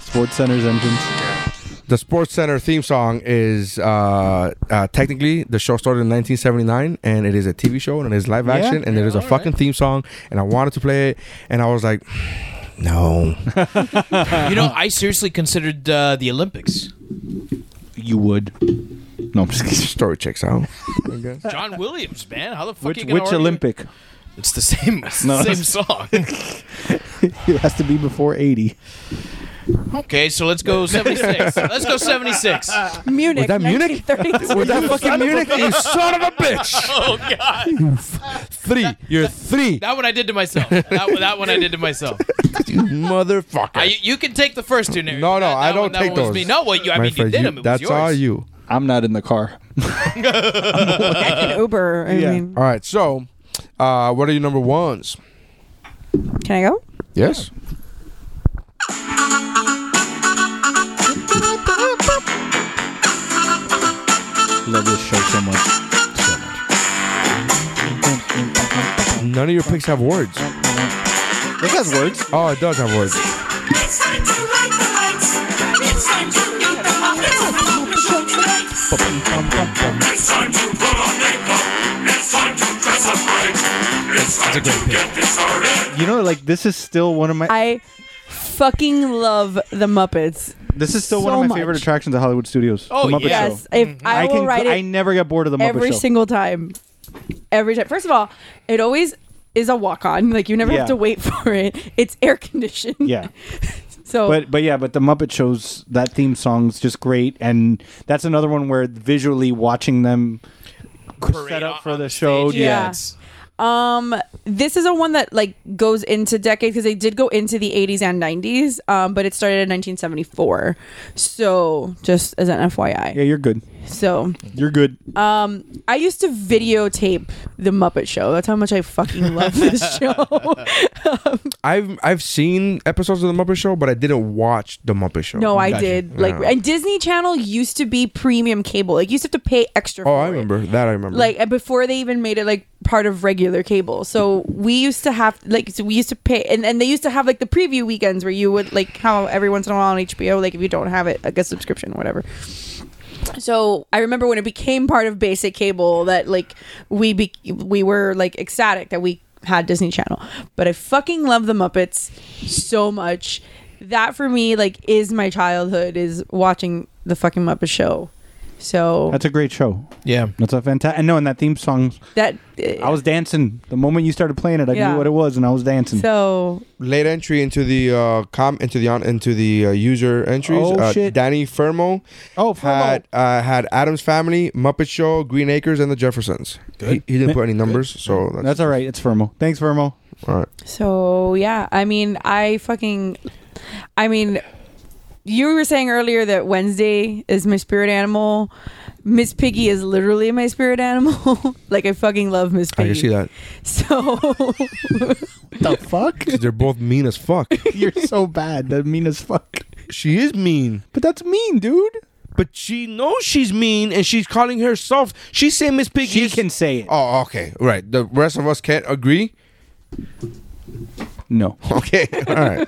S5: Sports Center's entrance.
S3: The Sports Center theme song is uh, uh, technically the show started in 1979, and it is a TV show and it is live action, and there is a fucking theme song, and I wanted to play it, and I was like, no.
S2: You know, I seriously considered uh, the Olympics.
S5: You would. No, I'm just kidding.
S3: Story checks out.
S2: John
S4: [LAUGHS]
S2: Williams, man, how the fuck
S5: [LAUGHS] Which
S2: you gonna
S5: which
S2: argue-
S5: Olympic?
S2: It's the
S5: [LAUGHS]
S2: same, it's
S5: No.
S2: the same song.
S5: [LAUGHS] It has to be before 80.
S2: okay, so let's go seventy six. Let's go seventy
S4: [LAUGHS]
S2: six.
S4: Munich.
S3: that Munich?
S4: 1932.
S3: Was that fucking Munich? You son of a bitch!
S2: Oh god,
S3: Three. You're three.
S2: that one I did to myself. That one, that one I did to myself.
S3: You motherfucker.
S2: I, you can take the first two. Nary.
S3: no,
S2: That-
S3: no,
S2: that
S3: I don't
S2: one- that
S3: take
S2: one was
S3: those.
S2: Me. No, well, you, I
S3: My
S2: mean,
S3: friend,
S2: you did
S3: you-
S2: them. It was
S3: that's
S2: yours.
S3: all you.
S5: I'm not in the car.
S4: An [LAUGHS] Uber. I
S5: Yeah.
S4: mean,
S3: All right, so uh, what are your number ones?
S4: can I go?
S3: Yes.
S5: Love this show so much.
S3: None of your picks have words.
S5: It has words.
S3: Oh, it does have words.
S7: It's time to light the lights. It's time to get them up. It's time to show the lights.
S1: It's time to put on makeup. It's time to dress up right. It's time to get this started.
S5: You know, like this is still one of my
S4: I fucking love the Muppets.
S5: this is still
S4: so
S5: one of my favorite
S4: much.
S5: attractions at Hollywood Studios.
S2: Oh,
S5: the Muppet
S2: yeah.
S4: Yes,
S5: Show.
S4: if I, will
S5: can
S4: write it
S5: I never get bored of the Muppet
S4: every
S5: Show.
S4: single time. Every time. First of all, it always is a walk on. Like you never
S5: Yeah.
S4: have to wait [LAUGHS] for it. It's air conditioned.
S5: yeah.
S4: So
S5: But but yeah, but the Muppet shows that theme song's just great and that's another one where visually watching them
S2: Parade
S5: set up for
S2: on
S5: the show.
S2: stage.
S4: Yeah. Um, this is a one that like goes into decades because they did go into the 80s and 90s, um, but it started in 1974. So just as an FYI.
S5: Yeah, you're good.
S4: So
S5: You're good.
S4: um, I used to videotape the Muppet Show. That's how much I fucking love this
S3: [LAUGHS]
S4: show. [LAUGHS]
S3: I've I've seen episodes of the Muppet Show, but I didn't watch the Muppet Show.
S4: no, I did like,
S3: Yeah.
S4: and Disney Channel used to be premium cable. Like, you used to have to pay extra.
S3: Oh,
S4: for
S3: I
S4: it.
S3: remember that. I remember.
S4: like uh, before they even made it like part of regular cable so we used to have like so we used to pay and, and they used to have like the preview weekends where you would like how every once in a while on hbo like if you don't have it like a subscription or whatever so i remember when it became part of basic cable that like we be- we were like ecstatic that we had disney channel but i fucking love the muppets so much that for me like is my childhood is watching the fucking muppet show so
S5: That's a great show.
S2: Yeah.
S5: That's a fantastic. No, and that theme song,
S4: that
S5: I was dancing the moment you started playing it. I
S4: Yeah.
S5: knew what it was, and I was dancing.
S4: so
S3: late entry into the uh, com into the on into the uh, user entries.
S5: Oh,
S3: uh,
S5: shit.
S3: Danny Fermo
S5: oh,
S3: had uh, had Adam's Family, Muppet Show, Green Acres, and the Jeffersons. He, he didn't put any numbers, so that's,
S5: that's all right. It's Fermo. Thanks, Fermo.
S3: all right.
S4: So yeah, I mean, I fucking, I mean, you were saying earlier that Wednesday is my spirit animal. Miss Piggy is literally my spirit animal. [LAUGHS] like I fucking love Miss
S3: I
S4: Piggy.
S3: can see that
S4: So [LAUGHS]
S5: The fuck? [LAUGHS]
S3: 'Cause [LAUGHS] they're both mean as fuck.
S5: You're so bad. That mean as fuck.
S3: [LAUGHS] she is mean,
S5: But that's mean, dude.
S3: but she knows she's mean, and she's calling herself. She's saying Miss Piggy.
S5: She
S3: is-
S5: can say it.
S3: Oh, okay, right. The rest of us can't agree. [LAUGHS]
S5: No.
S3: Okay, all right.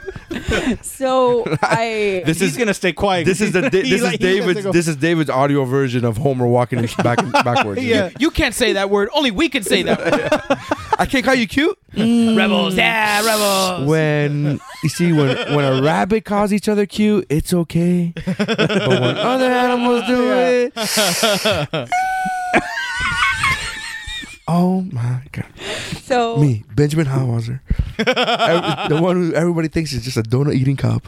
S3: [LAUGHS]
S4: so I
S3: This is
S5: gonna stay quiet.
S3: This is the da- this is David's this is David's audio version of Homer walking in back backwards.
S5: Yeah.
S2: You can't say that word. Only we can say that
S3: [LAUGHS]
S2: word.
S3: I can't call you cute.
S2: rebels. Yeah, rebels.
S3: When you see when when a rabbit calls each other cute, it's okay. But when other animals do it, [LAUGHS] oh my god!
S4: so
S3: Me, Benjamin Howauser, Every- the one who everybody thinks is just a donut eating cop.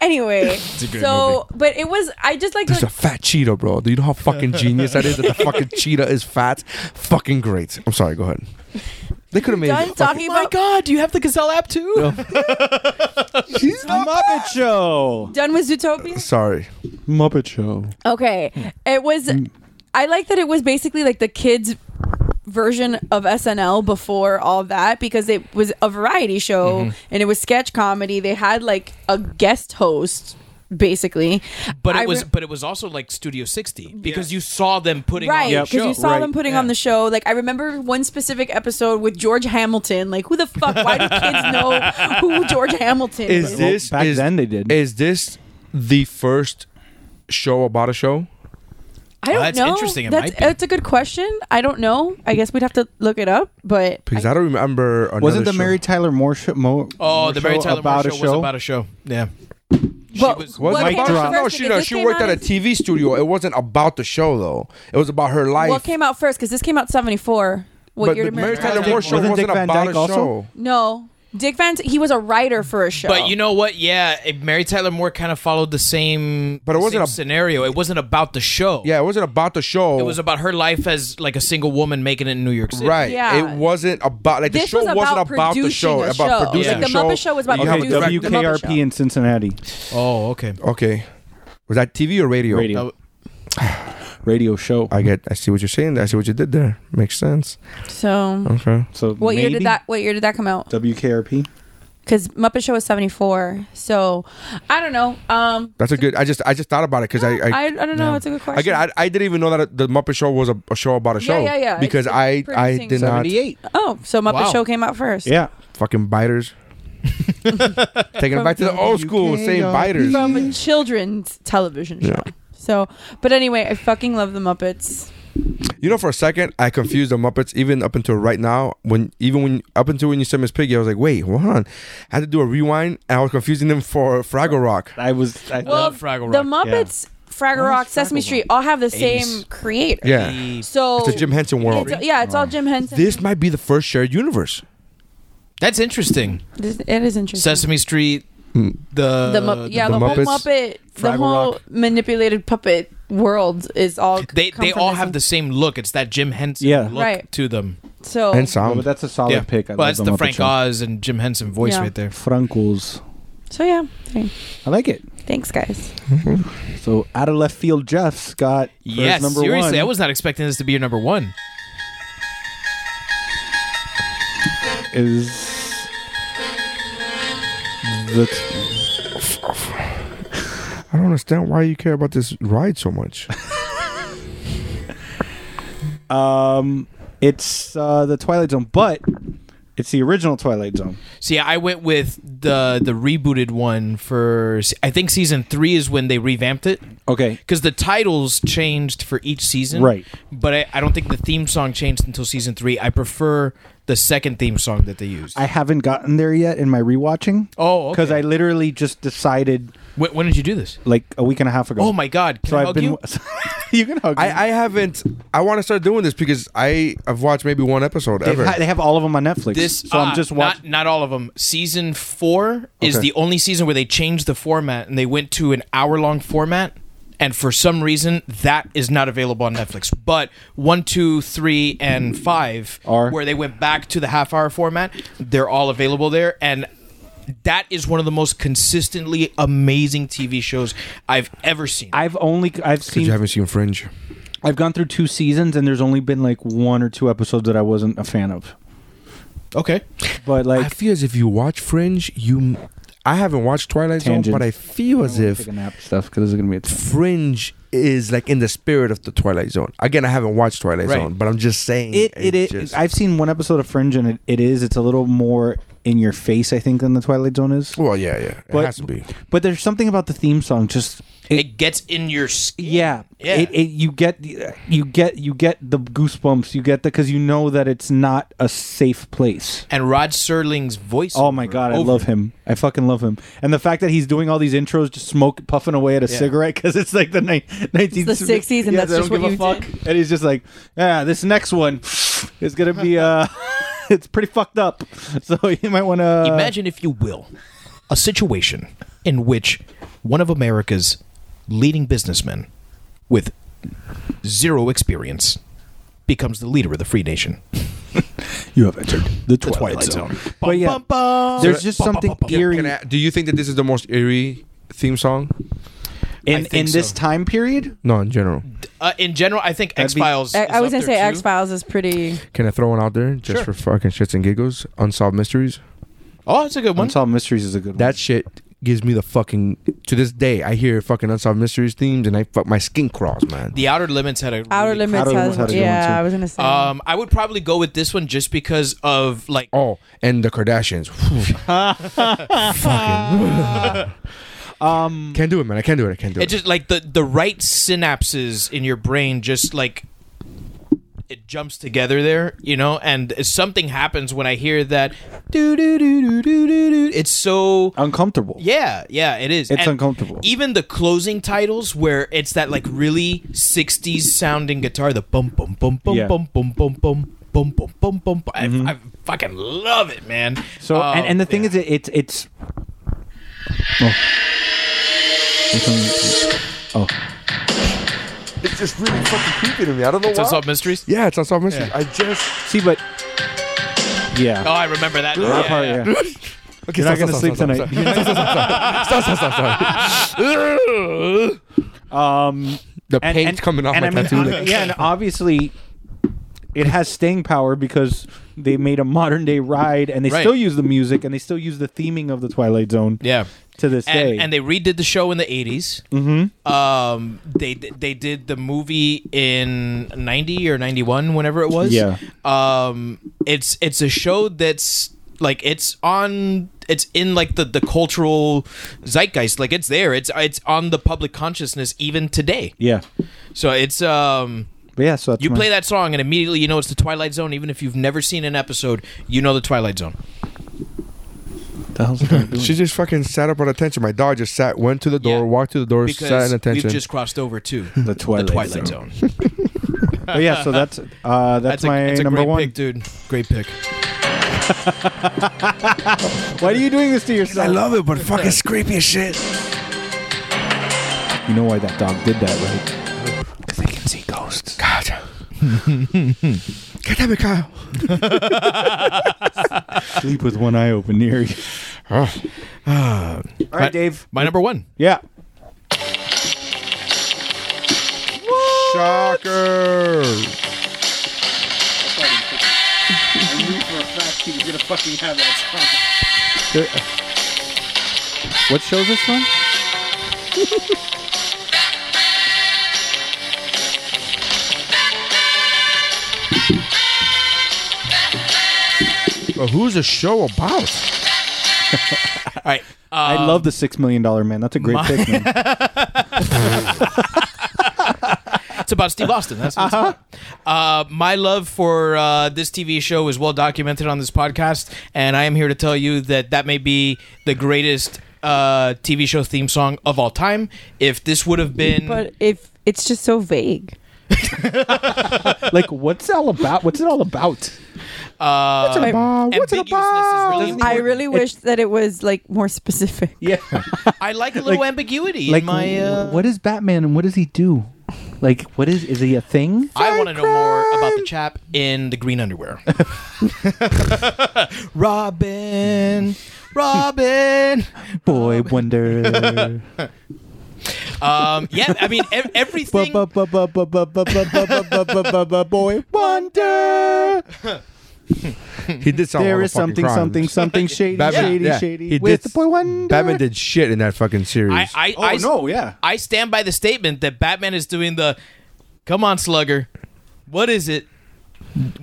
S4: anyway. so but it was I just like
S3: There's a fat cheetah, bro. Do you know how
S5: [LAUGHS]
S3: fucking genius that is? That the fucking cheetah is fat. Fucking great. I'm sorry. Go ahead. They could have made.
S4: done
S3: it fucking- Oh
S4: talking about
S2: God, Ah, do you have the Gazelle app too?
S5: Muppet Show.
S4: done with Zootopia.
S3: Sorry.
S2: Hmm.
S5: Muppet Show.
S4: Okay, it was. I like that it was basically like the kids version of SNL before all that because it was a variety show
S2: Mm-hmm.
S4: and it was sketch comedy. They had like a guest host basically.
S2: But
S4: I
S2: it was
S4: re-
S2: but it was also like Studio 60 because you saw them putting
S4: right
S2: on the
S4: because
S2: show.
S4: you saw
S5: right,
S4: them putting on
S2: yeah.
S4: the show like i remember one specific episode with george hamilton like who the fuck why do kids know who george hamilton is,
S3: Is this
S5: back
S3: is-
S5: then they did.
S3: Is this the first show about a show?
S4: i don't
S2: Well, that's
S4: know
S2: interesting. It
S4: that's,
S2: might be.
S4: that's a good question i don't know i guess we'd have to look it up but
S3: Because I, don't remember. Another
S5: Wasn't the
S3: show.
S5: Mary Tyler Moore show? Mo,
S2: Oh,
S5: Moore
S2: the Mary
S5: show
S2: Tyler
S5: about
S2: Moore
S5: a
S2: show
S5: show.
S2: was about a show. Yeah.
S4: But
S2: was-
S3: Wasn't
S4: what
S5: Mic
S4: came
S3: about the
S4: out
S5: drop.
S3: show. No,
S4: first?
S3: she
S4: Because
S3: no,
S4: this
S3: she
S4: came
S3: worked
S4: out
S3: at a
S4: in-
S3: TV studio. It wasn't about the show though. It was about her life.
S4: what came out first because this came out 74 what
S3: but
S4: year
S3: the
S4: did
S3: Mary Tyler
S5: Tyler
S3: Moore
S5: Dick-
S3: show
S5: wasn't Dick
S3: wasn't
S5: Van
S3: about
S5: Dyke
S3: a
S5: also?
S3: show.
S4: no dick van he was a writer for a show
S2: But you know what? Yeah, it- Mary Tyler Moore kind of followed the same
S3: But it
S2: the
S3: wasn't
S2: same
S3: a-
S2: scenario. It wasn't about the show.
S3: Yeah, it wasn't about the show.
S5: Oh.
S2: It was about her life as like a single woman making it in New York City.
S3: Right.
S4: Yeah.
S3: It wasn't about like the
S4: This
S3: show
S4: was about
S3: wasn't about the
S4: producing
S3: show.
S4: a
S3: About
S4: show. Like,
S3: producing
S2: the
S3: a show.
S4: Oh, Muppet Show was about
S3: You have a
S4: producing a
S3: direct-
S4: show. Muppet
S5: WKRP in Cincinnati
S2: Oh, okay.
S3: Okay. Was that TV or radio?
S5: radio radio show.
S3: I get. I see what you're saying. I see what you did there. Makes sense.
S4: so
S3: Okay.
S5: So
S4: what year
S5: maybe
S4: did that what year did that come out
S5: WKRP?
S4: because muppet show was 74 so i don't know um
S3: That's a good. I just. I just thought about it because I.
S4: I,
S3: I
S4: I don't know. It's a good question.
S3: Again, I, I didn't even know that the Muppet Show was a, a show about a
S4: Yeah,
S3: show.
S4: yeah, yeah. It's
S3: Because
S4: the
S3: I, I
S4: producing
S3: did not
S4: oh, so Muppet
S2: Wow.
S4: Show came out first.
S5: Yeah.
S3: fucking
S4: [LAUGHS]
S3: biters. Taking it back to the old school, saying biters.
S4: From a children's television show.
S3: Yeah.
S4: So, but anyway, I fucking love the Muppets.
S3: You know, for a second, I confused the Muppets. Even up until right now, when even when up until when you said Miss Piggy, I was like, wait, hold on. I had to do a rewind, and I was confusing them for Fraggle Rock.
S5: I was I
S4: Well,
S2: love Fraggle
S4: the
S2: Rock.
S4: Muppets, Fraggle Rock, Sesame Street all have the same creator.
S3: Yeah,
S4: So
S3: it's a Jim Henson world.
S4: it's- yeah, it's all Jim Henson.
S3: This might be the first shared universe.
S2: That's interesting.
S4: This- it is interesting.
S2: Sesame Street,
S5: Hmm.
S2: the
S4: Mm-hmm. the Mu- yeah, the,
S3: Muppets,
S4: whole Muppet, the
S3: Fraggle
S4: whole
S3: Rock.
S4: manipulated puppet world is all.
S2: they
S4: come
S2: they
S4: from
S2: all
S4: this-
S2: have the same look. It's that Jim Henson
S5: Yeah.
S2: look
S4: Right.
S2: to them.
S4: So
S3: And
S5: Oh,
S3: sound.
S5: but that's a solid
S2: Um, yeah,
S5: pick. I
S2: well,
S5: love
S2: that's
S5: the
S2: the
S5: Muppet
S2: Frank
S5: Show.
S2: Oz and Jim Henson voice
S4: Yeah.
S2: right there.
S5: Frankel's.
S4: so yeah. Hey,
S5: I like it.
S4: Thanks, guys.
S5: So out of left field, Jeff's got for his
S2: Yes,
S5: number
S2: seriously,
S5: one.
S2: I was not expecting this to be your number one.
S5: is the
S3: I don't understand why you care about this ride so much.
S5: um it's uh the Twilight Zone, but it's the original Twilight Zone.
S2: See, I went with the the rebooted one for se- I think season three is when they revamped it
S5: Okay.
S2: because the titles changed for each season.
S5: Right.
S2: but I, I don't think the theme song changed until season three. I prefer the second theme song that they used.
S5: I haven't gotten there yet in my rewatching.
S2: Oh, okay.
S5: Because I literally just decided
S2: Wh- when did you do this?
S5: like a week and a half ago.
S2: Oh my God! Can
S5: So
S2: I
S5: I've
S2: hug
S5: been.
S2: you?
S5: [LAUGHS] you can hug. me.
S3: I, I haven't. I want to start doing this because I have watched maybe one episode
S5: They've
S3: ever.
S5: ha- they have all of them on Netflix.
S2: This
S5: so
S2: ah,
S5: I'm just watching.
S2: Not, not all of them. Season four is
S3: Okay.
S2: the only season where they changed the format and they went to an hour long format. And for some reason, that is not available on Netflix. But one, two, three, and five,
S5: Are-
S2: where they went back to the half hour format, they're all available there. And that is one of the most consistently amazing TV shows I've ever seen.
S5: I've only I've
S3: Because you
S5: seen
S3: haven't seen Fringe.
S5: I've gone through two seasons and there's only been like one or two episodes that I wasn't a fan of.
S2: okay.
S5: But
S3: I
S5: like
S3: feel as if you watch Fringe, you. I haven't watched Twilight Zone,
S5: Tangent.
S3: but I feel as if
S5: take a nap stuff because it's gonna be a t-
S3: Fringe is like in the spirit of the Twilight Zone. Again, I haven't watched Twilight
S2: Right.
S3: Zone, but I'm just saying
S5: it it is.
S3: just-
S5: I've seen one episode of Fringe and it, it is it's a little more in your face I think than the Twilight Zone is.
S3: well, yeah, yeah,
S5: But-
S3: it has to be.
S5: But there's something about the theme song just
S2: It,
S5: it,
S2: gets in your skin.
S5: yeah,
S2: Yeah.
S5: It, it you get the- you get you get the goosebumps you get the because you know that it's not a safe place.
S2: And Rod Serling's voice.
S5: Oh my god, I love him. I fucking love him. And the fact that he's doing all these intros, just smoke puffing away at a cigarette because it's like the ni- 19th
S4: It's the 60s and that's
S5: they
S4: just
S5: don't
S4: what
S5: give
S4: you
S5: a fuck. And he's just like, yeah, this next one [LAUGHS] is gonna be uh, [LAUGHS] it's pretty fucked up. [LAUGHS] So you might want to
S2: Imagine, if you will, a situation in which one of America's leading businessmen with zero experience becomes the leader of the free nation.
S5: you have entered the Twilight,
S2: Zone.
S5: But yeah, there's just something
S3: Can
S5: eerie.
S3: I- do you think that this is the most eerie theme song?
S5: in in
S2: think
S5: this
S2: so.
S5: time period.
S3: No, in general.
S2: Uh, in general, I think X
S5: That'd be-
S2: Files.
S4: I, I was gonna say X Files is pretty.
S3: Can I throw one out there just for fucking shits and giggles? Unsolved Mysteries.
S2: Oh, it's a good one.
S5: Unsolved Mysteries is a good one.
S3: That shit gives me the fucking. To this day, I hear fucking Unsolved Mysteries themes and I fuck my skin crawls, man.
S2: The Outer Limits had a
S4: Outer
S2: really-
S4: Limits
S5: Outer
S4: has.
S5: Limits had a good one, too.
S4: yeah, I was gonna say.
S2: Um, I would probably go with this one just because of like
S3: oh, and the [LAUGHS] Kardashians. fucking. um, [LAUGHS] can't do it, man. I can't do it. I can't do
S2: it
S3: it.
S2: just like the the right synapses in your brain just like it jumps together there, you know, and something happens when I hear that do do do do do do. It's so
S5: uncomfortable.
S2: Yeah, yeah, it is.
S5: It's uncomfortable.
S2: Even the closing titles where it's that like really 60s sounding guitar, the bum bum bum bum
S5: Yeah. Mm-hmm.
S2: bum bum bum bum bum bum bum bum. bum. I, I fucking love it, man. Um,
S5: So and, and the
S2: Oh,
S5: thing is, it, it's it's. Oh. It's on- oh.
S3: It's just really fucking creepy to me. I don't know
S2: It's Unsolved Mysteries?
S3: Yeah, it's Unsolved Mysteries. I just.
S5: See, but yeah.
S2: Oh, I remember that.
S5: That
S2: Yeah,
S5: part,
S2: yeah.
S5: yeah.
S3: Okay,
S5: You're not gonna sleep tonight.
S3: Stop, stop, stop, [LAUGHS]
S5: Um,
S3: The
S5: and-
S3: paint
S5: and-
S3: coming off
S5: and
S3: my
S5: I mean,
S3: tattoo.
S5: ob-
S2: [LAUGHS]
S5: Yeah, and obviously, it has staying power because they made a modern day ride, and they
S2: Right.
S5: still use the music, and they still use the theming of the Twilight Zone.
S2: Yeah.
S5: to this day.
S2: And, and they redid the show in the 80s. Mm-hmm. Um, they they did the movie in 90 or 91, whenever it was.
S5: Yeah.
S2: Um, it's it's a show that's like it's on it's in like the the cultural zeitgeist like it's there it's it's on the public consciousness even today
S5: yeah,
S2: so it's um
S5: but yeah. So that's
S2: you
S5: my- [LAUGHS]
S2: play that song and immediately you know it's the twilight zone even if you've never seen an episode you know the twilight zone
S5: The hell's it doing?
S3: She just fucking sat up on attention. My dog just sat, went to the door,
S2: Yeah.
S3: walked to the door, sat
S2: because
S3: in attention.
S2: we've just crossed over to
S5: [LAUGHS] the Twilight,
S2: the twilight
S5: Zone.
S2: zone
S5: But yeah,
S2: [LAUGHS]
S5: so that's uh, that's,
S2: a-
S5: my
S2: a
S5: number
S2: great
S5: one.
S2: pick, dude. Great pick.
S5: Why are you doing this to yourself?
S3: I love it, but fucking it's creepy as shit.
S5: You know why that dog did that, right?
S3: Because I can see ghosts. God. God damn it, Kyle.
S5: Sleep with one eye open,
S2: [SIGHS]
S5: near you. All right,
S2: My-
S5: Dave.
S2: My number one.
S5: Yeah.
S3: Shocker.
S5: uh, What show's this
S2: Um,
S5: one?
S3: But who's the show about?
S2: All right. Uh,
S5: I love the Six Million Dollar Man. That's a great pick,
S2: [LAUGHS]
S5: man.
S2: it's about Steve Austin. That's what it's about. Uh, my love for uh, this TV show is well documented on this podcast, and I am here to tell you that that may be the greatest uh, TV show theme song of all time. If this would have been,
S4: but if it's just so vague.
S5: like, what's it all about? What's it all about?
S2: uh,
S4: I-
S5: Um,
S2: ambiguousness is really
S4: I
S2: important.
S4: really wish that it was like more specific.
S5: Yeah.
S2: I like a little
S5: Like-
S2: ambiguity
S5: like,
S2: in my. Uh,
S5: wh- what is Batman and what does he do? Like, what is is he a thing?
S2: I want to know more about the chap in the green underwear. [LAUGHS] [LAUGHS] Robin, Robin.
S5: Boy [LAUGHS] Wonder.
S2: Um, yeah, I mean
S3: [LAUGHS]
S2: ev- everything.
S5: Boy Wonder.
S3: He did something.
S5: There is something, something, something shady,
S3: Batman-
S5: shady,
S3: yeah,
S5: shady.
S3: he
S5: with
S3: did-
S5: the Boy Wonder.
S3: Batman did shit in that fucking series.
S2: I, I,
S5: Oh
S2: I,
S5: no, yeah.
S2: I stand by the statement that Batman is doing the. Come on, Slugger. What is it?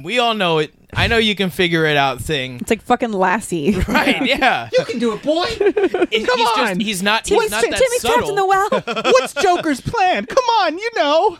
S2: We all know it. I know you can figure it out. Thing.
S4: It's like fucking Lassie.
S2: Right? Yeah. You
S5: can do it, boy.
S2: he's
S5: Come
S2: just-
S5: on.
S2: he's not. He's
S4: What's
S2: not that
S4: Timmy trapped in
S2: subtle. [LAUGHS]
S4: the well?
S5: [LAUGHS] What's Joker's plan? Come on, you know.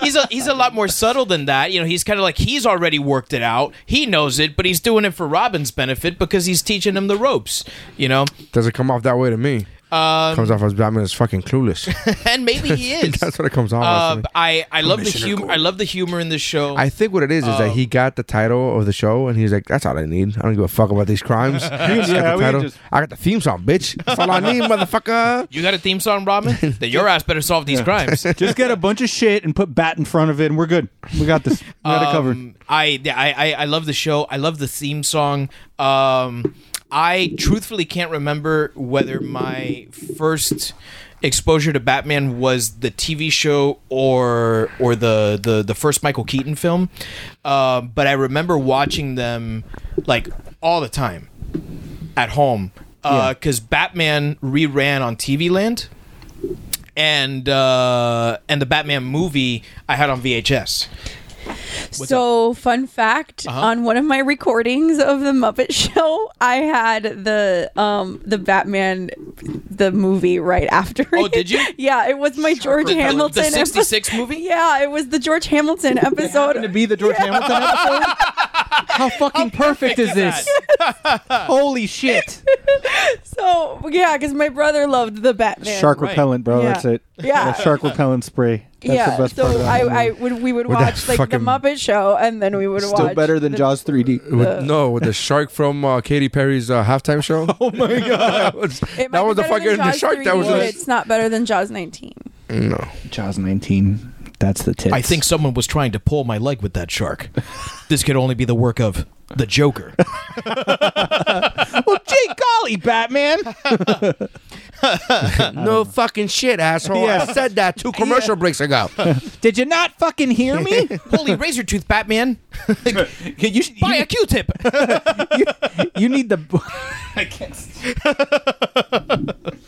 S2: He's a, he's a lot more subtle than that. You know, he's kind of like he's already worked it out. He knows it, but he's doing it for Robin's benefit because he's teaching him the ropes. You know,
S3: Doesn't come off that way to me. comes off as Batman is fucking [LAUGHS] clueless.
S2: and maybe
S3: [LAUGHS]
S2: he is.
S3: That's what it comes off as.
S2: Uh,
S3: to me.
S2: I I love the humor. I love the humor in this show.
S3: I think what it is is that he got the title of the show and he's like, "That's all I need. I don't give a fuck about these crimes. I, just
S5: yeah,
S3: got
S5: we
S3: the title.
S5: just-
S3: I got the theme song, bitch. That's all I need, motherfucker."
S2: you got a theme song, Robin? then your ass better solve these crimes.
S5: Just get a bunch of shit and put bat in front of it, and we're good. We got this. We got it covered.
S2: Um, I, I I I love the show. I love the theme song. Um, I truthfully can't remember whether my first exposure to Batman was the TV show or or the the, the first Michael Keaton film, uh, but I remember watching them like all the time at home because Batman reran on TV Land and uh, and the Batman movie I had on VHS.
S4: so, fun fact:
S2: Uh-huh.
S4: on one of my recordings of the Muppet [LAUGHS] Show, I had the um the Batman the movie right after.
S2: Oh,
S4: it.
S2: did you?
S4: [LAUGHS] yeah, it was my George
S2: The- the- the
S4: Hamilton. epi-
S2: 66 movie?
S4: [LAUGHS] Yeah, it was the George Hamilton episode.
S5: to be the George Hamilton episode. How fucking perfect is this?
S4: [LAUGHS]
S5: Holy shit!
S4: so yeah, because my brother loved the Batman.
S5: Shark
S2: Right.
S5: repellent, bro.
S4: Yeah.
S5: That's it.
S4: Yeah.
S5: That shark repellent spray. That's
S4: yeah,
S5: the best
S4: so
S5: part. Of that
S4: I, I
S5: movie.
S4: would we would
S3: With that
S4: watch like the
S3: fucking-
S4: Muppet Show, and then we would watch
S5: still better than
S4: the- Uh,
S5: Jaws 3D.
S3: With, no, with the shark from uh, Katy Perry's uh, halftime show. Oh my god, [LAUGHS] that was,
S4: It
S3: that
S4: might be
S3: was the
S4: better
S3: fucking the
S4: than Jaws
S3: shark that
S4: 3D,
S3: was.
S4: but
S3: in
S4: It's not better than Jaws 19.
S3: No,
S5: Jaws 19. That's the tip.
S2: I think someone was trying to pull my leg with that shark. [LAUGHS] this could only be the work of the [LAUGHS] Joker.
S5: Well, gee golly, Batman.
S3: no fucking shit, asshole. I said that two commercial breaks ago.
S5: Did you not fucking
S4: [LAUGHS]
S5: hear me?
S2: Holy razor tooth, [LAUGHS] Batman!
S5: you, should-
S2: Buy a Q-tip.
S5: you, you need the. I can't.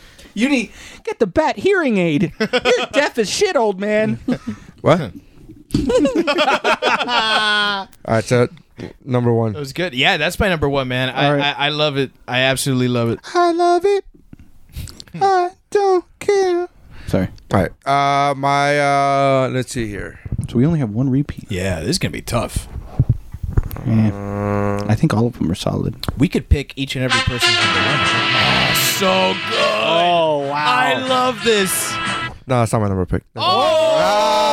S5: [LAUGHS] you need get the bat hearing aid. You're deaf as shit, old man.
S3: [LAUGHS] What? All right, so number one.
S2: It was good. Yeah, that's my number one, man. I,
S5: All right.
S2: I, I love it. I absolutely love it.
S5: I love it. I don't care. Sorry.
S3: All right, uh, my uh, let's see here.
S5: So we only have one repeat.
S2: Yeah, this is gonna be tough.
S5: I think all of them are solid.
S2: We could pick each and every person. so good. Oh wow! I love this.
S3: No, that's not my number pick. Oh,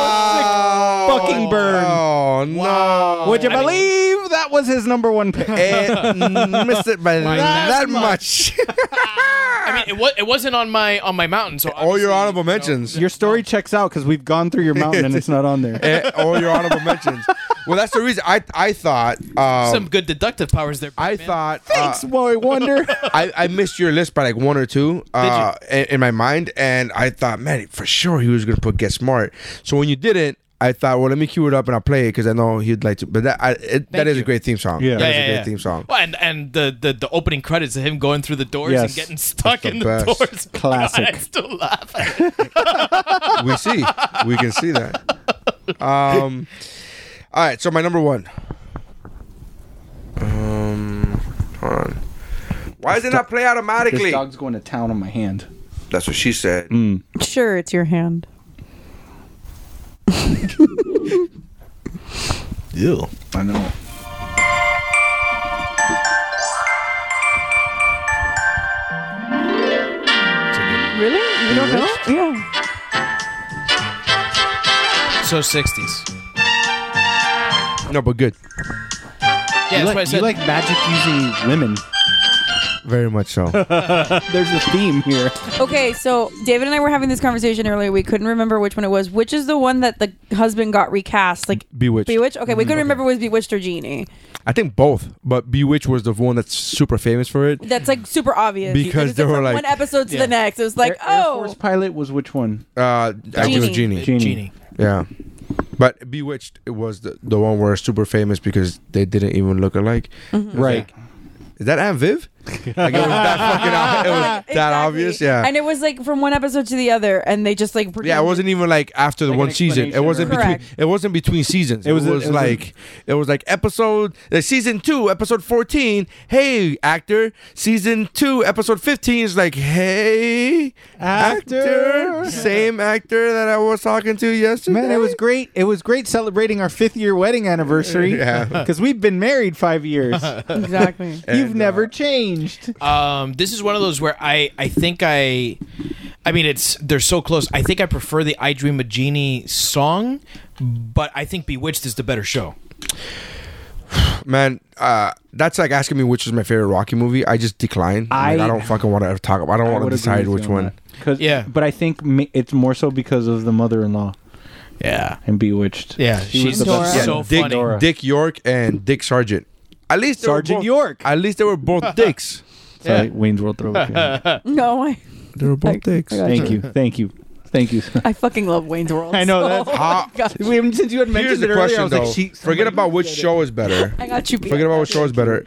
S5: Fucking burn.
S3: Oh no! [LAUGHS]
S5: Would you believe that was his number one [LAUGHS] pick?
S3: And missed Eh, it by that, much.
S2: I mean, it was it wasn't on my on my mountain. So
S3: All your
S2: obviously,
S3: honorable
S2: you know,
S3: mentions.
S5: Your story checks out because we've gone through your mountain and it's not on [LAUGHS] there.
S3: Eh, all your honorable mentions. Well, that's the reason I I thought um,
S2: some good deductive powers there.
S3: I
S2: Batman.
S3: thought
S5: Thanks,
S3: uh,
S5: boy [LAUGHS] wonder.
S3: I, I missed your list by like one or two uh, in, in my mind, and I thought, man, for sure he was gonna put Get Smart. So when you didn't, I thought, well, let me cue it up and I'll play it because I know he'd like to. But that I, it, that is
S2: you.
S3: a great theme song.
S5: Yeah.
S3: that
S5: Yeah,
S3: is a great theme song.
S2: Well, and and the, the the opening credits of him going through the doors and
S5: Yes.
S2: getting stuck
S3: That's
S2: in
S3: the
S2: the
S3: best.
S2: doors. [LAUGHS]
S5: Classic.
S2: I still laugh. at it.
S3: we see, we can see that. Um, all right, so my number one. Um, hold on. Why does it not play automatically?
S5: going to town on my hand.
S3: That's what she said.
S4: Sure, it's your hand.
S5: I know.
S4: Really? You don't know? Yeah.
S2: So sixties.
S3: No, but good.
S2: Yeah,
S5: You
S2: that's
S5: like,
S2: what I
S5: you
S2: said.
S5: like magic using women.
S3: Very much so.
S5: There's a theme here.
S4: Okay, so David and I were having this conversation earlier. We couldn't remember which one it was. Which is the one that the husband got recast? Like
S3: [LAUGHS] Bewitched. Mm-hmm.
S4: Bewitched. Okay, we couldn't remember was Bewitched or Genie.
S3: I think both, but Bewitched was the one that's super famous for it.
S4: That's like super obvious
S3: Because
S4: it's
S3: they were
S4: from
S3: like-
S4: one episode to the next. It was like,
S5: Air, Air
S4: oh,
S5: Force pilot was which one?
S3: Uh, I think it was
S4: Genie.
S3: Genie.
S5: Genie.
S3: Yeah. But Bewitched it was the, the one where it's super famous because they didn't even look alike.
S5: Right.
S3: Is that Aunt Viv? like it was
S5: [LAUGHS]
S3: that fucking ob- it was that
S4: Exactly.
S3: obvious. Yeah.
S4: And it was like from one episode to the other, and they just like
S3: yeah, it
S4: [LAUGHS]
S3: wasn't even like after the
S5: Like an
S3: one season. It
S5: explanation
S3: wasn't
S4: or-
S3: between.
S4: Correct.
S3: It wasn't
S5: [LAUGHS]
S3: between seasons. It was,
S5: was a- it was a-
S3: like it was like episode uh, season two, episode fourteen. Hey, actor. Season two, episode fifteen is like hey,
S5: Actor.
S3: Same actor that I was talking to yesterday.
S5: Man, it was great. It was great celebrating our fifth year wedding [LAUGHS] anniversary.
S3: Yeah.
S5: Because we've been married five [LAUGHS] years.
S4: exactly.
S5: You've
S3: And,
S5: never
S3: uh,
S5: changed.
S2: Um, this is one of those where I I think I, I mean it's they're so close. I think I prefer the I Dream a Genie song, but I think Bewitched is the better show.
S3: man. Uh, that's like asking me which is my favorite Rocky movie. I just decline. I,
S5: I-
S3: I don't fucking want to talk about. I don't want to decide which one.
S2: Yeah.
S5: But I think ma- it's more so because of the mother-in-law
S2: Yeah,
S5: and Bewitched.
S2: yeah,
S5: She was
S2: she's
S5: the best.
S2: so
S3: Yeah, Dick,
S2: funny.
S5: Dora.
S3: Dick York and Dick Sargent. At least they were
S5: Sergeant
S3: both-
S5: York.
S2: [LAUGHS]
S3: At least they were both dicks.
S5: Sorry, Wayne's World throwback. [LAUGHS] Yeah.
S4: [LAUGHS] No, I,
S3: They're both dicks.
S4: I,
S5: Thank you, thank you, thank
S3: [LAUGHS]
S5: you.
S4: I fucking love Wayne's World.
S5: I know, [LAUGHS] that's-
S4: so-
S3: Ah,
S5: Oh We haven't- since you had mentioned
S3: Here's the
S5: it earlier, I
S3: question
S5: was
S3: though.
S5: like, she,
S3: Forget about which show is better.
S4: I got you. beat.
S3: Forget about which show is better.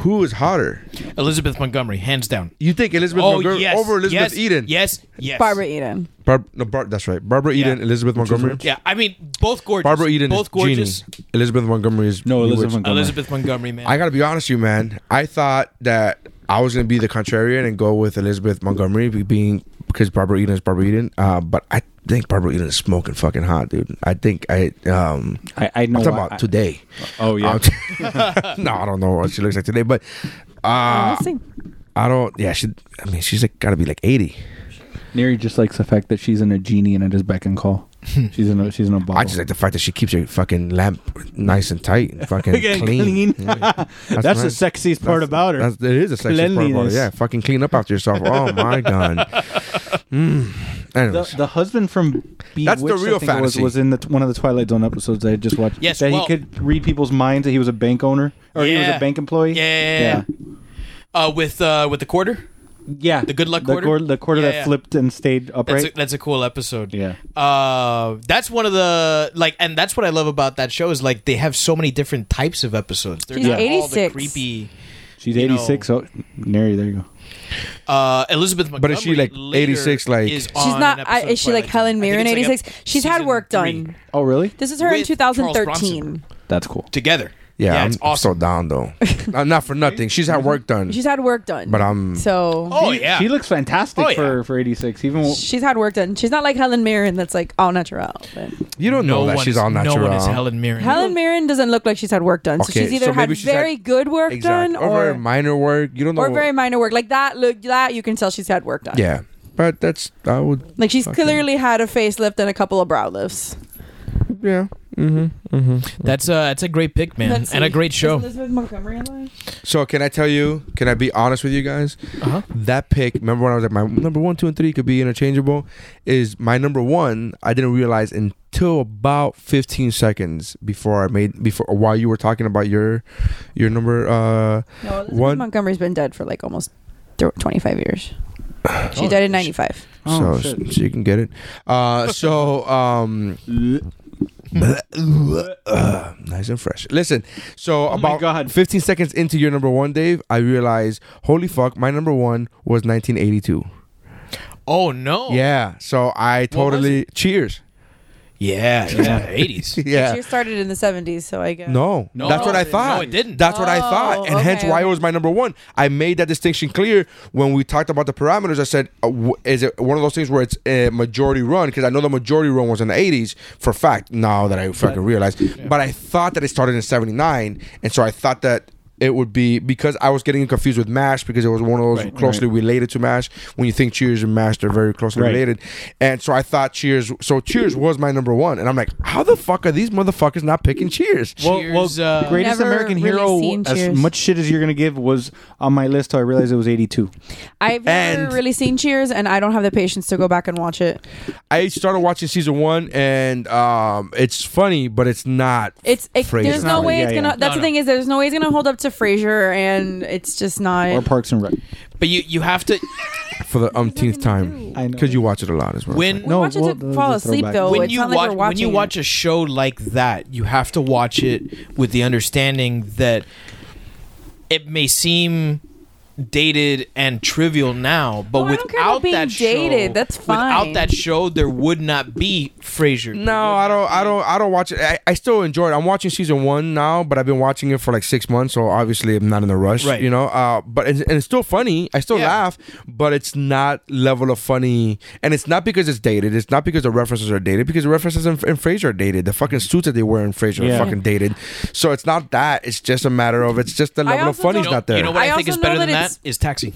S3: Who is hotter?
S2: Elizabeth Montgomery, hands down.
S3: You think Elizabeth
S2: Oh
S3: Montgomery
S2: yes,
S3: over Elizabeth
S2: yes,
S3: Eden?
S2: Yes, yes.
S4: Barbara E. Eden.
S3: Barb, no, Bar- that's right. Barbara Eden,
S2: Yeah.
S3: Elizabeth Montgomery.
S2: Yeah, I mean both gorgeous.
S3: Barbara Eden
S2: both
S3: is
S2: gorgeous.
S3: Genie. Elizabeth Montgomery is
S5: no Elizabeth
S3: bewitched.
S5: Montgomery.
S2: Elizabeth Montgomery, man.
S3: I gotta be honest with you, man. I thought that I was gonna be the contrarian and go with Elizabeth Montgomery be- being because Barbara Eden is Barbara Eden. Uh, but I think Barbara Eden is smoking fucking hot, dude. I think I um
S5: I, I know.
S3: I'm talking
S5: why-
S3: about today.
S5: oh yeah.
S3: Um, [LAUGHS] no, I don't know what she looks like today, but uh,
S4: Honestly,
S3: I don't. Yeah, she. I mean, she's like gotta be like 80.
S5: Neri just likes the fact that she's in a genie and it is beck
S3: [LAUGHS]
S5: and call. She's in a she's in a bottle.
S3: I just like the fact that she keeps her fucking lamp nice and tight and fucking
S5: [LAUGHS] Again,
S3: clean.
S5: clean. [LAUGHS] that's
S3: right.
S5: the sexiest part
S3: That's-
S5: about her.
S3: That's, it is a sexy part about it.
S5: Cleanliness.
S3: Yeah, fucking clean up after yourself. Oh
S5: [LAUGHS]
S3: my god. Mm. Anyways,
S5: the, the husband from Bewitched,
S3: That's the real
S5: I think it was,
S3: fantasy.
S5: was in the one of the Twilight Zone episodes that I just watched.
S2: Yes,
S5: that
S2: well-
S5: he could read people's minds. That he was a bank owner or he was
S2: Yeah.
S5: a bank employee.
S2: Yeah, yeah, yeah. uh, with uh, with the quarter.
S5: yeah. The
S2: good luck quarter?
S5: The quarter, the quarter
S2: Yeah,
S5: that
S2: yeah.
S5: flipped and stayed
S2: That's
S5: upright.
S2: a, that's a cool episode.
S5: yeah,
S2: Uh, that's one of the like, and that's what I love about that show is like they have so many different types of episodes. They're
S4: She's
S2: not all the
S4: 86.
S2: creepy.
S5: she's
S2: you know-
S5: eighty six. Oh, Neri, there you go.
S2: Uh, Elizabeth Montgomery.
S3: But is she, like,
S2: later
S3: 86, like-
S2: is
S3: She's
S2: on
S4: she's
S2: an
S4: not. I,
S2: episode
S4: is she
S2: of
S4: like
S2: Twilight
S4: Helen
S2: Zone. I think
S4: Mirren?
S2: it's, like,
S4: '86. she's had
S2: season
S4: work
S2: three
S4: done.
S5: Oh, really?
S4: This is her in
S2: With Charles Bronson.
S4: 2013.
S5: That's cool.
S2: together.
S3: yeah, I'm
S2: it's awesome.
S3: so down though. Uh, not for nothing. She's had work done.
S4: She's had work done.
S3: But I'm-
S4: so
S2: oh yeah,
S5: She looks fantastic
S2: Oh, yeah.
S5: for for eighty six. Even w-
S4: she's had work done. She's not like Helen Mirren that's like all natural. But
S3: you don't know that
S2: one
S3: she's
S2: is-
S3: all natural.
S2: No one is Helen Mirren.
S4: Helen Mirren doesn't look like she's had work done. So
S3: Okay,
S4: she's either
S3: so
S4: had
S3: maybe she's
S4: very
S3: had-
S4: good work
S3: Exactly.
S4: done
S3: Or
S4: or
S3: very minor work. You don't know.
S4: or very minor work like that. Look, that you can tell she's had work done.
S3: yeah, but that's I would.
S4: like she's
S3: Fucking-
S4: clearly had a facelift and a couple of brow lifts.
S3: Yeah.
S2: That's a that's a great pick, man,
S4: Let's
S2: and a
S4: see.
S2: great show.
S4: Is Elizabeth Montgomery alive?
S3: So can I tell you? Can I be honest with you guys? Uh-huh. That pick. Remember when I was like my number one, two, and three could be interchangeable. Is my number one? I didn't realize until about 15 seconds before I made before while you were talking about your your number. Uh,
S4: No, Elizabeth
S3: One-
S4: Montgomery's been dead for like almost th- 25 years.
S3: [SIGHS]
S4: She died in 95.
S5: Oh,
S3: so,
S5: shit.
S3: so you can get it. Uh,
S5: [LAUGHS]
S3: so um, uh, nice and fresh. Listen. So
S5: Oh my
S3: about
S5: God.
S3: 15 seconds into your number one, Dave, I realized, holy fuck, my number one was 1982.
S2: Oh no,
S3: Yeah. So I
S2: was
S3: totally cheers.
S2: yeah,
S3: [LAUGHS]
S2: yeah, eighties.
S3: Yeah.
S4: She started in the 70s, so I guess.
S3: No,
S2: No,
S3: that's what I
S2: it-
S3: thought.
S2: no, it didn't.
S3: That's what I thought,
S4: Oh,
S3: and hence
S4: okay,
S3: why it
S4: okay.
S3: was my number one. I made that distinction clear when we talked about the parameters. I said, uh, w- "Is it one of those things where it's a majority run?" Because I know the majority run was in the '80s for a fact. Now that I fucking realize, but I thought that it started in '79, and so I thought that. It would be because I was getting confused with MASH because it was one of those closely related to MASH. When you think Cheers and MASH, they're very closely
S5: Right.
S3: related. And so I thought Cheers, so Cheers was my number one. And I'm like, how the fuck are these motherfuckers not picking Cheers?
S5: Well,
S2: Cheers,
S5: well,
S2: uh,
S5: greatest
S4: Never
S5: American
S4: really
S5: hero.
S4: seen
S5: as
S4: Cheers.
S5: much shit as you're gonna give was on my list. till I realized it was eighty two.
S4: I've never
S3: And-
S4: really seen Cheers, and I don't have the patience to go back and watch it.
S3: I started watching season one, and um, it's funny, but it's not.
S4: It's it,
S3: Frasier.
S4: there's no
S3: Not-
S4: way
S5: yeah,
S4: it's gonna.
S5: yeah.
S2: No,
S4: That's the
S2: no.
S4: thing is there's no way it's gonna hold up to Frasier, and it's just not.
S5: Or Parks and Rec.
S2: But you you have to
S3: for the umpteenth time
S5: I know.
S3: because you watch it a lot as well.
S2: when
S4: we watch it
S5: well,
S4: to
S5: those
S4: fall
S5: are
S4: asleep
S5: throwbacks.
S4: though.
S2: when
S4: Oh, it's
S2: you
S4: not like
S2: watch
S4: we're watching
S2: when you
S4: it.
S2: watch a show like that, you have to watch it with the understanding that it may seem dated and trivial now, but
S4: Oh, I don't care about
S2: without
S4: being
S2: that show,
S4: dated. That's fine.
S2: Without that show, there would not be Frasier.
S3: no, I don't. I don't. I don't watch it. I, I still enjoy it. I'm watching season one now, but I've been watching it for like six months, so obviously I'm not in a rush,
S2: Right.
S3: You know. Uh, but it's, and it's still funny. I still
S2: Yeah.
S3: laugh, but it's not level of funny, and it's not because it's dated. It's not because the references are dated. Because the references in, in Frasier are dated. The fucking suits that they wear in Frasier
S5: Yeah.
S3: are fucking dated. So it's not that. It's just a matter of it's just the level of
S4: also
S3: funny's
S4: don't-
S3: not there.
S2: You know what I,
S4: I
S2: think
S4: also
S2: is better
S4: know
S2: than that
S4: that it's-
S2: is Taxi.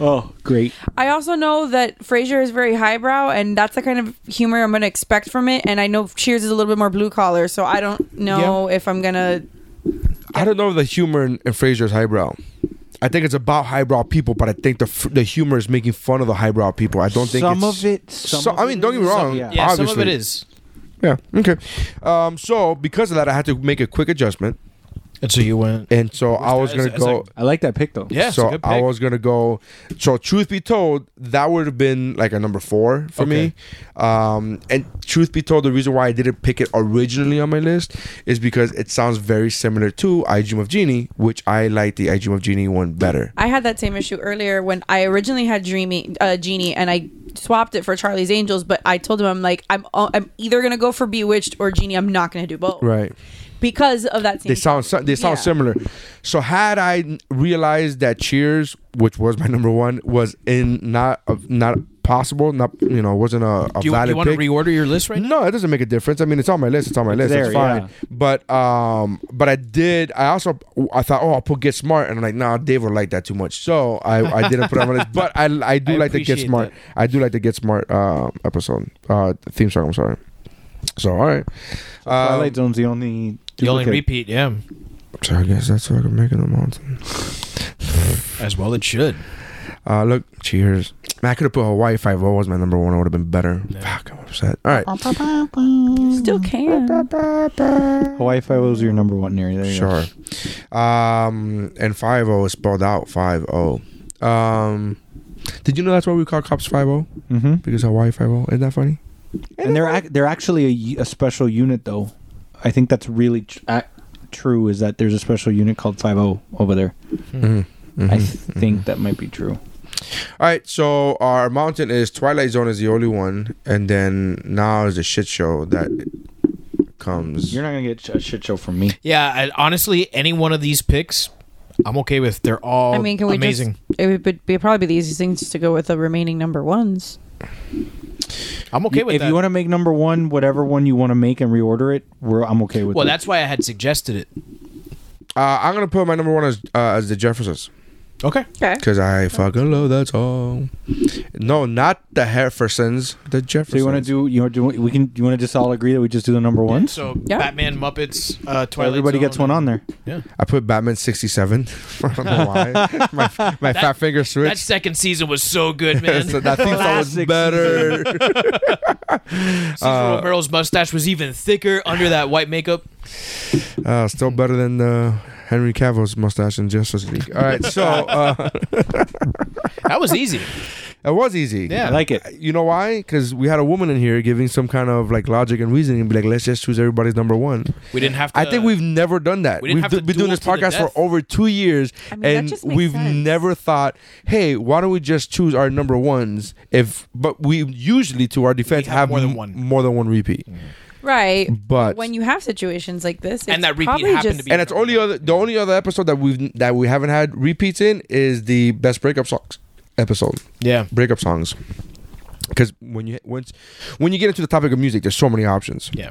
S5: Oh, great.
S4: I also know that Frasier is very highbrow, and that's the kind of humor I'm going to expect from it. And I know Cheers is a little bit more blue collar, so I don't know if I'm gonna.
S3: I don't know if the humor in, in Frasier is highbrow. I think it's about highbrow people, but I think the f- the humor is making fun of the highbrow people. I don't think
S5: Some
S3: it's,
S5: of it-
S3: So,
S5: some of
S3: I
S5: it
S3: mean, don't get me
S5: is-
S3: wrong.
S5: yeah.
S2: Yeah,
S3: obviously.
S2: some of it is.
S3: Yeah. Okay. Um, so because of that, I had to make a quick adjustment.
S2: And so you went.
S3: and so I was
S2: It's-
S3: gonna
S2: it's
S3: go.
S2: like-
S5: I like that pick though.
S2: Yeah, it's a
S3: so
S2: good
S3: I
S2: pick.
S3: was gonna go. So truth be told, that would have been like a number four for me. Um, and truth be told, the reason why I didn't pick it originally on my list is because it sounds very similar to I Dream of Genie, which I like the I Dream of Genie one better.
S4: I had that same issue earlier when I originally had Dreamy uh, Genie and I swapped it for Charlie's Angels, but I told him I'm like I'm I'm either gonna go for Bewitched or Genie. I'm not gonna do both.
S3: Right.
S4: Because of that same.
S3: They sound si- they sound
S4: Yeah.
S3: similar. So had I n- realized that Cheers, which was my [LAUGHS] number one, was in not uh, not possible, not you know wasn't a, a
S2: Do you,
S3: valid
S2: want to
S3: pick. Mm-hmm.
S2: reorder your list right now?
S3: No, it doesn't make a difference. I mean, it's on my list. It's on my list.
S5: there,
S3: it's fine.
S5: yeah.
S3: But um, but I did. I also I thought, oh, I'll put Get Smart, and I'm like, nah, Dave will like that too much. So I, I didn't put it on my list. But I [LAUGHS] I do
S2: I
S3: like the Get
S2: appreciate
S3: Smart. I do like the Get Smart uh, episode uh theme song. I'm sorry. So all right.
S5: Twilight
S3: Um,
S5: Zone's the only.
S2: You only
S5: duplicate.
S2: repeat, yeah.
S3: so I guess that's what I'm making a mountain.
S2: As well, it should.
S3: Uh, look, cheers. Man, I could have put Hawaii Five O as my number one. It would have been better. Fuck, I'm upset. All right.
S4: Still can.
S5: Hawaii Five O is your number one, Neri. There you go.
S3: Sure. Um, and five O is spelled out five O. Um, did you know that's why we call cops five O?
S5: Mm-hmm.
S3: Because Hawaii five O. Isn't that funny?
S5: And they're ac- they're actually a, y- a special unit though. I think that's really tr- ac true. Is that there's a special unit called Five O over there?
S2: Mm-hmm.
S5: I th- think that might be true.
S3: All right. So our mountain is Twilight Zone is the only one, and then now is the shit show that comes.
S5: You're not gonna get sh- a shit show from me.
S2: Yeah, I, honestly, any one of these picks, I'm okay with. They're all
S3: Oh,
S4: I mean, can we
S2: amazing.
S4: just? It would be, be probably be the easiest thing just to go with the remaining number ones.
S2: I'm okay with
S5: if
S2: that.
S5: you want to make number one, whatever one you want to make and reorder it, we're, I'm okay with.
S2: well,
S5: it.
S2: that's why I had suggested it.
S3: uh, I'm gonna put my number one as uh, as the Jeffersons
S2: Okay.
S4: Okay.
S3: because I fucking love that song. No, not the Heffersons, the Jeffersons.
S5: So you want to do you wanna do we can you want to just all agree that we just do the number one?
S2: So
S4: Yeah.
S2: Batman, Muppets, uh, Twilight
S5: Everybody gets
S2: Zone.
S5: one on there.
S3: I put Batman 67. [LAUGHS] I don't know
S5: [LAUGHS]
S3: why. my my fat finger switched.
S2: That second season was so
S5: [LAUGHS]
S2: good, man.
S3: So that theme song was
S5: Classic
S3: better.
S5: uh,
S2: Cesar Romero's mustache was even thicker under that white makeup.
S3: Uh, still better than uh, Henry Cavill's mustache in Justice League. All right, so uh,
S2: That was
S5: [LAUGHS]
S2: easy.
S3: it was easy.
S2: Yeah.
S5: I like it.
S3: You know why? Because we had a woman in here giving some kind of like logic and reasoning, and be like, let's just choose everybody's number one.
S2: We didn't have to.
S3: I think we've never done that.
S2: we didn't
S3: We've
S2: have
S3: d-
S2: to
S3: been doing
S2: duel
S3: this
S2: to the
S3: podcast for
S2: death.
S3: over two years,
S4: I mean, that
S3: and
S4: just makes
S3: we've
S4: sense.
S3: never thought, "Hey, why don't we just choose our number ones?" If but we usually, to our defense,
S2: have
S3: have,
S2: more than
S3: m-
S2: one. Mm.
S3: more than one repeat.
S4: Right.
S3: But-
S4: when you have situations like this, it's
S2: And that repeat
S4: probably
S2: happened
S4: just,
S2: to be-
S3: and it's only other the only other episode that we've that we haven't had repeats in is the best breakup songs episode
S2: Yeah.
S3: breakup songs because when you once when you get into the topic of music there's so many options
S2: Yeah.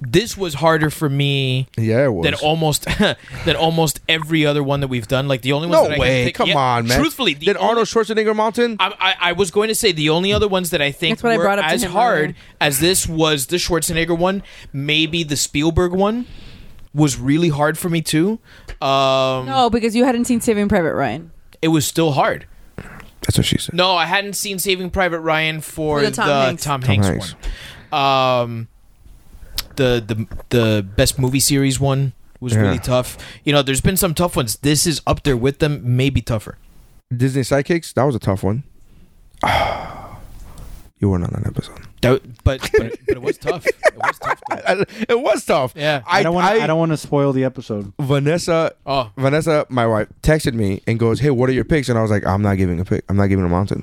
S2: This was harder for me
S3: yeah it was
S2: than almost [LAUGHS] than almost every other one that we've done. Like the only ones
S3: no
S2: that I can
S3: way
S2: think-
S3: come
S2: yeah,
S3: on man
S2: Truthfully, the
S3: then
S2: only-
S3: Arnold Schwarzenegger mountain
S2: I, I, I was going to say the only other ones that I think
S4: That's what I
S2: were
S4: brought up to
S2: as
S4: him
S2: hard
S4: earlier.
S2: as this was the Schwarzenegger one, maybe the Spielberg one was really hard for me too. Um,
S4: No, because you hadn't seen Saving Private Ryan.
S3: Oh
S2: It was still hard.
S3: that's what she said
S2: No, I hadn't seen Saving Private Ryan for
S4: For
S2: the
S4: the Tom
S2: Tom,
S4: Hanks.
S2: Hanks.
S3: Tom
S2: one. Um, the the the best movie series one was
S3: Yeah.
S2: really tough. You know, there's been some tough ones. This is up there with them, maybe tougher.
S3: Disney sidekicks that was a tough one [SIGHS] you weren't on that episode
S2: That, but, but but it was tough. It was tough. though.
S3: [LAUGHS] it was tough
S2: Yeah.
S5: I don't want I don't want to spoil the episode.
S3: Vanessa,
S2: Oh.
S3: Vanessa, my wife texted me and goes, "Hey, what are your picks?" And I was like, "I'm not giving a pick. I'm not giving a mountain."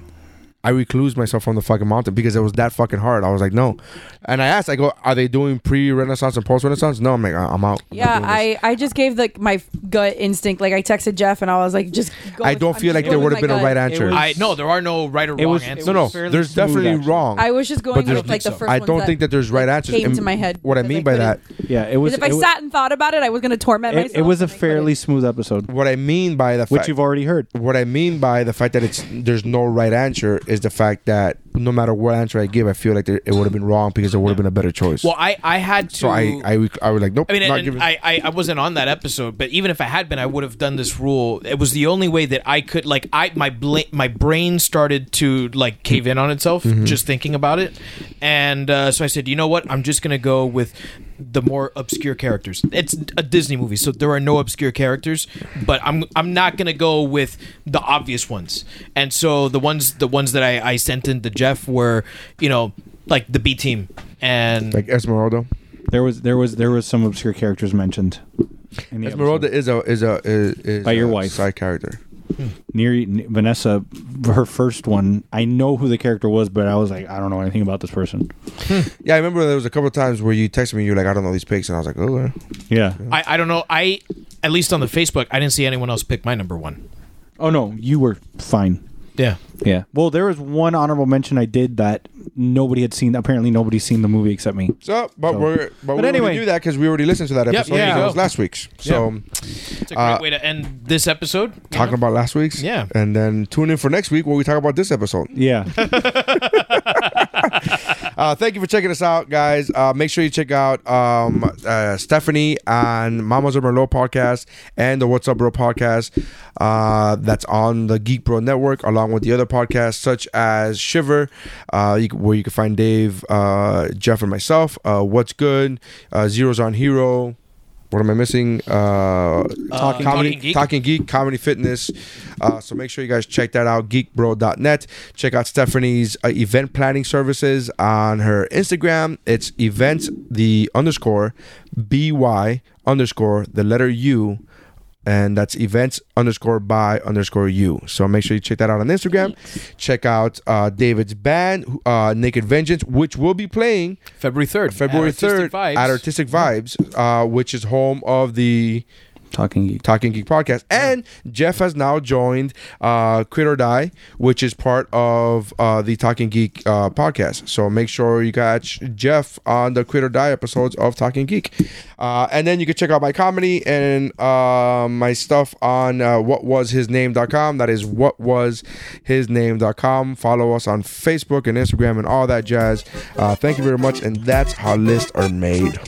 S3: I reclused myself from the fucking mountain because it was that fucking hard. I was like, "No," and I asked, "I go, are they doing pre-Renaissance and post-Renaissance?" No, I'm like, "I- "I'm out." I'm not
S4: Yeah,
S3: doing this."
S4: I, I just gave like my gut instinct. Like I texted Jeff and I was like, just. Go
S3: I
S4: with-
S3: don't
S4: I'm
S3: feel
S4: just
S3: like there
S4: going
S3: would
S4: with
S3: have been
S4: my
S3: a
S4: gut.
S3: right answer.
S5: was-
S2: I no, there are no right or
S5: It
S2: wrong
S5: was- it
S2: answers.
S3: no, no,
S5: fairly
S3: there's
S5: smooth,
S3: definitely
S5: actually.
S3: wrong.
S4: I was just going
S3: there's-
S4: with like the first.
S3: I
S4: ones
S3: don't think that there's right
S4: like,
S3: answers.
S4: Came
S3: And
S4: to my head.
S3: What I
S4: because
S3: mean by that,
S4: couldn't-
S5: Yeah, it was.
S4: Because if I
S5: it, wa-
S4: sat and thought about it, I was going to torment
S5: it,
S4: myself.
S5: it was a
S4: and I couldn't.
S5: fairly smooth episode,
S3: what I mean by the
S5: which
S3: fact,
S5: you've already heard.
S3: what I mean by the fact that it's there's no right answer is the fact that no matter what answer I give, I feel like there, it would have been wrong because there would have been a better choice.
S2: Well, I I had to.
S3: so I, I rec- I was like, nope,
S2: I mean,
S3: not
S2: and
S3: giving.
S2: I, I, I wasn't on that episode, but even if I had been, I would have done this rule. It was the only way that I could, like, I my bla- my brain started to like cave
S3: Mm-hmm.
S2: in on itself just thinking about it, and uh, so I said, you know what, I'm just gonna go with the more obscure characters. It's a Disney movie, so there are no obscure characters. But I'm I'm not gonna go with the obvious ones. And so the ones the ones that I I sent in to Jeff were you know like the B team and
S3: like Esmeralda.
S5: There was there was there was some obscure characters mentioned. in the
S3: Esmeralda
S5: episode.
S3: is a is a is, is
S5: By your
S3: a
S5: wife.
S3: side character.
S5: Neri, N- Vanessa, her first one. I know who the character was, but I was like, I don't know anything about this person.
S3: Yeah, I remember there was a couple of times where you texted me, you were like, I don't know these pics, and I was like, oh, well.
S5: Yeah.
S2: I I don't know I at least on the Facebook I didn't see anyone else pick my number one.
S5: Oh no, you were fine.
S2: Yeah.
S5: Yeah. Well, there was one honorable mention I did that nobody had seen. Apparently, nobody's seen the movie except me.
S3: So, but
S5: So-
S3: we're but, we
S5: anyway.
S3: already knew that because we already listened to that episode.
S2: there you
S3: so it
S2: go.
S3: was last week's. So,
S2: It's a great
S3: Uh,
S2: way to end this episode. you
S3: talking
S2: know?
S3: about last week's,
S2: Yeah.
S3: and then tune in for next week where we talk about this episode.
S5: Yeah.
S3: Uh, thank you for checking us out, guys. Uh, make sure you check out um, uh, Stephanie on Mama's Urban Low podcast and the What's Up Bro podcast uh, that's on the Geek Bro network, along with the other podcasts such as Shiver, uh, you, can- where you can find Dave, uh, Jeff, and myself. Uh, What's Good, uh, Zeros on Hero. What am I missing? Uh,
S2: Talking
S3: comedy,
S2: Talking Geek.
S3: Talking Geek, Comedy Fitness. Uh, so make sure you guys check that out, geekbro.net. Check out Stephanie's uh, event planning services on her Instagram. It's events, the underscore, by underscore, the letter U, and that's events underscore by underscore you. So make sure you check that out on Instagram. Check out uh, David's band, who- uh, Naked Vengeance, which will be playing
S2: February third.
S3: February third at Artistic Vibes, uh, which is home of the
S5: Talking geek.
S3: Talking Geek podcast. And Jeff has now joined uh, Quit or Die, which is part of uh, the Talking Geek uh, podcast. So make sure you catch Jeff on the Quit or Die episodes of Talking Geek. Uh, and then you can check out my comedy and uh, my stuff on uh, whatwashisname.com. That is whatwashisname.com. Follow us on Facebook and Instagram and all that jazz. Uh, thank you very much. And that's how lists are made.